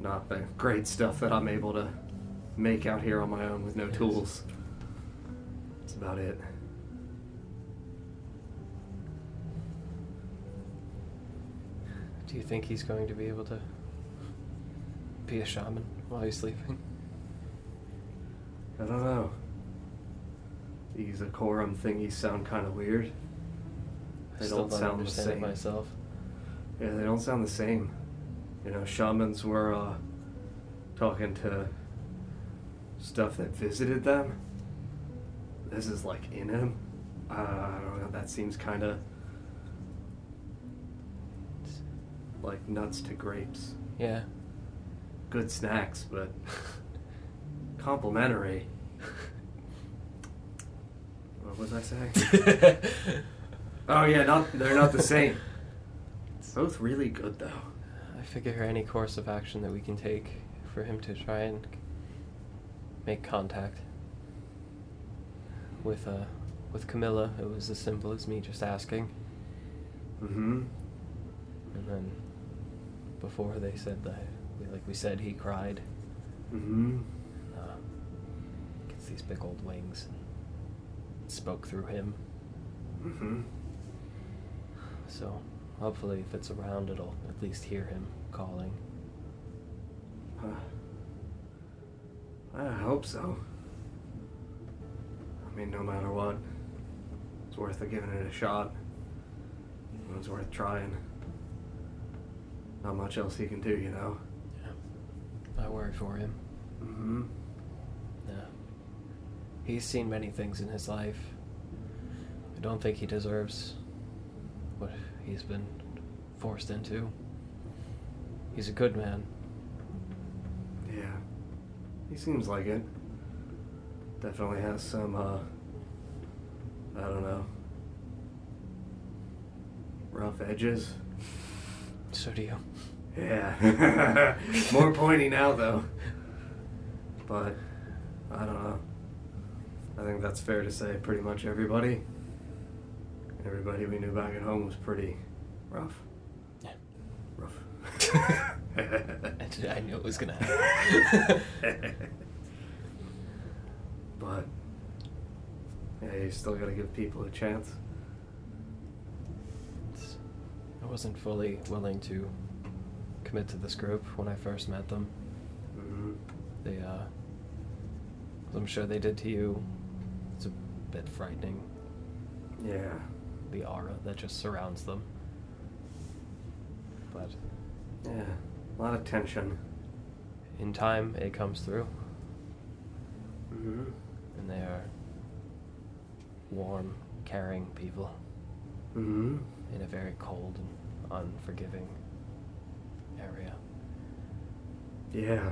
not the great stuff that I'm able to make out here on my own with no
Yes.
tools. That's about it.
Do you think he's going to be able to be a shaman while he's sleeping?
I don't know. These Akorum thingies sound kind of weird.
I
They
still
don't
don't
sound the
understand it
same.
myself.
Yeah, they don't sound the same. You know, shamans were uh, talking to stuff that visited them. This is like in him. Uh, I don't know. That seems kind of like nuts to grapes.
Yeah.
Good snacks, but complimentary. What was I saying? oh yeah, not they're not the same. Both really good though.
I figure any course of action that we can take for him to try and make contact with uh with Camilla, it was as simple as me just asking,
Mm-hmm.
and then before they said that, we, like we said, he cried.
Mm-hmm.
Uh, gets these big old wings. and Spoke through him,
Mm-hmm.
so hopefully, if it's around, it'll at least hear him calling.
Uh, I hope so. I mean, no matter what, it's worth giving it a shot. It was worth trying. Not much else he can do, you know.
I worry for him.
Mm-hmm.
Yeah. He's seen many things in his life. I don't think he deserves what he's been forced into. He's a good man.
Yeah. He seems like it. Definitely has some, uh, I don't know, rough edges.
So do you.
Yeah. More pointy now, though. But, I don't know. I think that's fair to say pretty much everybody. Everybody we knew back at home was pretty rough.
Yeah.
Rough.
I did- I knew it was gonna happen.
but yeah, you still gotta give people a chance.
It's- I wasn't fully willing to commit to this group when I first met them.
Mm-hmm.
They, uh, as I'm sure they did to you. It's a bit frightening,
Yeah,
the aura that just surrounds them. But
yeah, a lot of tension.
in time, it comes through.
Mm-hmm.
and they are warm, caring people
Mm-hmm.
in a very cold and unforgiving area.
Yeah.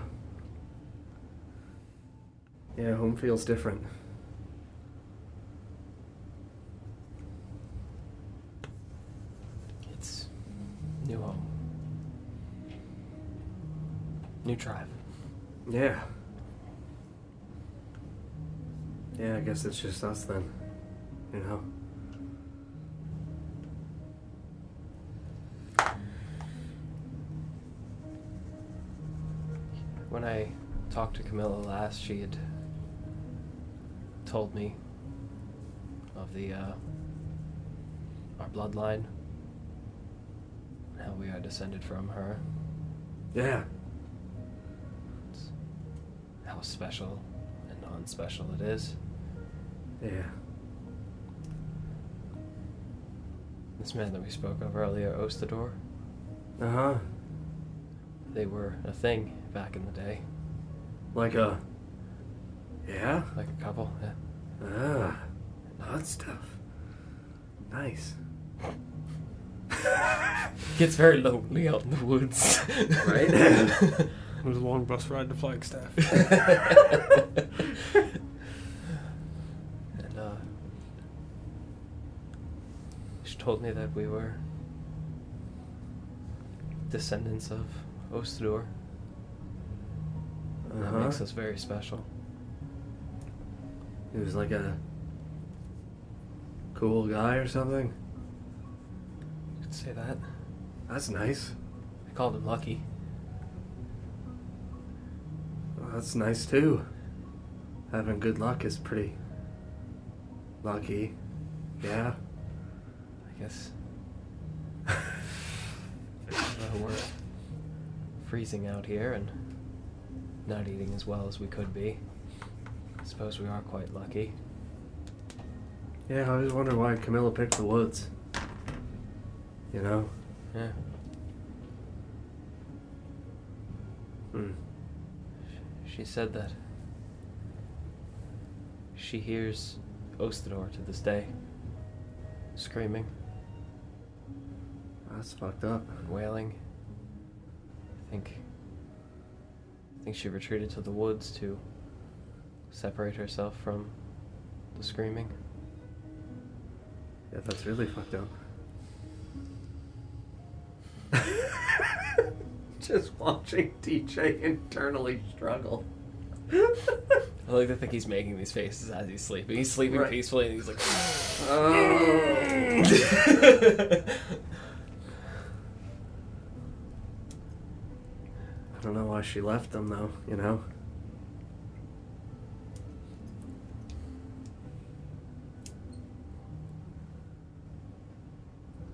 Yeah, home feels different.
It's new home, new tribe.
Yeah. Yeah, I guess it's just us then. You know?
When I talked to Camilla last, she had told me of the uh, our bloodline, and how we are descended from her.
Yeah.
It's how special and unspecial it is.
Yeah.
This man that we spoke of earlier, Ostador,
Uh huh.
they were a thing back in the day.
Like a. Yeah?
Like a couple, yeah.
Ah. Hot stuff. Nice.
Gets very lonely out in the woods.
Right?
it was a long bus ride to Flagstaff.
And uh, she told me that we were descendants of Ostador. And That
Uh-huh.
makes us very special.
He was like a cool guy or something.
You could say that.
That's nice.
I called him Lucky.
Well, that's nice too. Having good luck is pretty lucky. Yeah.
I guess. Well, we're freezing out here and not eating as well as we could be. I suppose we are quite lucky.
Yeah, I always wonder why Camilla picked the woods. You know?
Yeah.
Hmm.
She said that she hears Ostador to this day screaming,
That's fucked up.
wailing. I think I think she retreated to the woods to separate herself from the screaming.
Yeah, that's really fucked up. Just watching DJ internally struggle.
I like to think he's making these faces as he's sleeping. He's sleeping
Right.
peacefully and he's like
Oh.
I don't know why she left them though, you know?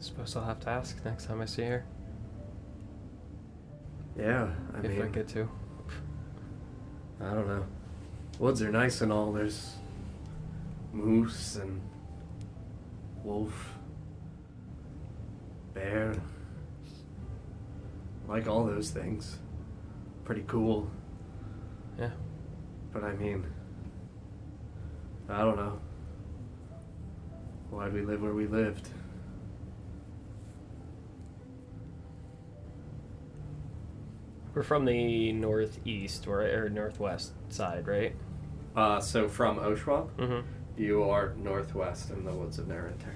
Suppose I'll have to ask next time I see her.
Yeah, I
if
mean,
I get to.
I don't know. Woods are nice and all. There's moose and wolf, bear. Like all those things. Pretty cool.
Yeah.
But I mean, I don't know. Why'd we live where we lived?
We're from the northeast or, or northwest side, right?
Uh, so from Oshwamp,
Mm-hmm.
you are northwest in the woods of Narrator.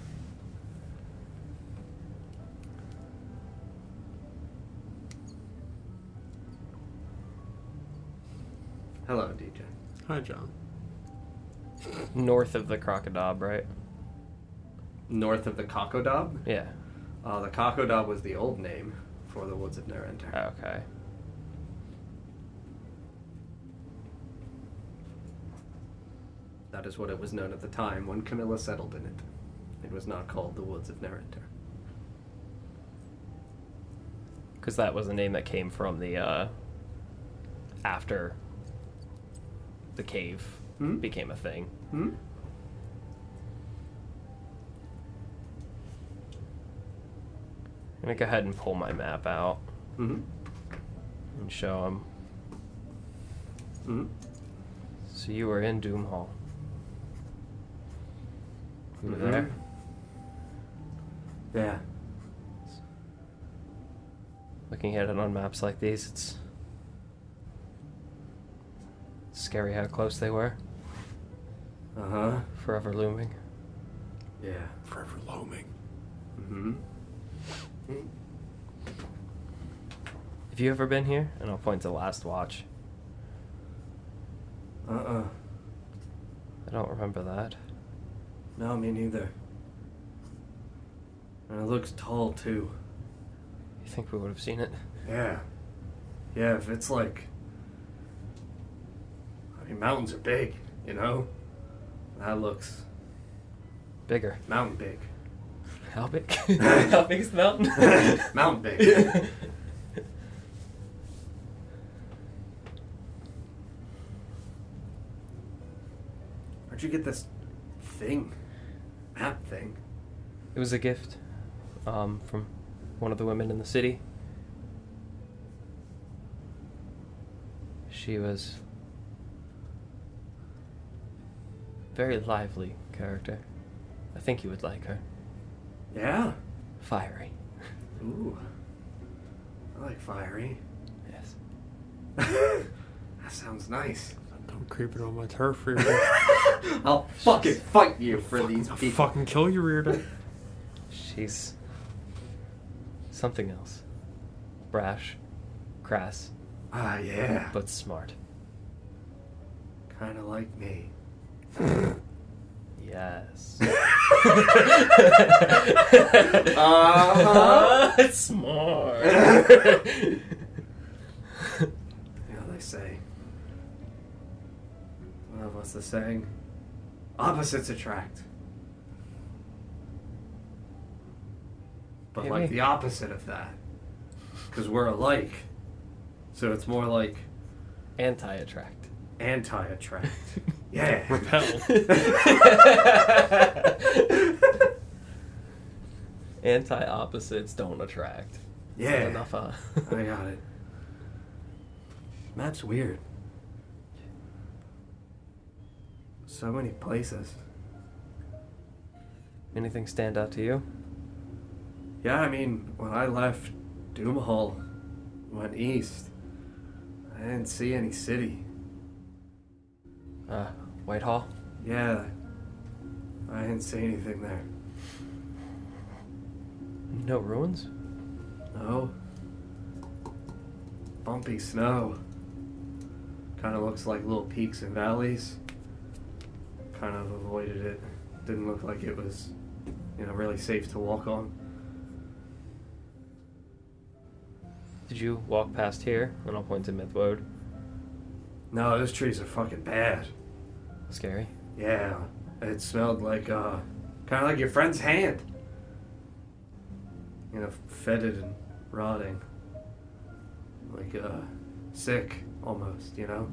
Hello, DJ.
Hi, John.
North of the Crocodob, right?
North of the Kakodob?
Yeah.
Uh, the Kakodob was the old name for the woods of Narenter.
Okay.
That is what it was known at the time when Camilla settled in it. It was not called the woods of Narenter.
Because that was the name that came from the uh, after the cave
Hmm?
became a thing.
Hmm?
I'm gonna go ahead and pull my map out
Mm-hmm.
and show him.
Mm-hmm.
So you were in Doom Hall. You were
Mhm.
there.
Yeah.
Looking at it on maps like these, it's scary how close they were.
Uh huh.
Forever looming.
Yeah.
Forever loaming.
Mm-hmm. Mm.
Have you ever been here? And I'll point to Last Watch.
Uh-uh.
I don't remember that.
No, me neither. And it looks tall too.
You think we would have seen it?
Yeah. Yeah, if it's like I mean mountains are big, you know? That looks
bigger.
Mountain big.
How big? How big is the mountain?
mountain big. Where'd you get this thing? Map thing?
It was a gift um, from one of the women in the city. She was very lively character. I think you would like her.
Yeah.
Fiery.
Ooh. I like fiery.
Yes.
That sounds nice.
Don't creep it on my turf, Reardon.
I'll fucking fight you for these
I'll
people.
fucking kill you, Reardon.
She's something else. Brash, crass.
Ah, yeah.
But smart.
Kinda like me.
Yes.
Uh-huh.
smart.
You know, they say. Well, what's the saying? Opposites attract. But
Hey,
like
wait.
the opposite of that. Because we're alike. So it's more like
Anti attract.
anti attract. yeah.
Anti opposites don't attract.
Yeah.
Enough, uh, huh?
I got it. Map's weird. So many places.
Anything stand out to you?
Yeah, I mean, when I left Doomhall, went east, I didn't see any city.
Uh, Whitehall?
Yeah, I didn't see anything there.
No ruins?
No. Bumpy snow. Kind of looks like little peaks and valleys. Kind of avoided it. Didn't look like it was, you know, really safe to walk on.
Did you walk past here? And I'll point to Mythwood.
No, those trees are fucking bad.
Scary.
Yeah, it smelled like, uh, kind of like your friend's hand. You know, fetid and rotting. Like, uh, sick, almost, you know?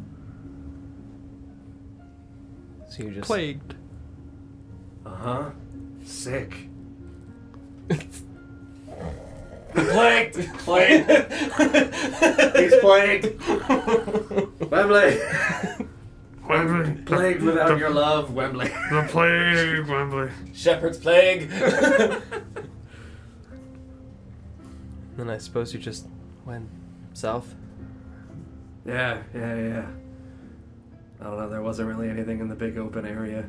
So you just
Plagued.
Uh huh. Sick.
Plagued.
Plagued! He's plagued! Wembley! Wembley! Plagued without your love, Wembley.
The plague, Wembley.
Shepherd's plague. Then I suppose you just went south.
Yeah, yeah, yeah. I don't know, there wasn't really anything in the big open area.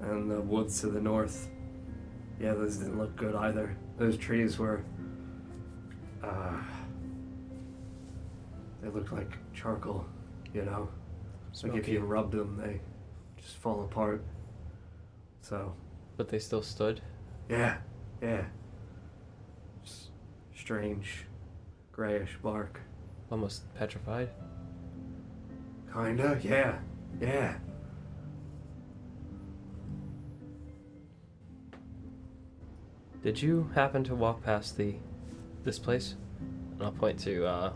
And the woods to the north. Yeah, those didn't look good either. Those trees were. Uh, they looked like charcoal, you know? Like if
Smoky.
you rubbed them, they just fall apart. So,
But they still stood.
yeah, yeah. Just strange, grayish bark.
Almost petrified.
Kinda, yeah, yeah.
Did you happen to walk past the this place? And I'll point to uh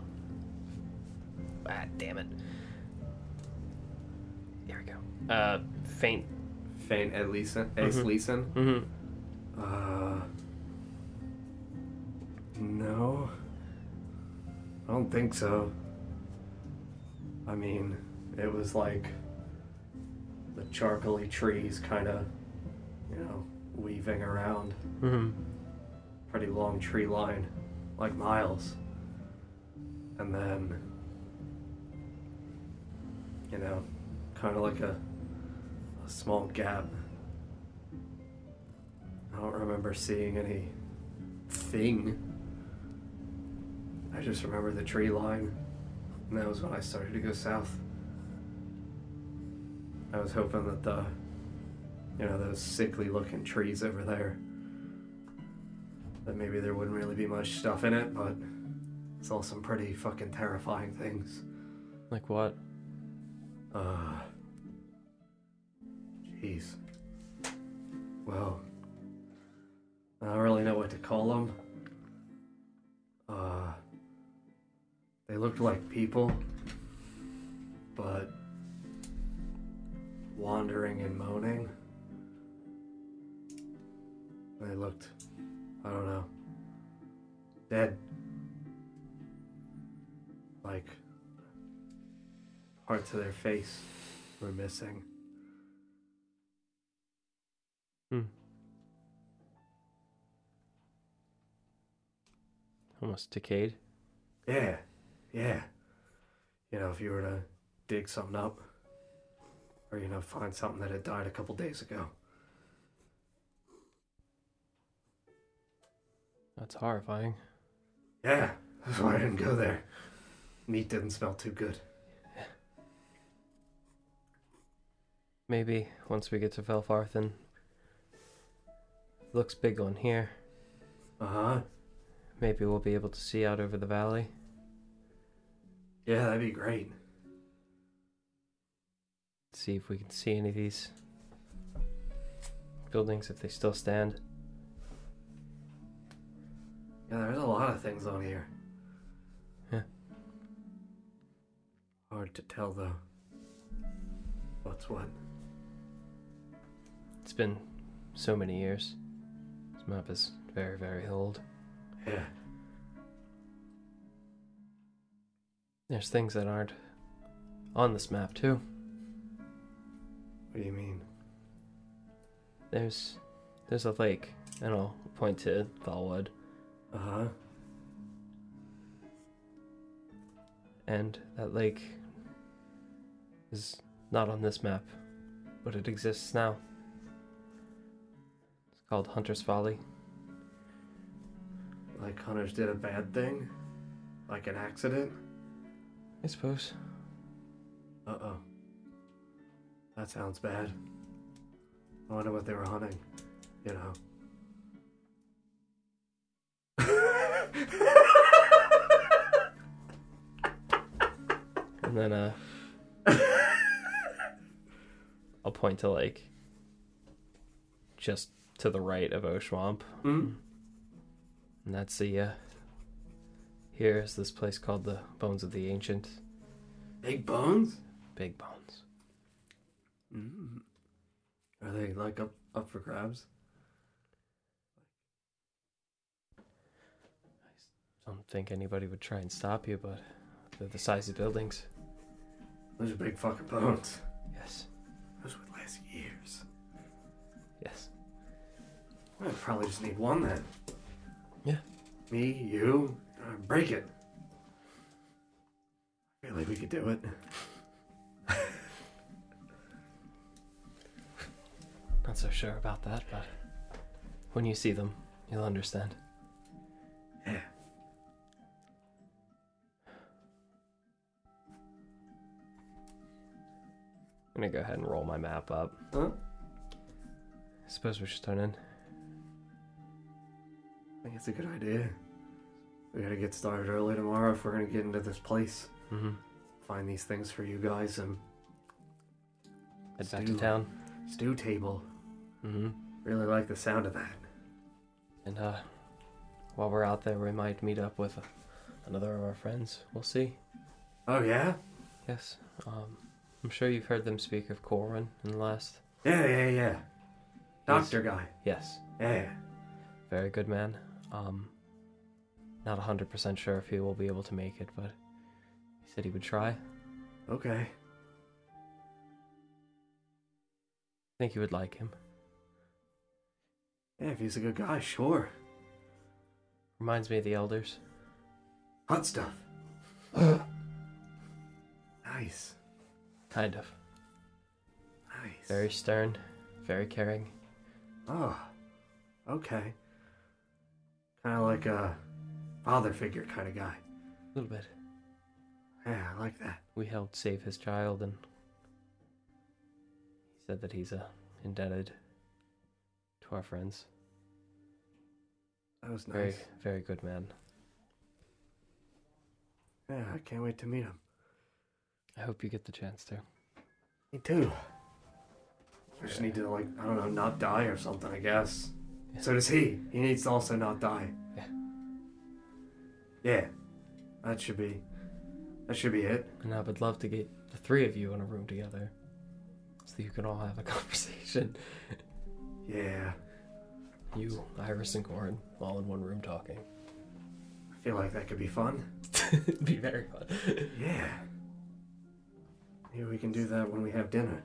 Ah damn it. Here we go. Uh faint
Faint at Leeson. Ace
Mhm.
Leeson.
mm-hmm.
Uh, no. I don't think so. I mean, it was like the charcoaly trees kind of, you know, weaving around.
Mm-hmm.
Pretty long tree line, like miles. And then, you know, kind of like a, a small gap. I don't remember seeing any thing. I just remember the tree line. And that was when I started to go south. I was hoping that the, you know, those sickly looking trees over there, that maybe there wouldn't really be much stuff in it, but it's all some pretty fucking terrifying things. Ah.
Like what?
Uh, He's. Well. I don't really know what to call them. Uh. They looked like people. But. Wandering and moaning. They looked. I don't know. Dead. Like. Parts of their face were missing.
Almost decayed.
Yeah, yeah. You know, if you were to dig something up, or you know, find something that had died a couple days ago.
That's horrifying.
Yeah, that's why I didn't go there. Meat didn't smell too good.
Maybe once we get to Velfarthen. Looks big on here.
Uh huh.
Maybe we'll be able to see out over the valley.
Yeah, that'd be great.
See if we can see any of these buildings if they still stand.
Yeah, there's a lot of things on here.
Yeah.
Hard to tell though. What's what?
It's been so many years. This map is very, very old.
Yeah.
There's things that aren't on this map too.
What do you mean?
There's there's a lake, and I'll point to Thalwood,
Uh huh.
and that lake is not on this map, but it exists now. It's called Hunter's Folly.
Like hunters did a bad thing? Like an accident?
I suppose.
Uh oh. That sounds bad. I wonder what they were hunting. You know.
And then uh I'll point to like just to the right of Oshwamp.
Mm.
And that's the uh here is this place called the Bones of the Ancient.
Big bones?
Big bones.
Mm. Are they like up up for grabs?
Don't think anybody would try and stop you, but they're the size of buildings.
Those are big fucking bones.
Yes.
Those would last years.
Yes.
I probably just need one then.
Yeah.
Me, you, uh, break it. I feel like we could do it.
Not so sure about that, but when you see them, you'll understand.
Yeah.
I'm gonna go ahead and roll my map up.
Huh?
I suppose we should turn in.
I think it's a good idea. We gotta get started early tomorrow if we're gonna get into this place.
Mm-hmm.
Find these things for you guys and
Head back to
Stew.
town.
stew table.
Mm-hmm.
Really like the sound of that.
And uh, while we're out there, we might meet up with uh, another of our friends. We'll see.
Oh yeah?
Yes. Um, I'm sure you've heard them speak of Corwin in the last.
Yeah, yeah, yeah. Doctor guy.
Yes.
Yeah.
Very good man. Um, not 100% sure if he will be able to make it, but he said he would try. I
Okay.
think you would like him.
Yeah, if he's a good guy, sure.
Reminds me of the elders.
Hot stuff. nice.
Kind of.
Nice.
Very stern, very caring.
Oh. Okay. Kinda like a father figure kind of guy.
A little bit.
Yeah, I like that.
We helped save his child, and he said that he's uh, indebted to our friends.
That was nice.
Very, very good man.
Yeah, I can't wait to meet him.
I hope you get the chance to.
Me too. I just need to like I don't know, not die or something. I guess. So does he. He needs to also not die.
Yeah.
Yeah. That should be. That should be it.
And I would love to get the three of you in a room together so that you can all have a conversation.
Yeah.
You, Iris, and Corin, all in one room talking.
I feel like that could be fun.
It'd be very fun.
Yeah. Maybe we can do that when we have dinner.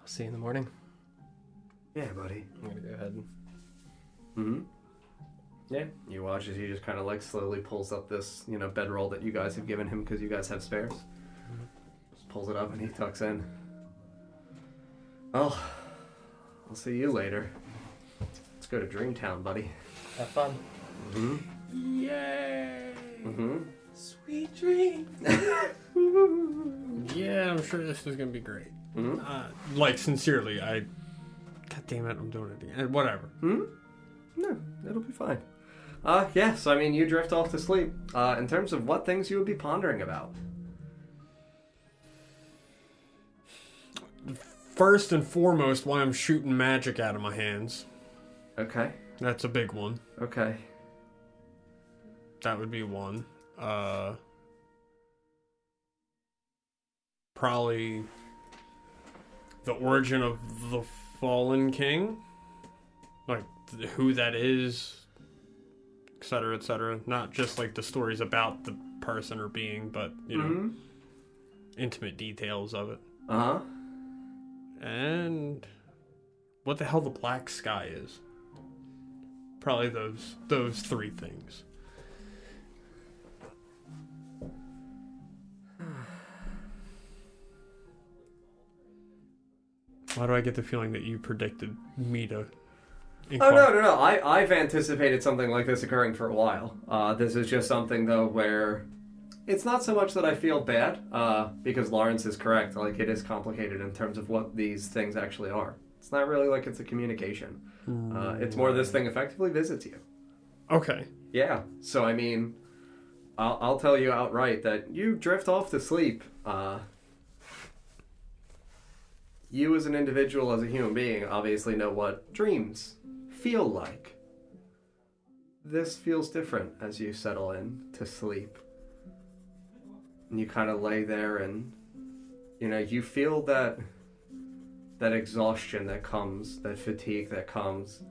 I'll see you in the morning.
Yeah, buddy.
I'm gonna go ahead and
Mm-hmm.
Hmm. Yeah. You watch as he just kind of like slowly pulls up this you know bedroll that you guys have given him because you guys have spares.
Mm-hmm.
Just pulls it up and he tucks in. Well, I'll see you later. Let's go to Dreamtown, buddy.
have fun.
Mm-hmm.
Yay!
Mm-hmm.
Sweet dream. yeah, I'm sure this is gonna be great.
Mhm.
Uh, like sincerely, I. God damn it, I'm doing it again. Whatever.
Hmm? No, it'll be fine. Uh, yeah, so I mean, you drift off to sleep. Uh, in terms of what things you would be pondering about.
First and foremost, why I'm shooting magic out of my hands.
Okay,
That's a big one.
okay.
That would be one. Uh, probably the origin of the fallen king, like th- who that is, etc., etc. Not just like the stories about the person or being, but you know, intimate details of it,
Mm-hmm. Uh huh.
and what the hell the black sky is. Probably those those three things. Why do I get the feeling that you predicted me to?
Oh
inquire-
no no no! I I've anticipated something like this occurring for a while. Uh, this is just something though where it's not so much that I feel bad uh, because Lawrence is correct. Like it is complicated in terms of what these things actually are. It's not really like it's a communication. Uh, it's more this thing effectively visits you.
Okay.
Yeah. So I mean, I'll, I'll tell you outright that you drift off to sleep. Uh, you as an individual, as a human being, obviously know what dreams feel like. This feels different as you settle in to sleep. And you kind of lay there and you know, you feel that that exhaustion that comes, that fatigue that comes.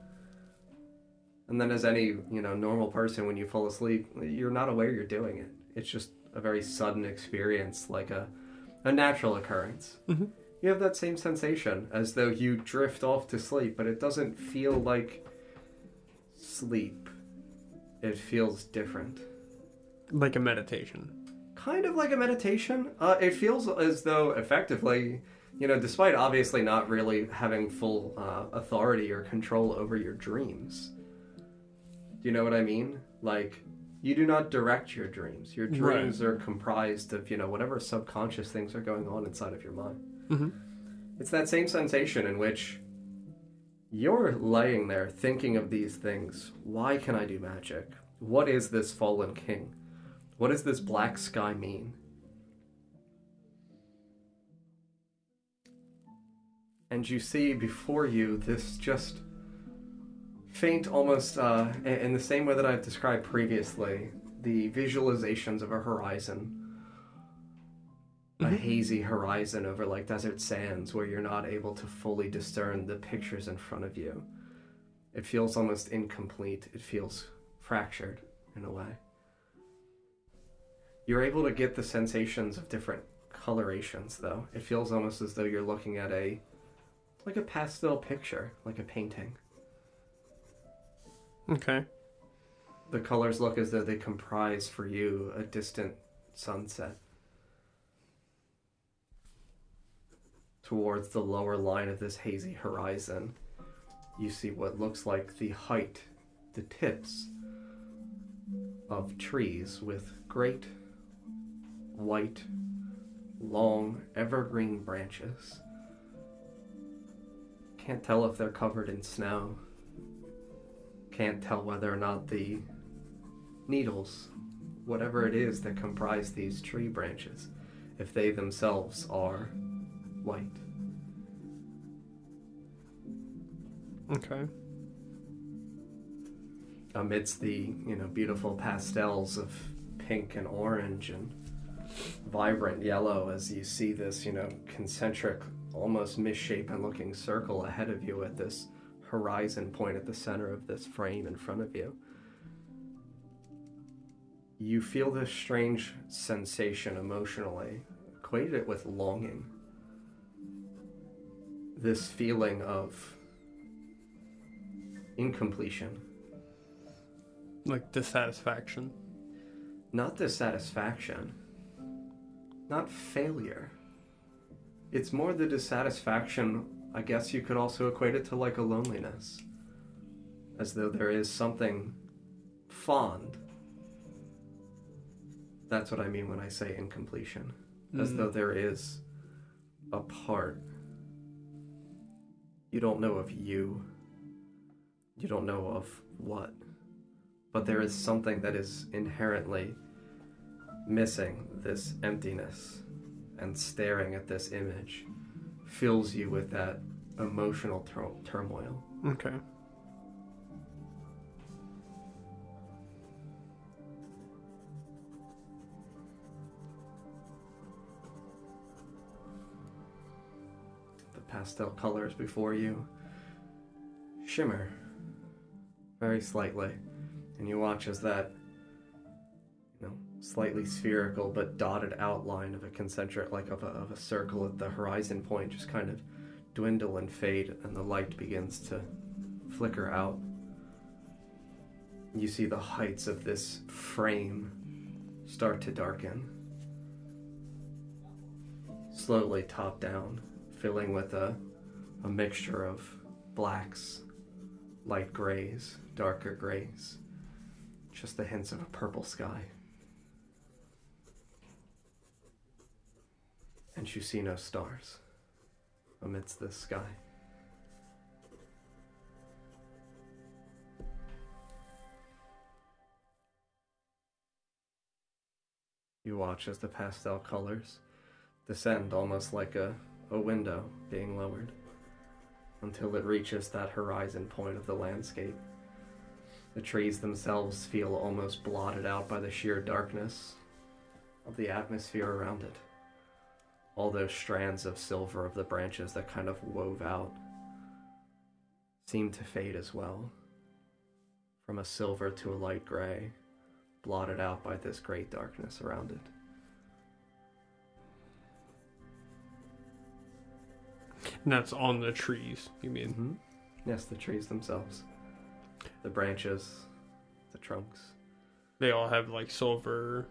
And then as any, you know, normal person when you fall asleep, you're not aware you're doing it. It's just a very sudden experience, like a a natural occurrence. You have that same sensation as though you drift off to sleep, but it doesn't feel like sleep. It feels different
Like a meditation.
kind of like a meditation. Uh, it feels as though effectively, you know, despite obviously not really having full uh, authority or control over your dreams. Do you know what I mean? Like, you do not direct your dreams. Your
Right.
dreams are comprised of, you know, whatever subconscious things are going on inside of your mind.
Mm-hmm.
Mhm.
It's that same sensation in which you're laying there thinking of these things. Why can I do magic? What is this fallen king? What does this black sky mean? And you see before you this just faint, almost uh, i- in the same way that I've described previously, the visualizations of a horizon. A hazy horizon over like desert sands where you're not able to fully discern the pictures in front of you. It feels almost incomplete. It feels fractured in a way you're able to get the sensations of different colorations though it feels almost as though you're looking at a like a pastel picture like a painting
Okay.
the colors look as though they comprise for you a distant sunset towards the lower line of this hazy horizon you see what looks like the height the tips of trees with great white, long, evergreen branches. Can't tell if they're covered in snow. Can't tell whether or not the needles, whatever it is that comprise these tree branches, if they themselves are white.
Okay.
amidst the you know beautiful pastels of pink and orange and vibrant yellow as you see this you know concentric almost misshapen looking circle ahead of you at this horizon point at the center of this frame in front of you you feel this strange sensation emotionally equate it with longing this feeling of incompletion
Like dissatisfaction.
not dissatisfaction, not failure. It's more the dissatisfaction, I guess you could also equate it to like a loneliness. As though there is something fond. That's what I mean when I say incompletion. As
Mm.
though there is a part you don't know of you, you don't know of what but there is something that is inherently missing this emptiness and staring at this image fills you with that emotional tur- turmoil
Okay.
the pastel colors before you shimmer very slightly and you watch as that you know slightly spherical but dotted outline of a concentric like of a, of a circle at the horizon point just kind of dwindle and fade and the light begins to flicker out you see the heights of this frame start to darken slowly top down filling with a, a mixture of blacks light grays, darker grays, just the hints of a purple sky. And you see no stars amidst this sky. You watch as the pastel colors descend almost like a, a window being lowered until it reaches that horizon point of the landscape. The trees themselves feel almost blotted out by the sheer darkness of the atmosphere around it. All those strands of silver of the branches that kind of wove out seem to fade as well, from a silver to a light gray, blotted out by this great darkness around it.
And that's on the trees, you mean?
hmm Yes, the trees themselves, the branches, the trunks.
They all have like silver.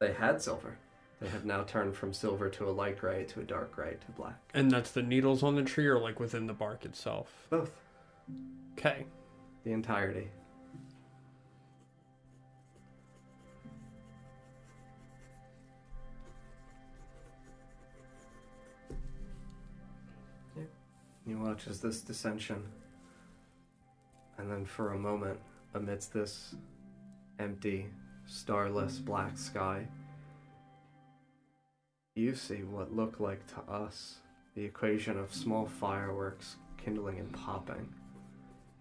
They had silver. They have now turned from silver to a light gray to a dark gray to black.
And that's the needles on the tree or like within the bark itself?
Both.
Okay.
The entirety. Yeah. You watch as this dissension, and then for a moment, amidst this empty, starless black sky, you see what look like to us the equation of small fireworks kindling and popping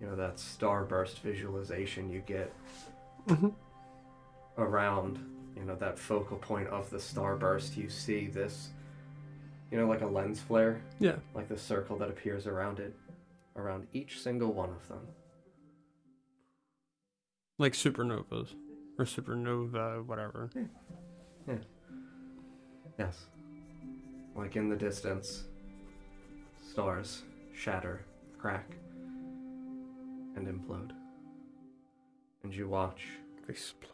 you know that starburst visualization you get around you know that focal point of the starburst you see this you know like a lens flare
Yeah.
like the circle that appears around it around each single one of them
Like supernovas or supernova, whatever.
yes like in the distance stars shatter crack and implode and you watch
They split.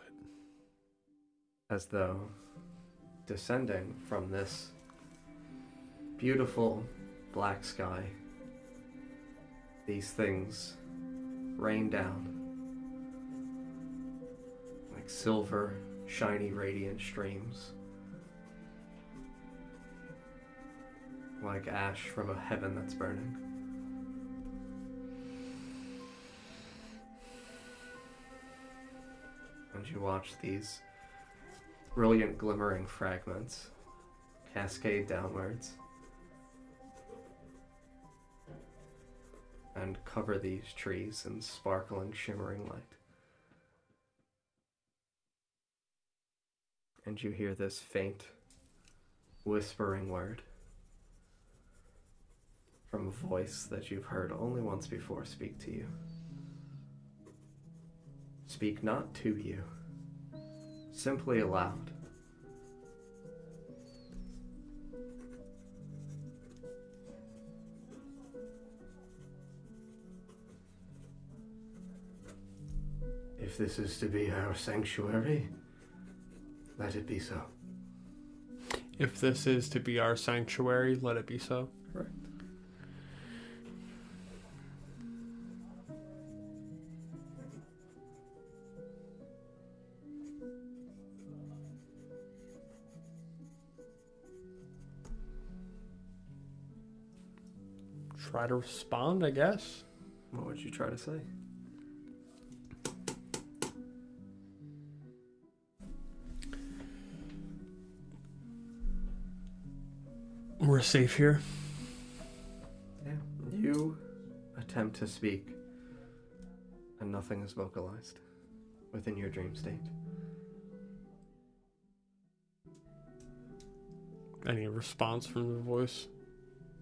as though descending from this beautiful black sky, these things rain down like silver, shiny, radiant streams, like ash from a heaven that's burning. And you watch these brilliant glimmering fragments cascade downwards and cover these trees in sparkling, shimmering light. And you hear this faint, whispering word from a voice that you've heard only once before speak to you. Speak not to you, simply aloud. If this is to be our sanctuary, let it be so.
If this is to be our sanctuary, let it be so. Try to respond, I guess.
What would you try to say?
We're safe here.
Yeah. You attempt to speak, and nothing is vocalized within your dream state.
Any response from the voice?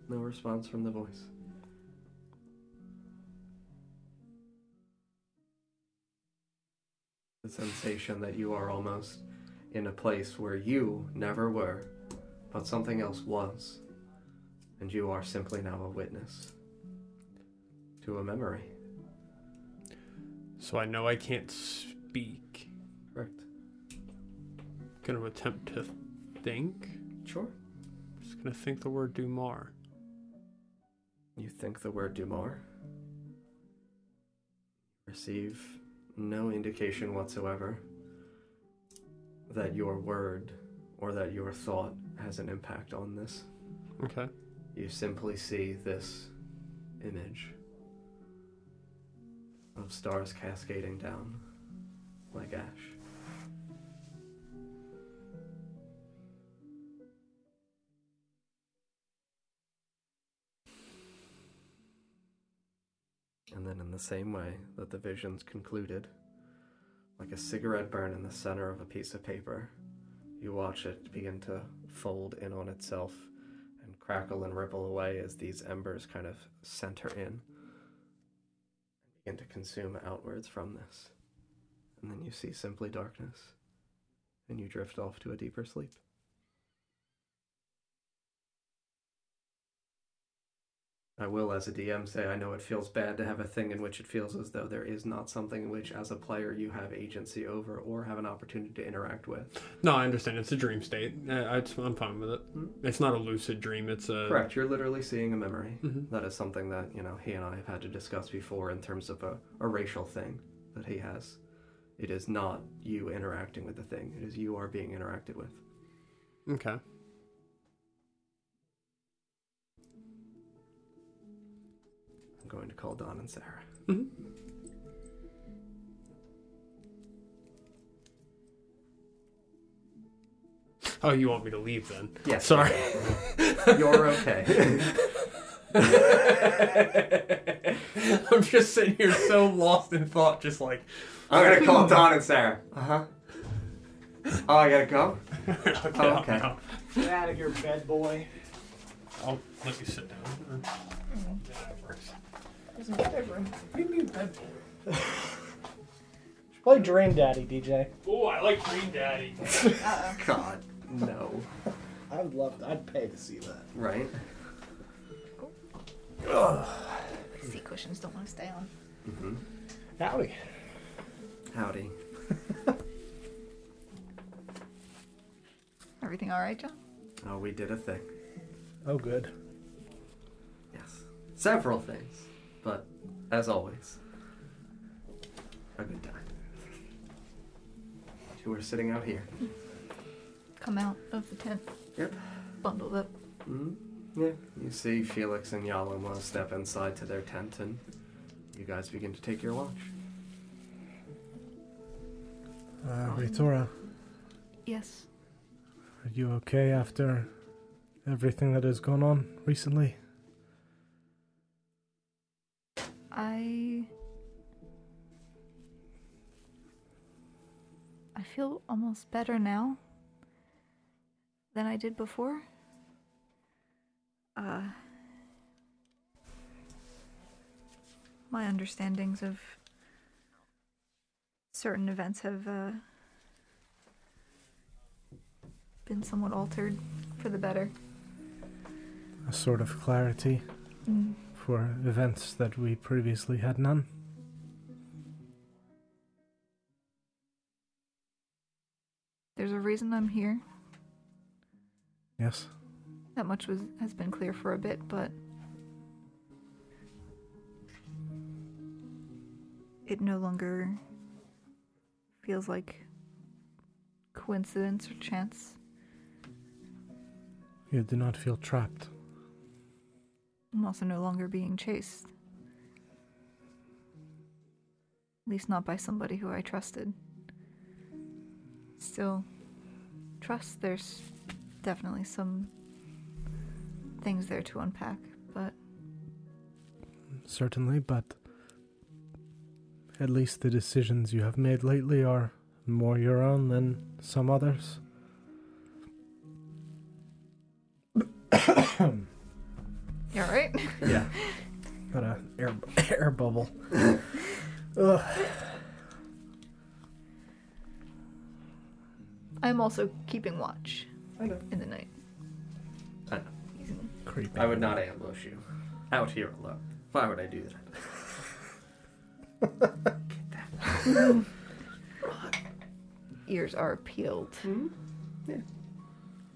No response from the voice. The sensation that you are almost in a place where you never were, but something else was, and you are simply now a witness to a memory.
So I know I can't speak.
Correct.
Gonna attempt to think.
Sure.
Just gonna think the word Dumar.
You think the word Dumar? Receive no indication whatsoever that your word or that your thought has an impact on this.
Okay.
You simply see this image of stars cascading down like ash. And then, in the same way that the visions concluded, like a cigarette burn in the center of a piece of paper, you watch it begin to fold in on itself and crackle and ripple away as these embers kind of center in and begin to consume outwards from this. And then you see simply darkness, and you drift off to a deeper sleep. I will, as a DM, say I know it feels bad to have a thing in which it feels as though there is not something in which, as a player, you have agency over or have an opportunity to interact with.
No, I understand. It's a dream state. I, I, am fine with it.
Hmm.
It's not a lucid dream. It's a
Correct. You're literally seeing a memory.
Mhm.
That is something that you know he and I have had to discuss before in terms of a, a racial thing that he has. It is not you interacting with the thing. It is you are being interacted with.
Okay.
I'm going to call Don and Sarah.
Mhm. Oh, you want me to leave then?
Yes.
Sorry.
You're okay.
I'm just sitting here so lost in thought, just like Uh-huh.
I'm gonna call Don and Sarah. Uh huh. Oh, I gotta go. Oh, okay.
Get out of your bed, boy.
I'll let you sit down. Yeah, that works.
There's my bedroom.
What do you mean bed boy?
Play Dream Daddy, DJ.
Oh, I like Green Daddy.
Uh-oh.
God, no.
I would love. To, I'd pay to see that.
Right?
Seat cushions don't want to stay on.
Mm-hmm.
Howdy.
Howdy.
Everything all right, John?
Oh, we did a thing.
Oh, good.
Yes. Several things. But as always, a good time. You were sitting out here.
Come out of the tent.
Yep.
Bundled up.
mm
Mm-hmm.
Yeah. You see Felix and Yaloma step inside to their tent and you guys begin to take your watch.
Uh, Ritora,
Yes.
Are you okay after everything that has gone on recently?
I. I feel almost better now than I did before. Uh, my understandings of certain events have uh, been somewhat altered for the better.
A sort of clarity
Mm.
for events that we previously had none.
There's a reason I'm here.
Yes.
That much was has been clear for a bit, but it no longer feels like coincidence or chance.
You do not feel trapped.
I'm also no longer being chased. At least not by somebody who I trusted. Still, trust, there's definitely some things there to unpack, but
Certainly, but at least the decisions you have made lately are more your own than some others.
you alright?
Yeah. Got a air, air bubble. Ugh.
I'm also keeping watch
I know.
in the night.
I know.
Creepy.
I would not ambush you. Out here alone. Why would I do that?
Ears are peeled.
Hmm? Yeah. Hmm?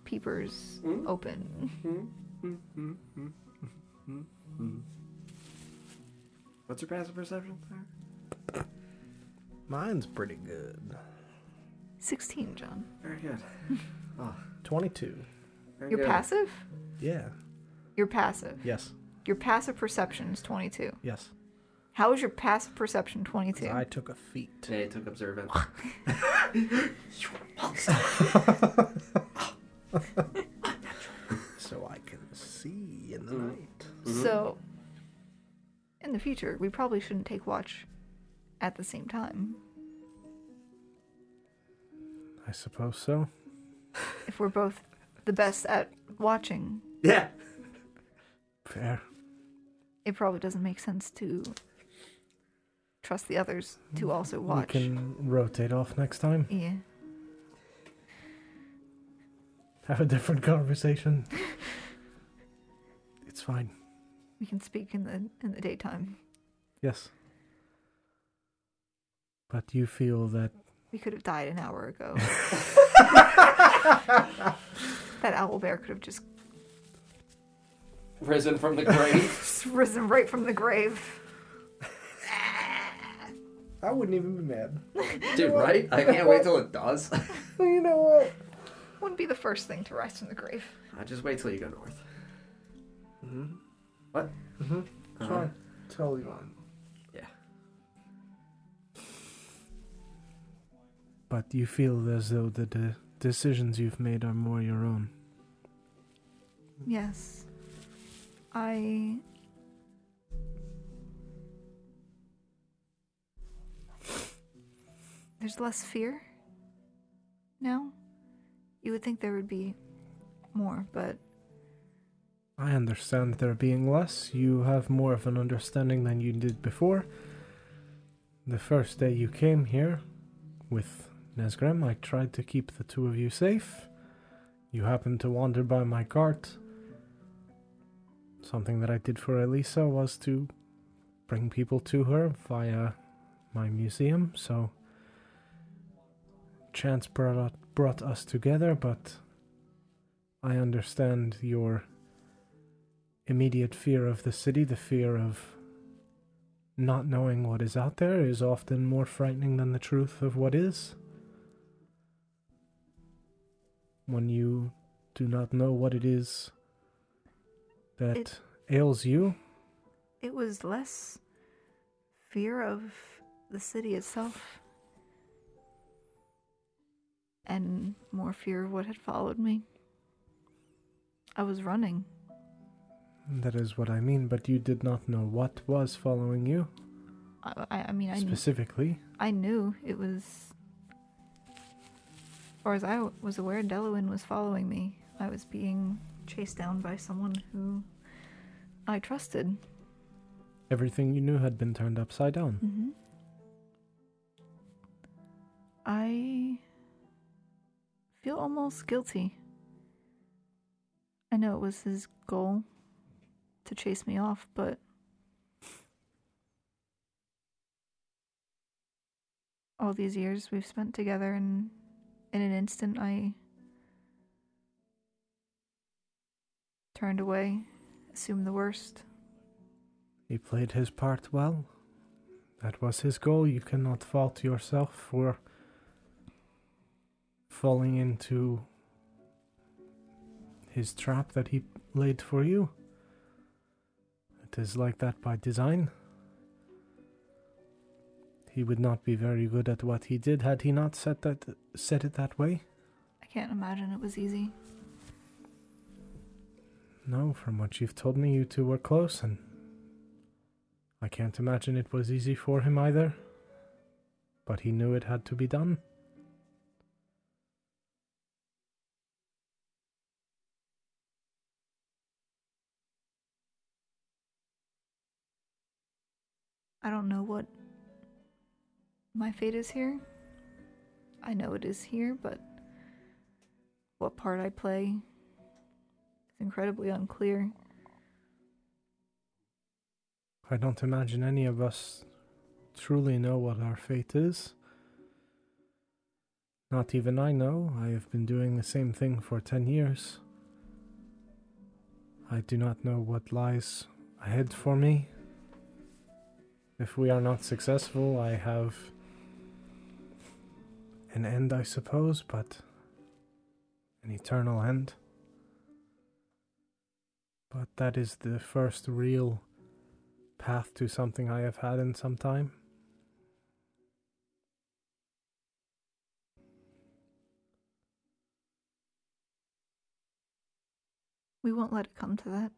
Peepers open.
Hmm? What's your passive perception? Claire?
Mine's pretty good.
16, John.
Very good.
Ah, 22.
Very
You're
good.
passive?
Yeah.
You're passive.
Yes.
Your passive perception is 22.
Yes.
How is your passive perception 22?
I took a feat.
Today I took observant.
So I can see in the
Mm-hmm.
night.
So, in the future, we probably shouldn't take watch at the same time
I suppose so.
if we're both the best at watching.
yeah.
Fair.
It probably doesn't make sense to trust the others
Mm-hmm.
to also watch.
We can rotate off next time.
Yeah.
Have a different conversation. it's fine.
We can speak in the in the daytime.
Yes. But you feel that
We could have died an hour ago. that owl bear could have just
Risen from the grave.
risen right from the grave.
I wouldn't even be mad.
Dude, right? I can't wait till it does.
You know what?
Wouldn't be the first thing to rise from the grave.
I Uh, just wait till you go north. What? Mm-hmm.
Fine. Tell you on.
but you feel as though the de- decisions you've made are more your own.
Yes. I. There's less fear now. You would think there would be more, but
I understand there being less. You have more of an understanding than you did before. The first day you came here with Nesgrim, I tried to keep the two of you safe. You happened to wander by my cart. Something that I did for Elisa was to bring people to her via my museum, so chance brought, ut- brought us together, but I understand your immediate fear of the city, the fear of not knowing what is out there, is often more frightening than the truth of what is. When you do not know what it is that
It-
ails you,
it was less fear of the city itself and more fear of what had followed me. I was running.
That is what I mean, but you did not know what was following you
I, I, I mean, I kn-
specifically.
I knew it was. Or as I w- was aware, Delawin was following me. I was being chased down by someone who I trusted.
Everything you knew had been turned upside down.
Mm-hmm. I feel almost guilty. I know it was his goal to chase me off, but all these years we've spent together, and in an instant, I turned away, assumed the worst.
He played his part well. That was his goal. You cannot fault yourself for falling into his trap that he laid for you. It is like that by design. He would not be very good at what he did had he not said that said it that way.
I can't imagine it was easy.
No, from what you've told me, you two were close, and I can't imagine it was easy for him either. But he knew it had to be done.
I don't know what my fate is here. I know it is here, but what part I play is incredibly unclear.
I don't imagine any of us truly know what our fate is. Not even I know. I have been doing the same thing for ten years. I do not know what lies ahead for me. If we are not successful, I have an end, I suppose, but an eternal end. But that is the first real path to something I have had in some time.
We won't let it come to that.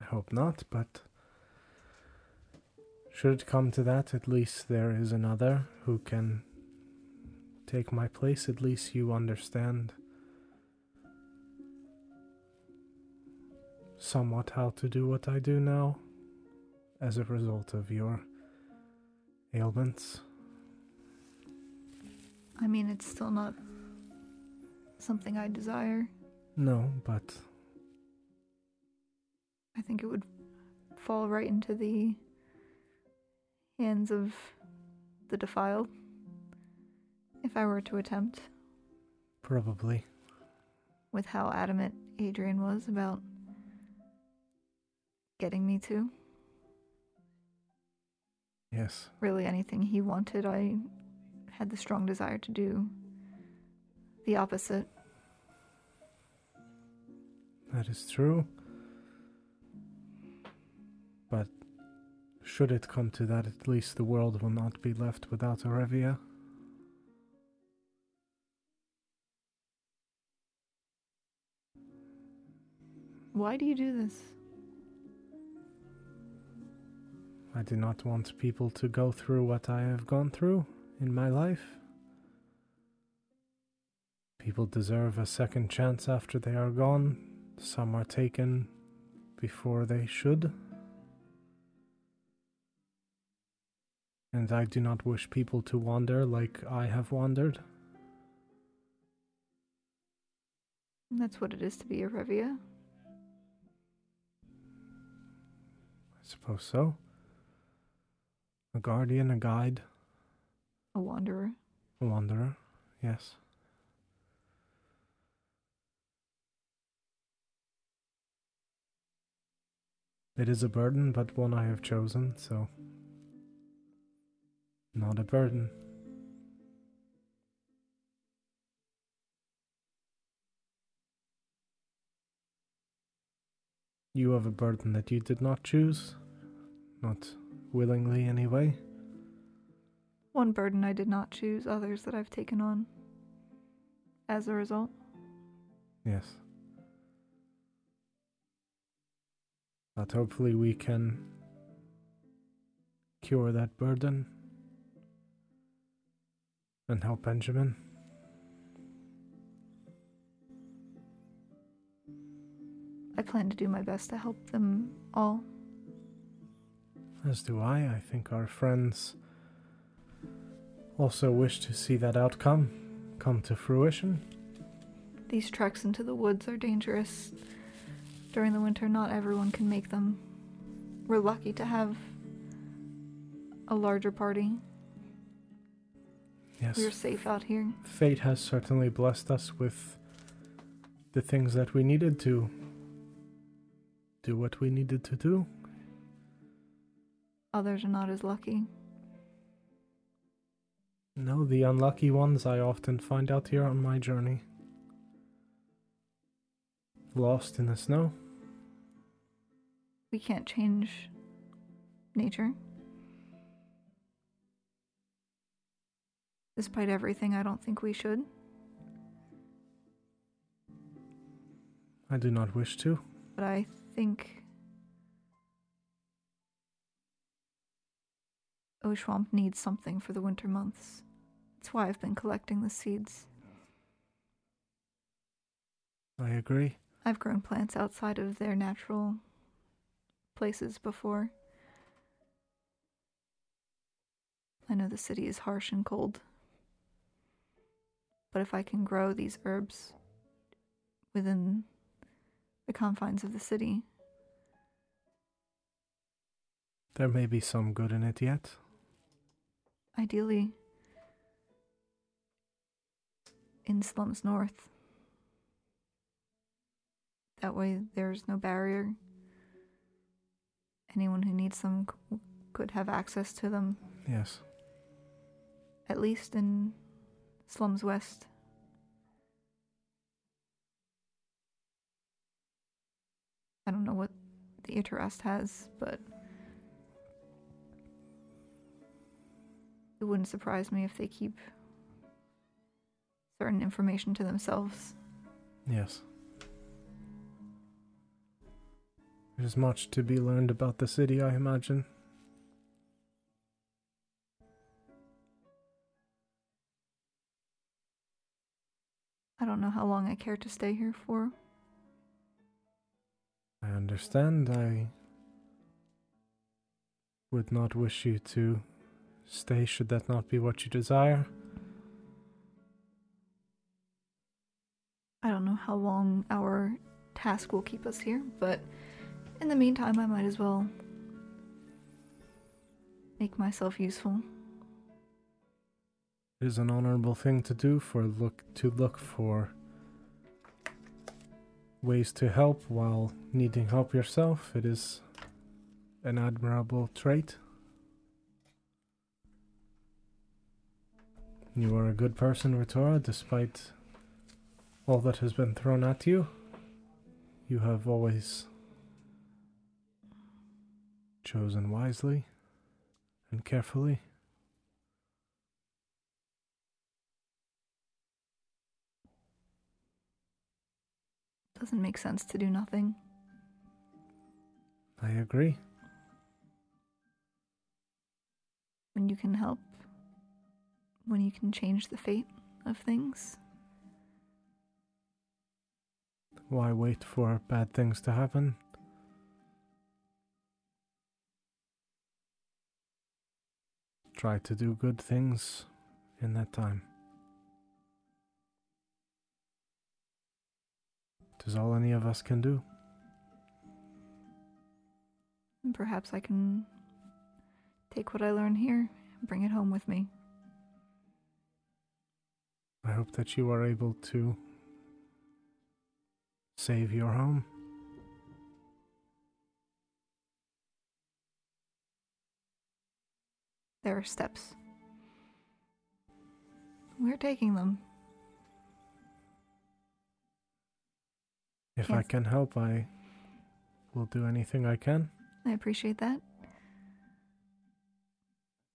I hope not, but should it come to that, at least there is another who can take my place. At least you understand somewhat how to do what I do now as a result of your ailments.
I mean, it's still not something I desire.
No, but
I think it would fall right into the hands of the defiled if I were to attempt,
probably.
with how adamant Adrian was about getting me to.
Yes.
Really, anything he wanted, I had the strong desire to do the opposite.
That is true. But should it come to that, at least the world will not be left without Arevia.
Why do you do this?
I do not want people to go through what I have gone through in my life. People deserve a second chance after they are gone. Some are taken before they should. And I do not wish people to wander like I have wandered.
And that's what it is to be a Revia.
I suppose so. A guardian, a guide,
a wanderer.
a wanderer, yes. It is a burden, but one I have chosen, so. Not a burden. You have a burden that you did not choose, not willingly anyway.
One burden I did not choose, others that I've taken on as a result.
Yes. But hopefully we can cure that burden and help Benjamin.
I plan to do my best to help them all.
As do I. I think our friends also wish to see that outcome come to fruition.
These treks into the woods are dangerous. During the winter, not everyone can make them. We're lucky to have a larger party.
Yes.
We're safe out here.
Fate has certainly blessed us with the things that we needed to do what we needed to do.
Others are not as lucky.
No, the unlucky ones I often find out here on my journey. Lost in the snow.
We can't change nature. Despite everything, I don't think we should.
I do not wish to.
But I think Oshwamp needs something for the winter months. That's why I've been collecting the seeds.
I agree.
I've grown plants outside of their natural places before. I know the city is harsh and cold. But if I can grow these herbs within the confines of the city,
There may be some good in it yet.
ideally in slums north. That way, there's no barrier. Anyone who needs them c- could have access to them.
Yes.
at least in Slums West. I don't know what the Iterest has, but it wouldn't surprise me if they keep certain information to themselves.
Yes. There's much to be learned about the city, I imagine.
I don't know how long I care to stay here for.
I understand. I would not wish you to stay should that not be what you desire.
I don't know how long our task will keep us here, but in the meantime, I might as well make myself useful.
It is an honorable thing to do for look to look for ways to help while needing help yourself. It is an admirable trait. You are a good person, Retora, despite all that has been thrown at you. You have always chosen wisely and carefully.
Doesn't make sense to do nothing.
I agree.
When you can help, when you can change the fate of things,
Why wait for bad things to happen? Try to do good things in that time. Tis all any of us can do.
and perhaps I can take what I learn here and bring it home with me.
I hope that you are able to save your home.
There are steps. We're taking them.
If I
Yes.
can help, I will do anything I can.
I appreciate that.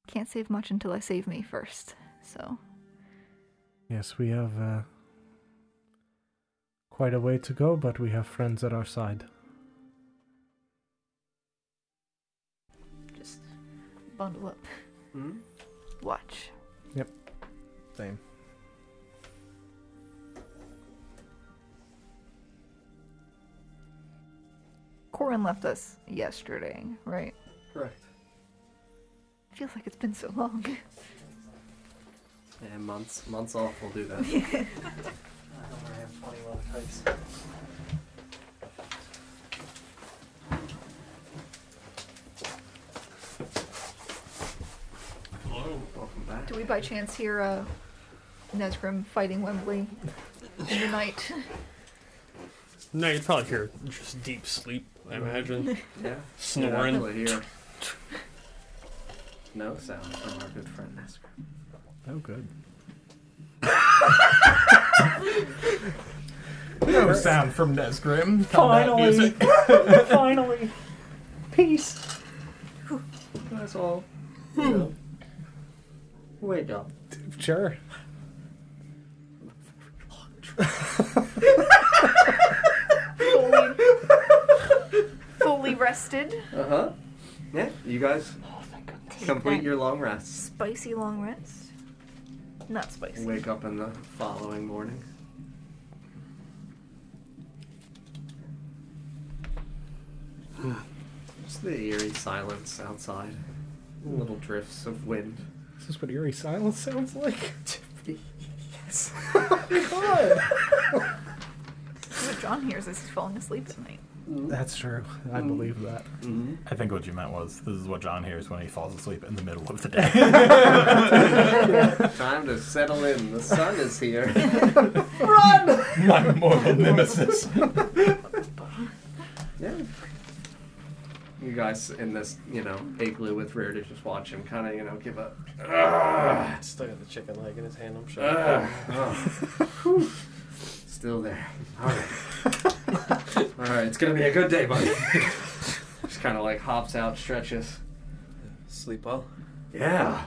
Can't save much until I save me first. So,
Yes, we have uh, quite a way to go, but we have friends at our side.
just bundle up.
Hmm?
Watch.
Same.
Corin left us yesterday, right?
Correct.
Feels like it's been so long.
Yeah, months months off will do that.
I have 20 left types.
Hello.
Welcome back.
Do we by chance hear uh, Nesgrim fighting Wembley in the night?
No, you'd probably hear just deep sleep, I imagine.
Yeah.
Snoring.
You're actually here. No sound from our good friend Nestor.
Oh, good.
No sound from Nesgrim.
Finally, finally, peace. Hmm.
That's all. You know. Wake up.
Sure.
fully, fully rested.
Uh huh. Yeah, you guys complete your long rest.
Spicy long rest. Not spicy.
Wake up in the following morning. Just the eerie silence outside. Little drifts of wind.
Is this what eerie silence sounds like?
Yes.
What John hears is he's falling asleep at night.
That's true. I believe that.
Mm-hmm.
I think what you meant was this is what John hears when he falls asleep in the middle of the day.
Time to settle in. The sun is here.
My mortal nemesis.
Yeah. You guys in this, you know, igloo with Rear to just watch him kind of, you know, give up.
Still got the chicken leg in his hand, I'm sure.
Still there. Ah. All right. All right. It's gonna be a good day, buddy. just kind of like hops out, stretches.
Sleep well.
Yeah.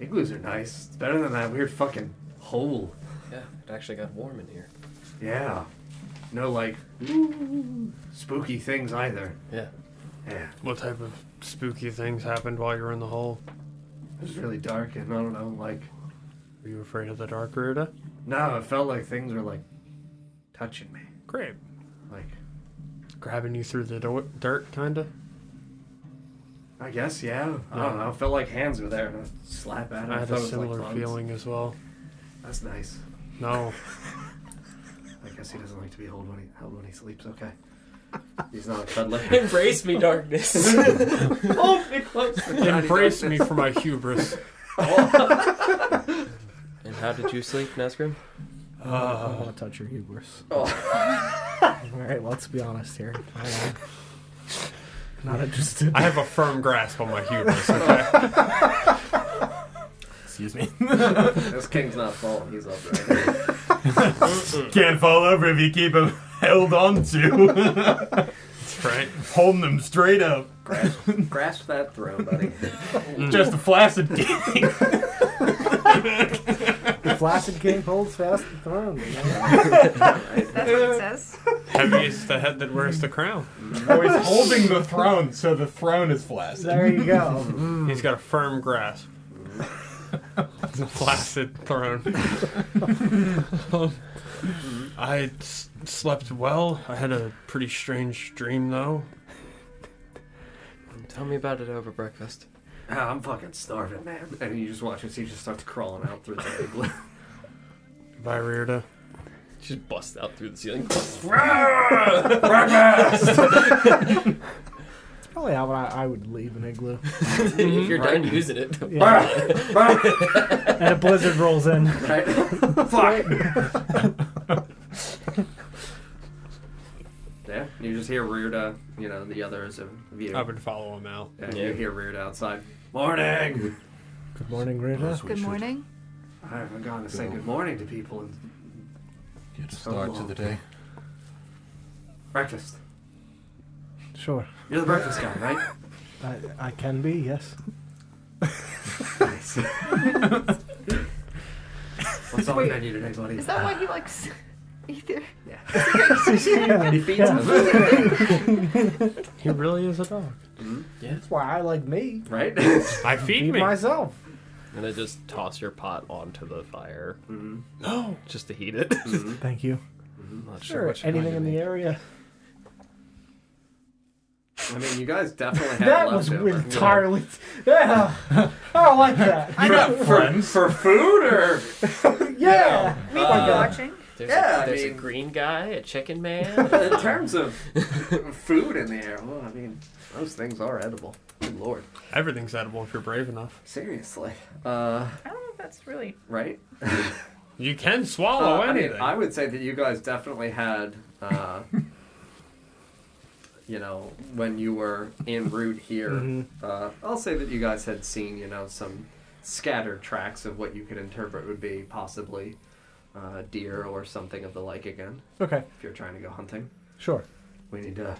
Igloos are nice. It's better than that weird fucking hole.
Yeah, it actually got warm in here.
Yeah. No like ooh, spooky things either.
Yeah.
Yeah.
What type of spooky things happened while you were in the hole?
It was really dark and I don't know like
Were you afraid of the dark, Ruta?
no, it felt like things were like touching me.
Great.
Like
Grabbing you through the do- dirt, kinda?
I guess, yeah. I don't know. I felt like hands were there and I'd slap at them.
I had
thought
a
it was, like,
similar
bugs.
feeling as well.
That's nice.
No.
I guess he doesn't like to be held when he held when he sleeps. Okay. He's not a cuddler.
Embrace me, darkness.
Hold me close.
Embrace me for my hubris.
and how did you sleep, Nesgrim?
I
Uh,
don't want to touch your hubris.
Oh.
All right, let's be honest here. I am not interested.
I have a firm grasp on my hubris.
Excuse me.
This king's not falling. He's up there.
Can't fall over if you keep him held on to.
Right?
Holding him straight up.
Grasp that throne, buddy.
Just a flaccid king.
The flaccid king holds fast the throne. you know?
That's what it says.
Heaviest the head that wears the crown.
Oh, he's holding the throne, so the throne is flaccid.
There you go. Mm.
He's got a firm grasp. It's a flaccid throne. Um, I s- slept well. I had a pretty strange dream, though.
Tell me about it over breakfast.
Ah, I'm fucking starving, man. And you just watch him. So he just starts crawling out through the igloo.
By Rearda.
Just bust out through the ceiling.
That's probably how I, I would leave an igloo.
Mm-hmm.
if you're done using it.
Yeah. and a blizzard rolls in.
Right? Fuck. yeah, you just hear Rearda. You know the others of you.
I would follow him out.
Yeah, You hear Rearda outside. Morning.
Good morning, Rita.
Good morning.
I haven't gone to say good morning Oh, to people in
Get a
So
start to
long.
the day.
breakfast.
Sure.
You're the breakfast guy, right?
I, I can be, yes.
Yes. What's on
Wait,
menu today, buddy?
Is that why he likes ether?
he feeds
He really is a dog.
That's why I like me.
Mm-hmm. Right?
I feed,
Feed
me.
myself.
And then just toss your pot onto the fire
Mhm.
No.
just to heat it.
Mm-hmm.
Mm-hmm.
Thank you.
Not
Sure.
what you're going
Anything
to
in the
make.
area.
I mean, you guys definitely had
That was
leftover.
entirely. Yeah. I don't like that.
I got friends for food or
Yeah.
We were
Uh,
watching.
There's,
Yeah, I
a, there's
mean-
a green guy, a chicken man.
in terms of food in the air. Well, I mean, those things are edible. Good lord,
Everything's edible if you're brave enough.
seriously. Uh,
I don't know if that's really.
right?
You can
Uh,
swallow
I mean,
anything.
I would say that you guys definitely had, uh, you know, when you were en route here.
Mm-hmm.
Uh, I'll say that you guys had seen, you know, some scattered tracks of what you could interpret would be possibly uh, deer or something of the like. Again,
Okay.
if you're trying to go hunting,
Sure.
we need to.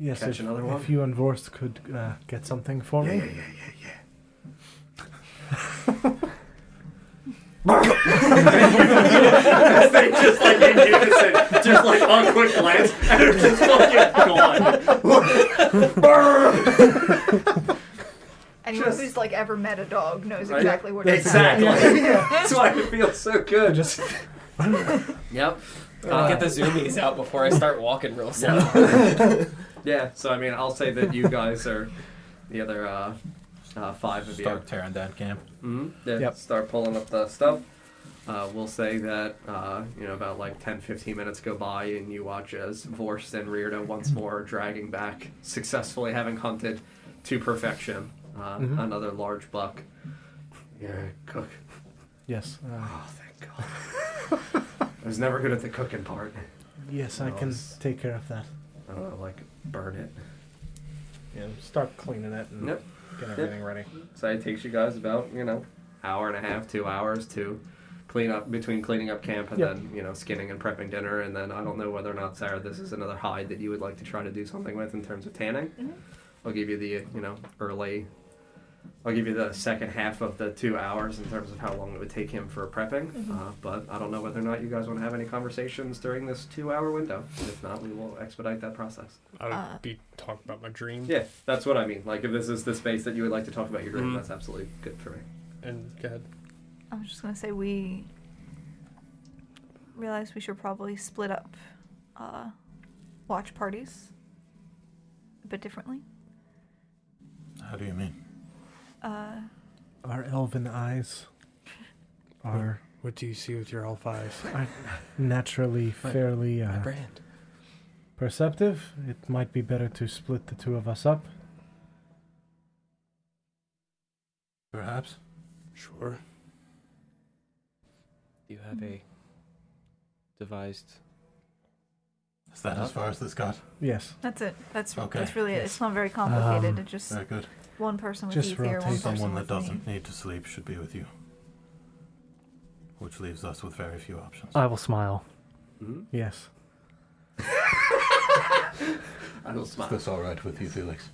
Yes,
Catch
if,
another one?
if you and Vorst could uh, get something for me.
they just like it, just like on quick glance, and they're just fucking gone.
Anyone
Just-
who's like ever met a dog knows
Right?
exactly what it's
exactly. That's why it feels so good. Just yep.
I'll get the zoomies out before I start walking real slow.
Yeah. So I mean, I'll say that you guys are the other uh, uh, five of you.
Start tearing down camp.
Mhm. Yeah,
Yep.
Start pulling up the stuff. Uh, we'll say that uh, you know about like 10, 15 minutes go by, and you watch as Vorst and Reardo once
Mm-hmm.
more are dragging back, successfully having hunted to perfection uh,
Mm-hmm.
another large buck. You're a cook.
Yes, uh,
Oh, thank God. I was never good at the cooking part.
yes, I can
Nice.
take care of that.
I don't know, like burn it.
Yeah, start cleaning it and
Yep.
get
everything
ready.
So it takes you guys about you know hour and a half, two hours to clean up between cleaning up camp and
Yep.
then you know skinning and prepping dinner, and then I don't know whether or not Sarah, this is another hide that you would like to try to do something with in terms of tanning.
Mm-hmm.
I'll give you the you know early. I'll give you the second half of the two hours in terms of how long it would take him for prepping, uh, but I don't know whether or not you guys want to have any conversations during this two-hour window. If not, we will expedite that process.
I would be talking about my dream
Yeah, that's what I mean. Like, if this is the space that you would like to talk about your dream,
Mhm.
that's absolutely good for me.
and go ahead.
I was just gonna say we realized we should probably split up uh, watch parties a bit differently.
How do you mean?
Uh,
Our elven eyes are
What do you see with your elf eyes?
naturally fairly
My
uh,
brand.
perceptive. It might be better to split the two of us up.
Perhaps.
Sure.
Do you have a devised?
Is that as far as this got?
Yes,
that's it. That's
Okay,
that's really it.
yes.
It's not very complicated.
Um,
it just
Very good.
one person with
just
ether, one
rotate.
person
Someone that
with
doesn't
me.
need to sleep should be with you. Which leaves us with very few options.
I will smile.
Mm-hmm.
yes.
I will
Is
smile.
this all right with you, Felix?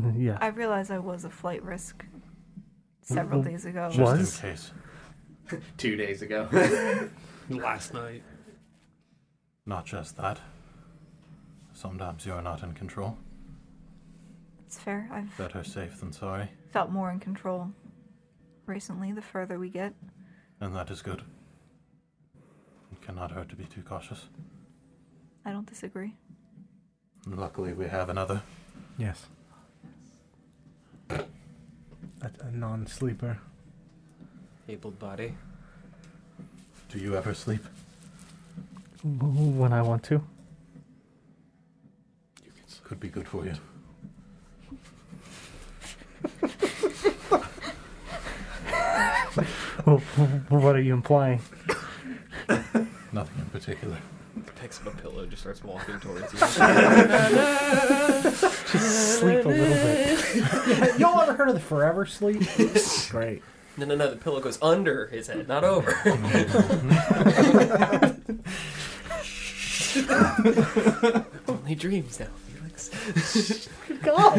Mm-hmm. Yeah.
I realized I was a flight risk several
Mm,
Mm-hmm.
days ago.
What? Was?
Mm-hmm. Just in case.
Two days ago.
Last night.
Not just that. Sometimes you're not in control.
It's fair. I've
Better safe than sorry.
felt more in control recently. The further we get,
And that is good. It cannot hurt to be too cautious.
I don't disagree.
And luckily, we have another.
Yes. A, a non-sleeper.
Able body.
Do you ever sleep?
W- When I want to.
Could be good for you.
Well, what are you implying?
Nothing in particular.
Picks up a pillow, just starts walking towards you.
Just sleep a little bit.
Y'all ever heard of the forever sleep? Great.
No, no, no. The pillow goes under his head, not over. Only dreams now, Felix.
God.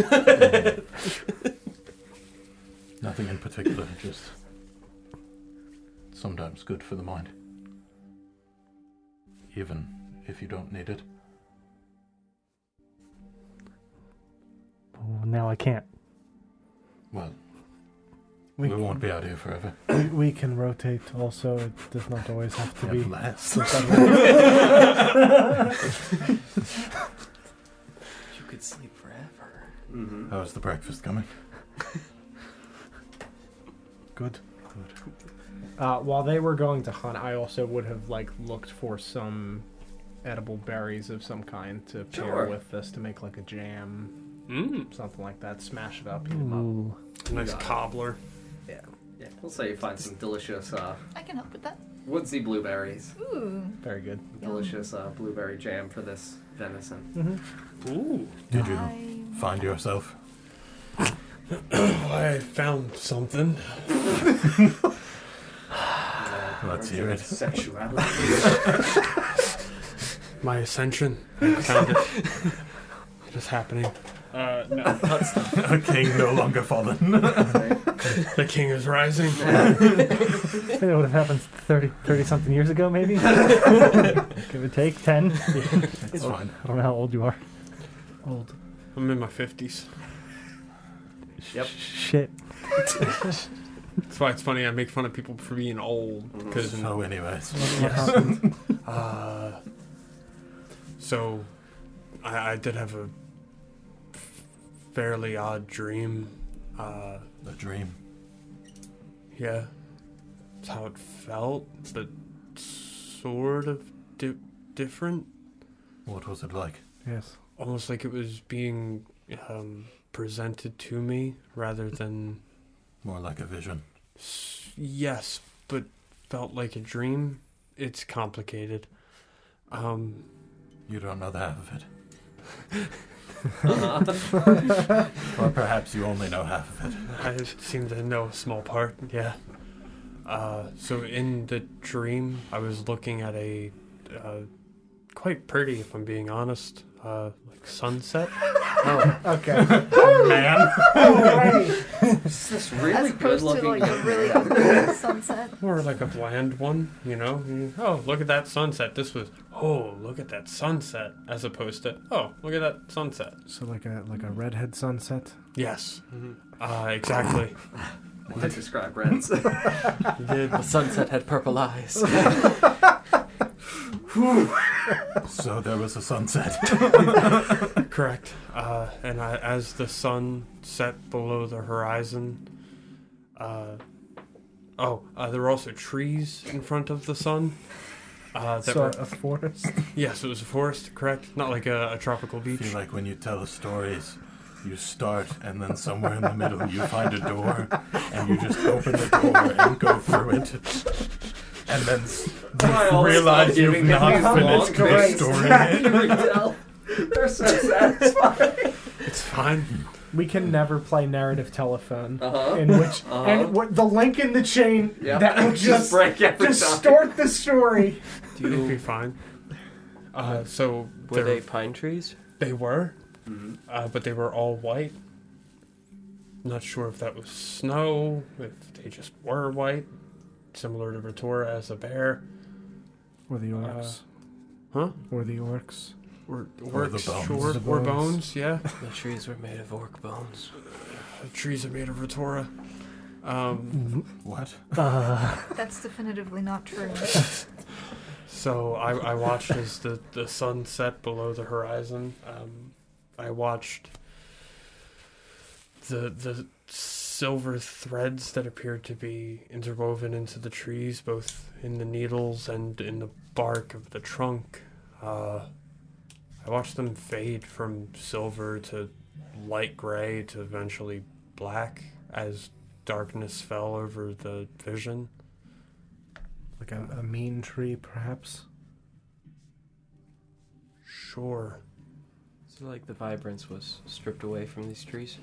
Nothing in particular, just sometimes good for the mind. Even if you don't need it.
Well, now I can't.
Well,
We
we, won't be out here forever.
We, we can rotate also. It does not always have to be.
Unless-
You could sleep forever. Mm-hmm.
How's the breakfast coming?
Good.
Uh, while they were going to hunt, I also would have like looked for some edible berries of some kind to pair
Sure.
with this to make like a jam,
Mm.
something like that. Smash it up. heat 'em up.
Ooh.
Nice
Got it.
cobbler.
Yeah. Yeah. We'll say you find some delicious uh,
I can help with that.
woodsy blueberries.
Ooh.
Very good.
Delicious uh, blueberry jam for this venison.
Mm-hmm.
Ooh.
Did you
I-
find yourself?
I found something.
Uh,
Let's hear it.
Sexuality.
My ascension. I found it. It is happening.
Uh, no.
A king no longer fallen.
The king is rising.
I think that would have happened 30, 30 something years ago, maybe. Give or take 10.
It's fine.
I don't know how old you are.
Old. I'm in my 50s.
Yep.
Shit.
That's why it's funny I make fun of people for being old. Because
So, anyways,
What happened?
Uh, so, I, I did have a fairly odd dream. Uh,
the dream.
yeah, that's how it felt, but sort of di- different.
What was it like?
Yes.
Almost like it was being um, presented to me rather than
More like a vision.
S- Yes, but felt like a dream. It's complicated. Um,
You don't know the half of it.
Uh-huh.
Or perhaps you only know half of it.
I seem to know a small part. Yeah. Uh, so in the dream, I was looking at a uh, quite pretty, if I'm being honest, uh, like sunset.
Okay.
Man,
It's this
As
really good
opposed to
looking.
like a really ugly sunset.
More like a bland one, you know? You- Oh, look at that sunset. This was, oh, look at that sunset. As opposed to, oh, look at that sunset.
So like a like a redhead sunset.
Yes.
Mm-hmm.
Uh, exactly.
to describe reds.
The sunset had purple eyes.
so there was a sunset.
Correct. Uh, and I, as the sun set below the horizon, uh, oh, uh, there were also trees in front of the sun. Uh, that
So
were,
a forest.
yes, it was a forest, correct? Not like a, a tropical
I feel
beach.
like when you tell stories, you start and then somewhere in the middle you find a door and you just open the door and go through it. And then s-
Kyle,
realize
stop
you've
giving them these
not
long
finished the
faces.
story.
You can tell. They're so satisfying.
It's fine.
we can never play narrative telephone.
Uh-huh.
In which
Uh-huh.
and what the link in the chain
Yep.
that will
Just
just
break every time.
distort the story.
It'd be fine. Uh, so
Were
there-
they pine trees? Mm-hmm.
They were, uh, but they were all white. Not sure if that was snow, if they just were white, similar to Retora as a bear.
Or the
orcs.
orcs.
Uh, huh?
Or the orcs.
Or,
Or the
orcs,
bones.
sure,
The
or
bones.
bones, yeah.
The trees were made of orc bones.
The trees are made of Retora. Um,
Mm-hmm.
What?
Uh,
That's definitively not true.
so I, I watched as the, the sun set below the horizon. Um, I watched the the silver threads that appeared to be interwoven into the trees, both in the needles and in the bark of the trunk. Uh, I watched them fade from silver to light gray to eventually black as darkness fell over the vision.
Like a, a mean tree, perhaps.
Sure.
So like the vibrance was stripped away from these trees.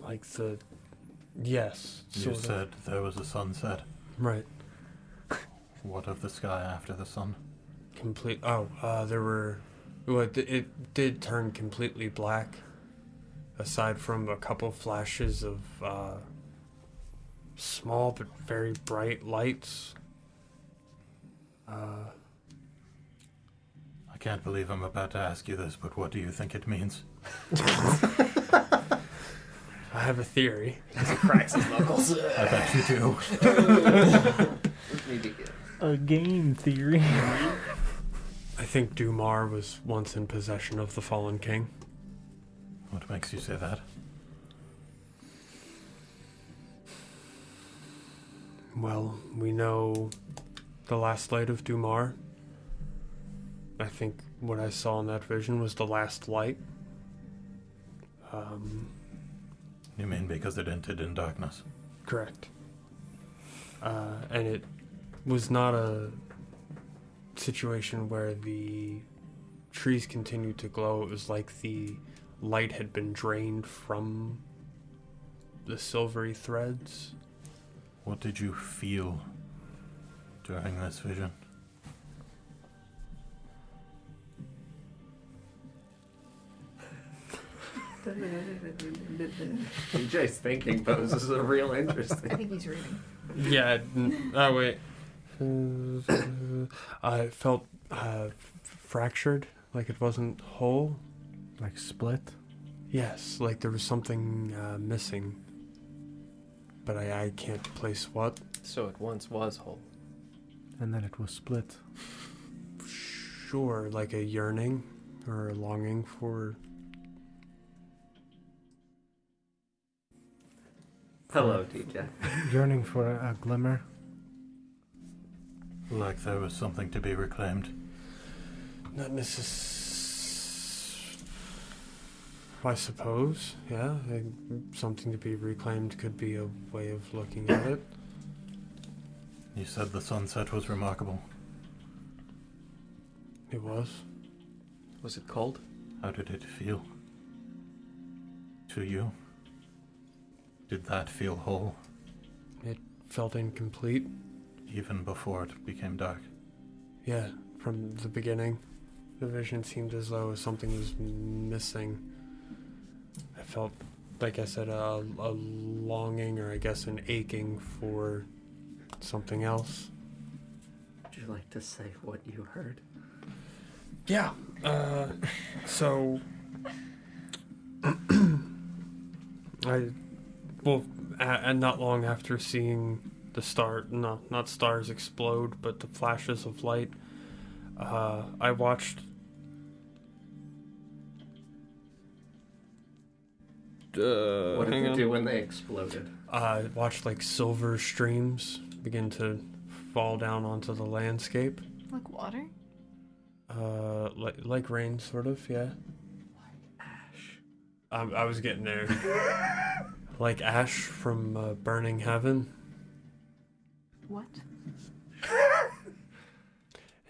like the yes
You
sort of.
said there was a sunset.
right
What of the sky after the sun?
complete oh uh there were well it, it did turn completely black aside from a couple flashes of uh, small but very bright lights. Uh,
I can't believe I'm about to ask you this, but what do you think it means?
I have a theory.
cracks his knuckles.
I bet you do.
A game theory.
I think Dumar was once in possession of the Fallen King.
What makes you say that?
Well, we know the last light of Dumar. I think what I saw in that vision was the last light. Um,
You mean because it entered in darkness?
Correct. Uh, and it was not a situation where the trees continued to glow. It was like the light had been drained from the silvery threads.
What did you feel during this vision?
DJ's thinking poses are real
I
interesting.
think he's reading.
Yeah. n- Oh wait. I felt uh, fractured, like it wasn't whole.
Like split?
Yes, like there was something uh, missing. But I, I can't place what.
So it once was whole.
And then it was split.
Sure, like a yearning or a longing for.
Hello, DJ.
Yearning for a, a glimmer.
Like there was something to be reclaimed.
Not necess. I suppose, yeah. I- Something to be reclaimed could be a way of looking at it.
You said the sunset was remarkable.
It was.
Was it cold?
How did it feel? To you? Did that feel whole,
Felt incomplete,
even before it became dark?
yeah, from the beginning. The vision seemed as though something was missing. I felt, like I said, a, a longing or I guess an aching for something else.
Would you like to say what you heard?
Yeah. Uh, so I well, a- and not long after seeing the star, not not stars explode, but the flashes of light, uh, I watched. Uh,
what did you do when they exploded?
uh, watched like silver streams begin to fall down onto the landscape,
Like water?
uh, like like rain, sort of. Yeah. Um, I was getting there. like ash from uh, burning heaven,
What?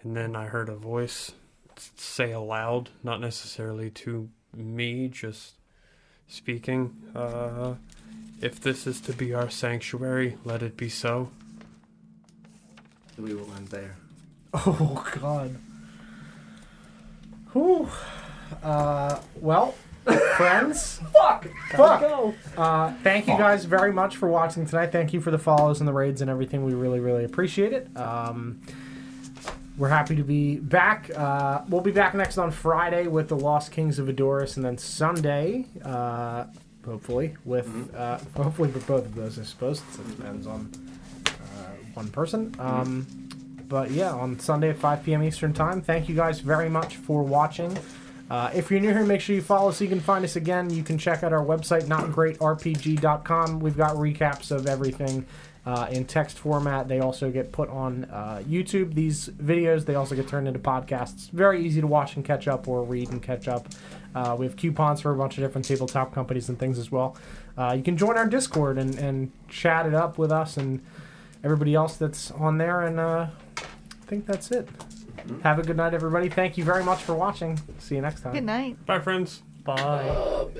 and then I heard a voice s- say aloud, not necessarily to me, just speaking. Uh, if this is to be our sanctuary, let it be so.
We will end there.
Oh God. Whew. Uh, well, friends. Fuck. Fuck. Uh, thank you guys very much for watching tonight. Thank you for the follows and the raids and everything. We really, really appreciate it. Um, we're happy to be back. Uh, we'll be back next on Friday with the Lost Kings of Adoris, and then Sunday, uh, hopefully, with uh, hopefully with both of those. I suppose it depends on uh, one person. Um, but yeah, on Sunday at 5 p.m. Eastern Time. Thank you guys very much for watching. Uh, if you're new here, make sure you follow so you can find us again. You can check out our website, notgreatrpg.com. We've got recaps of everything uh, in text format. They also get put on uh, YouTube, these videos. They also get turned into podcasts. Very easy to watch and catch up, or read and catch up. Uh, we have coupons for a bunch of different tabletop companies and things as well. Uh, you can join our Discord and, and chat it up with us and everybody else that's on there. And uh, I think that's it. Have a good night, everybody. Thank you very much for watching. See you next time.
Good night.
Bye, friends.
Bye.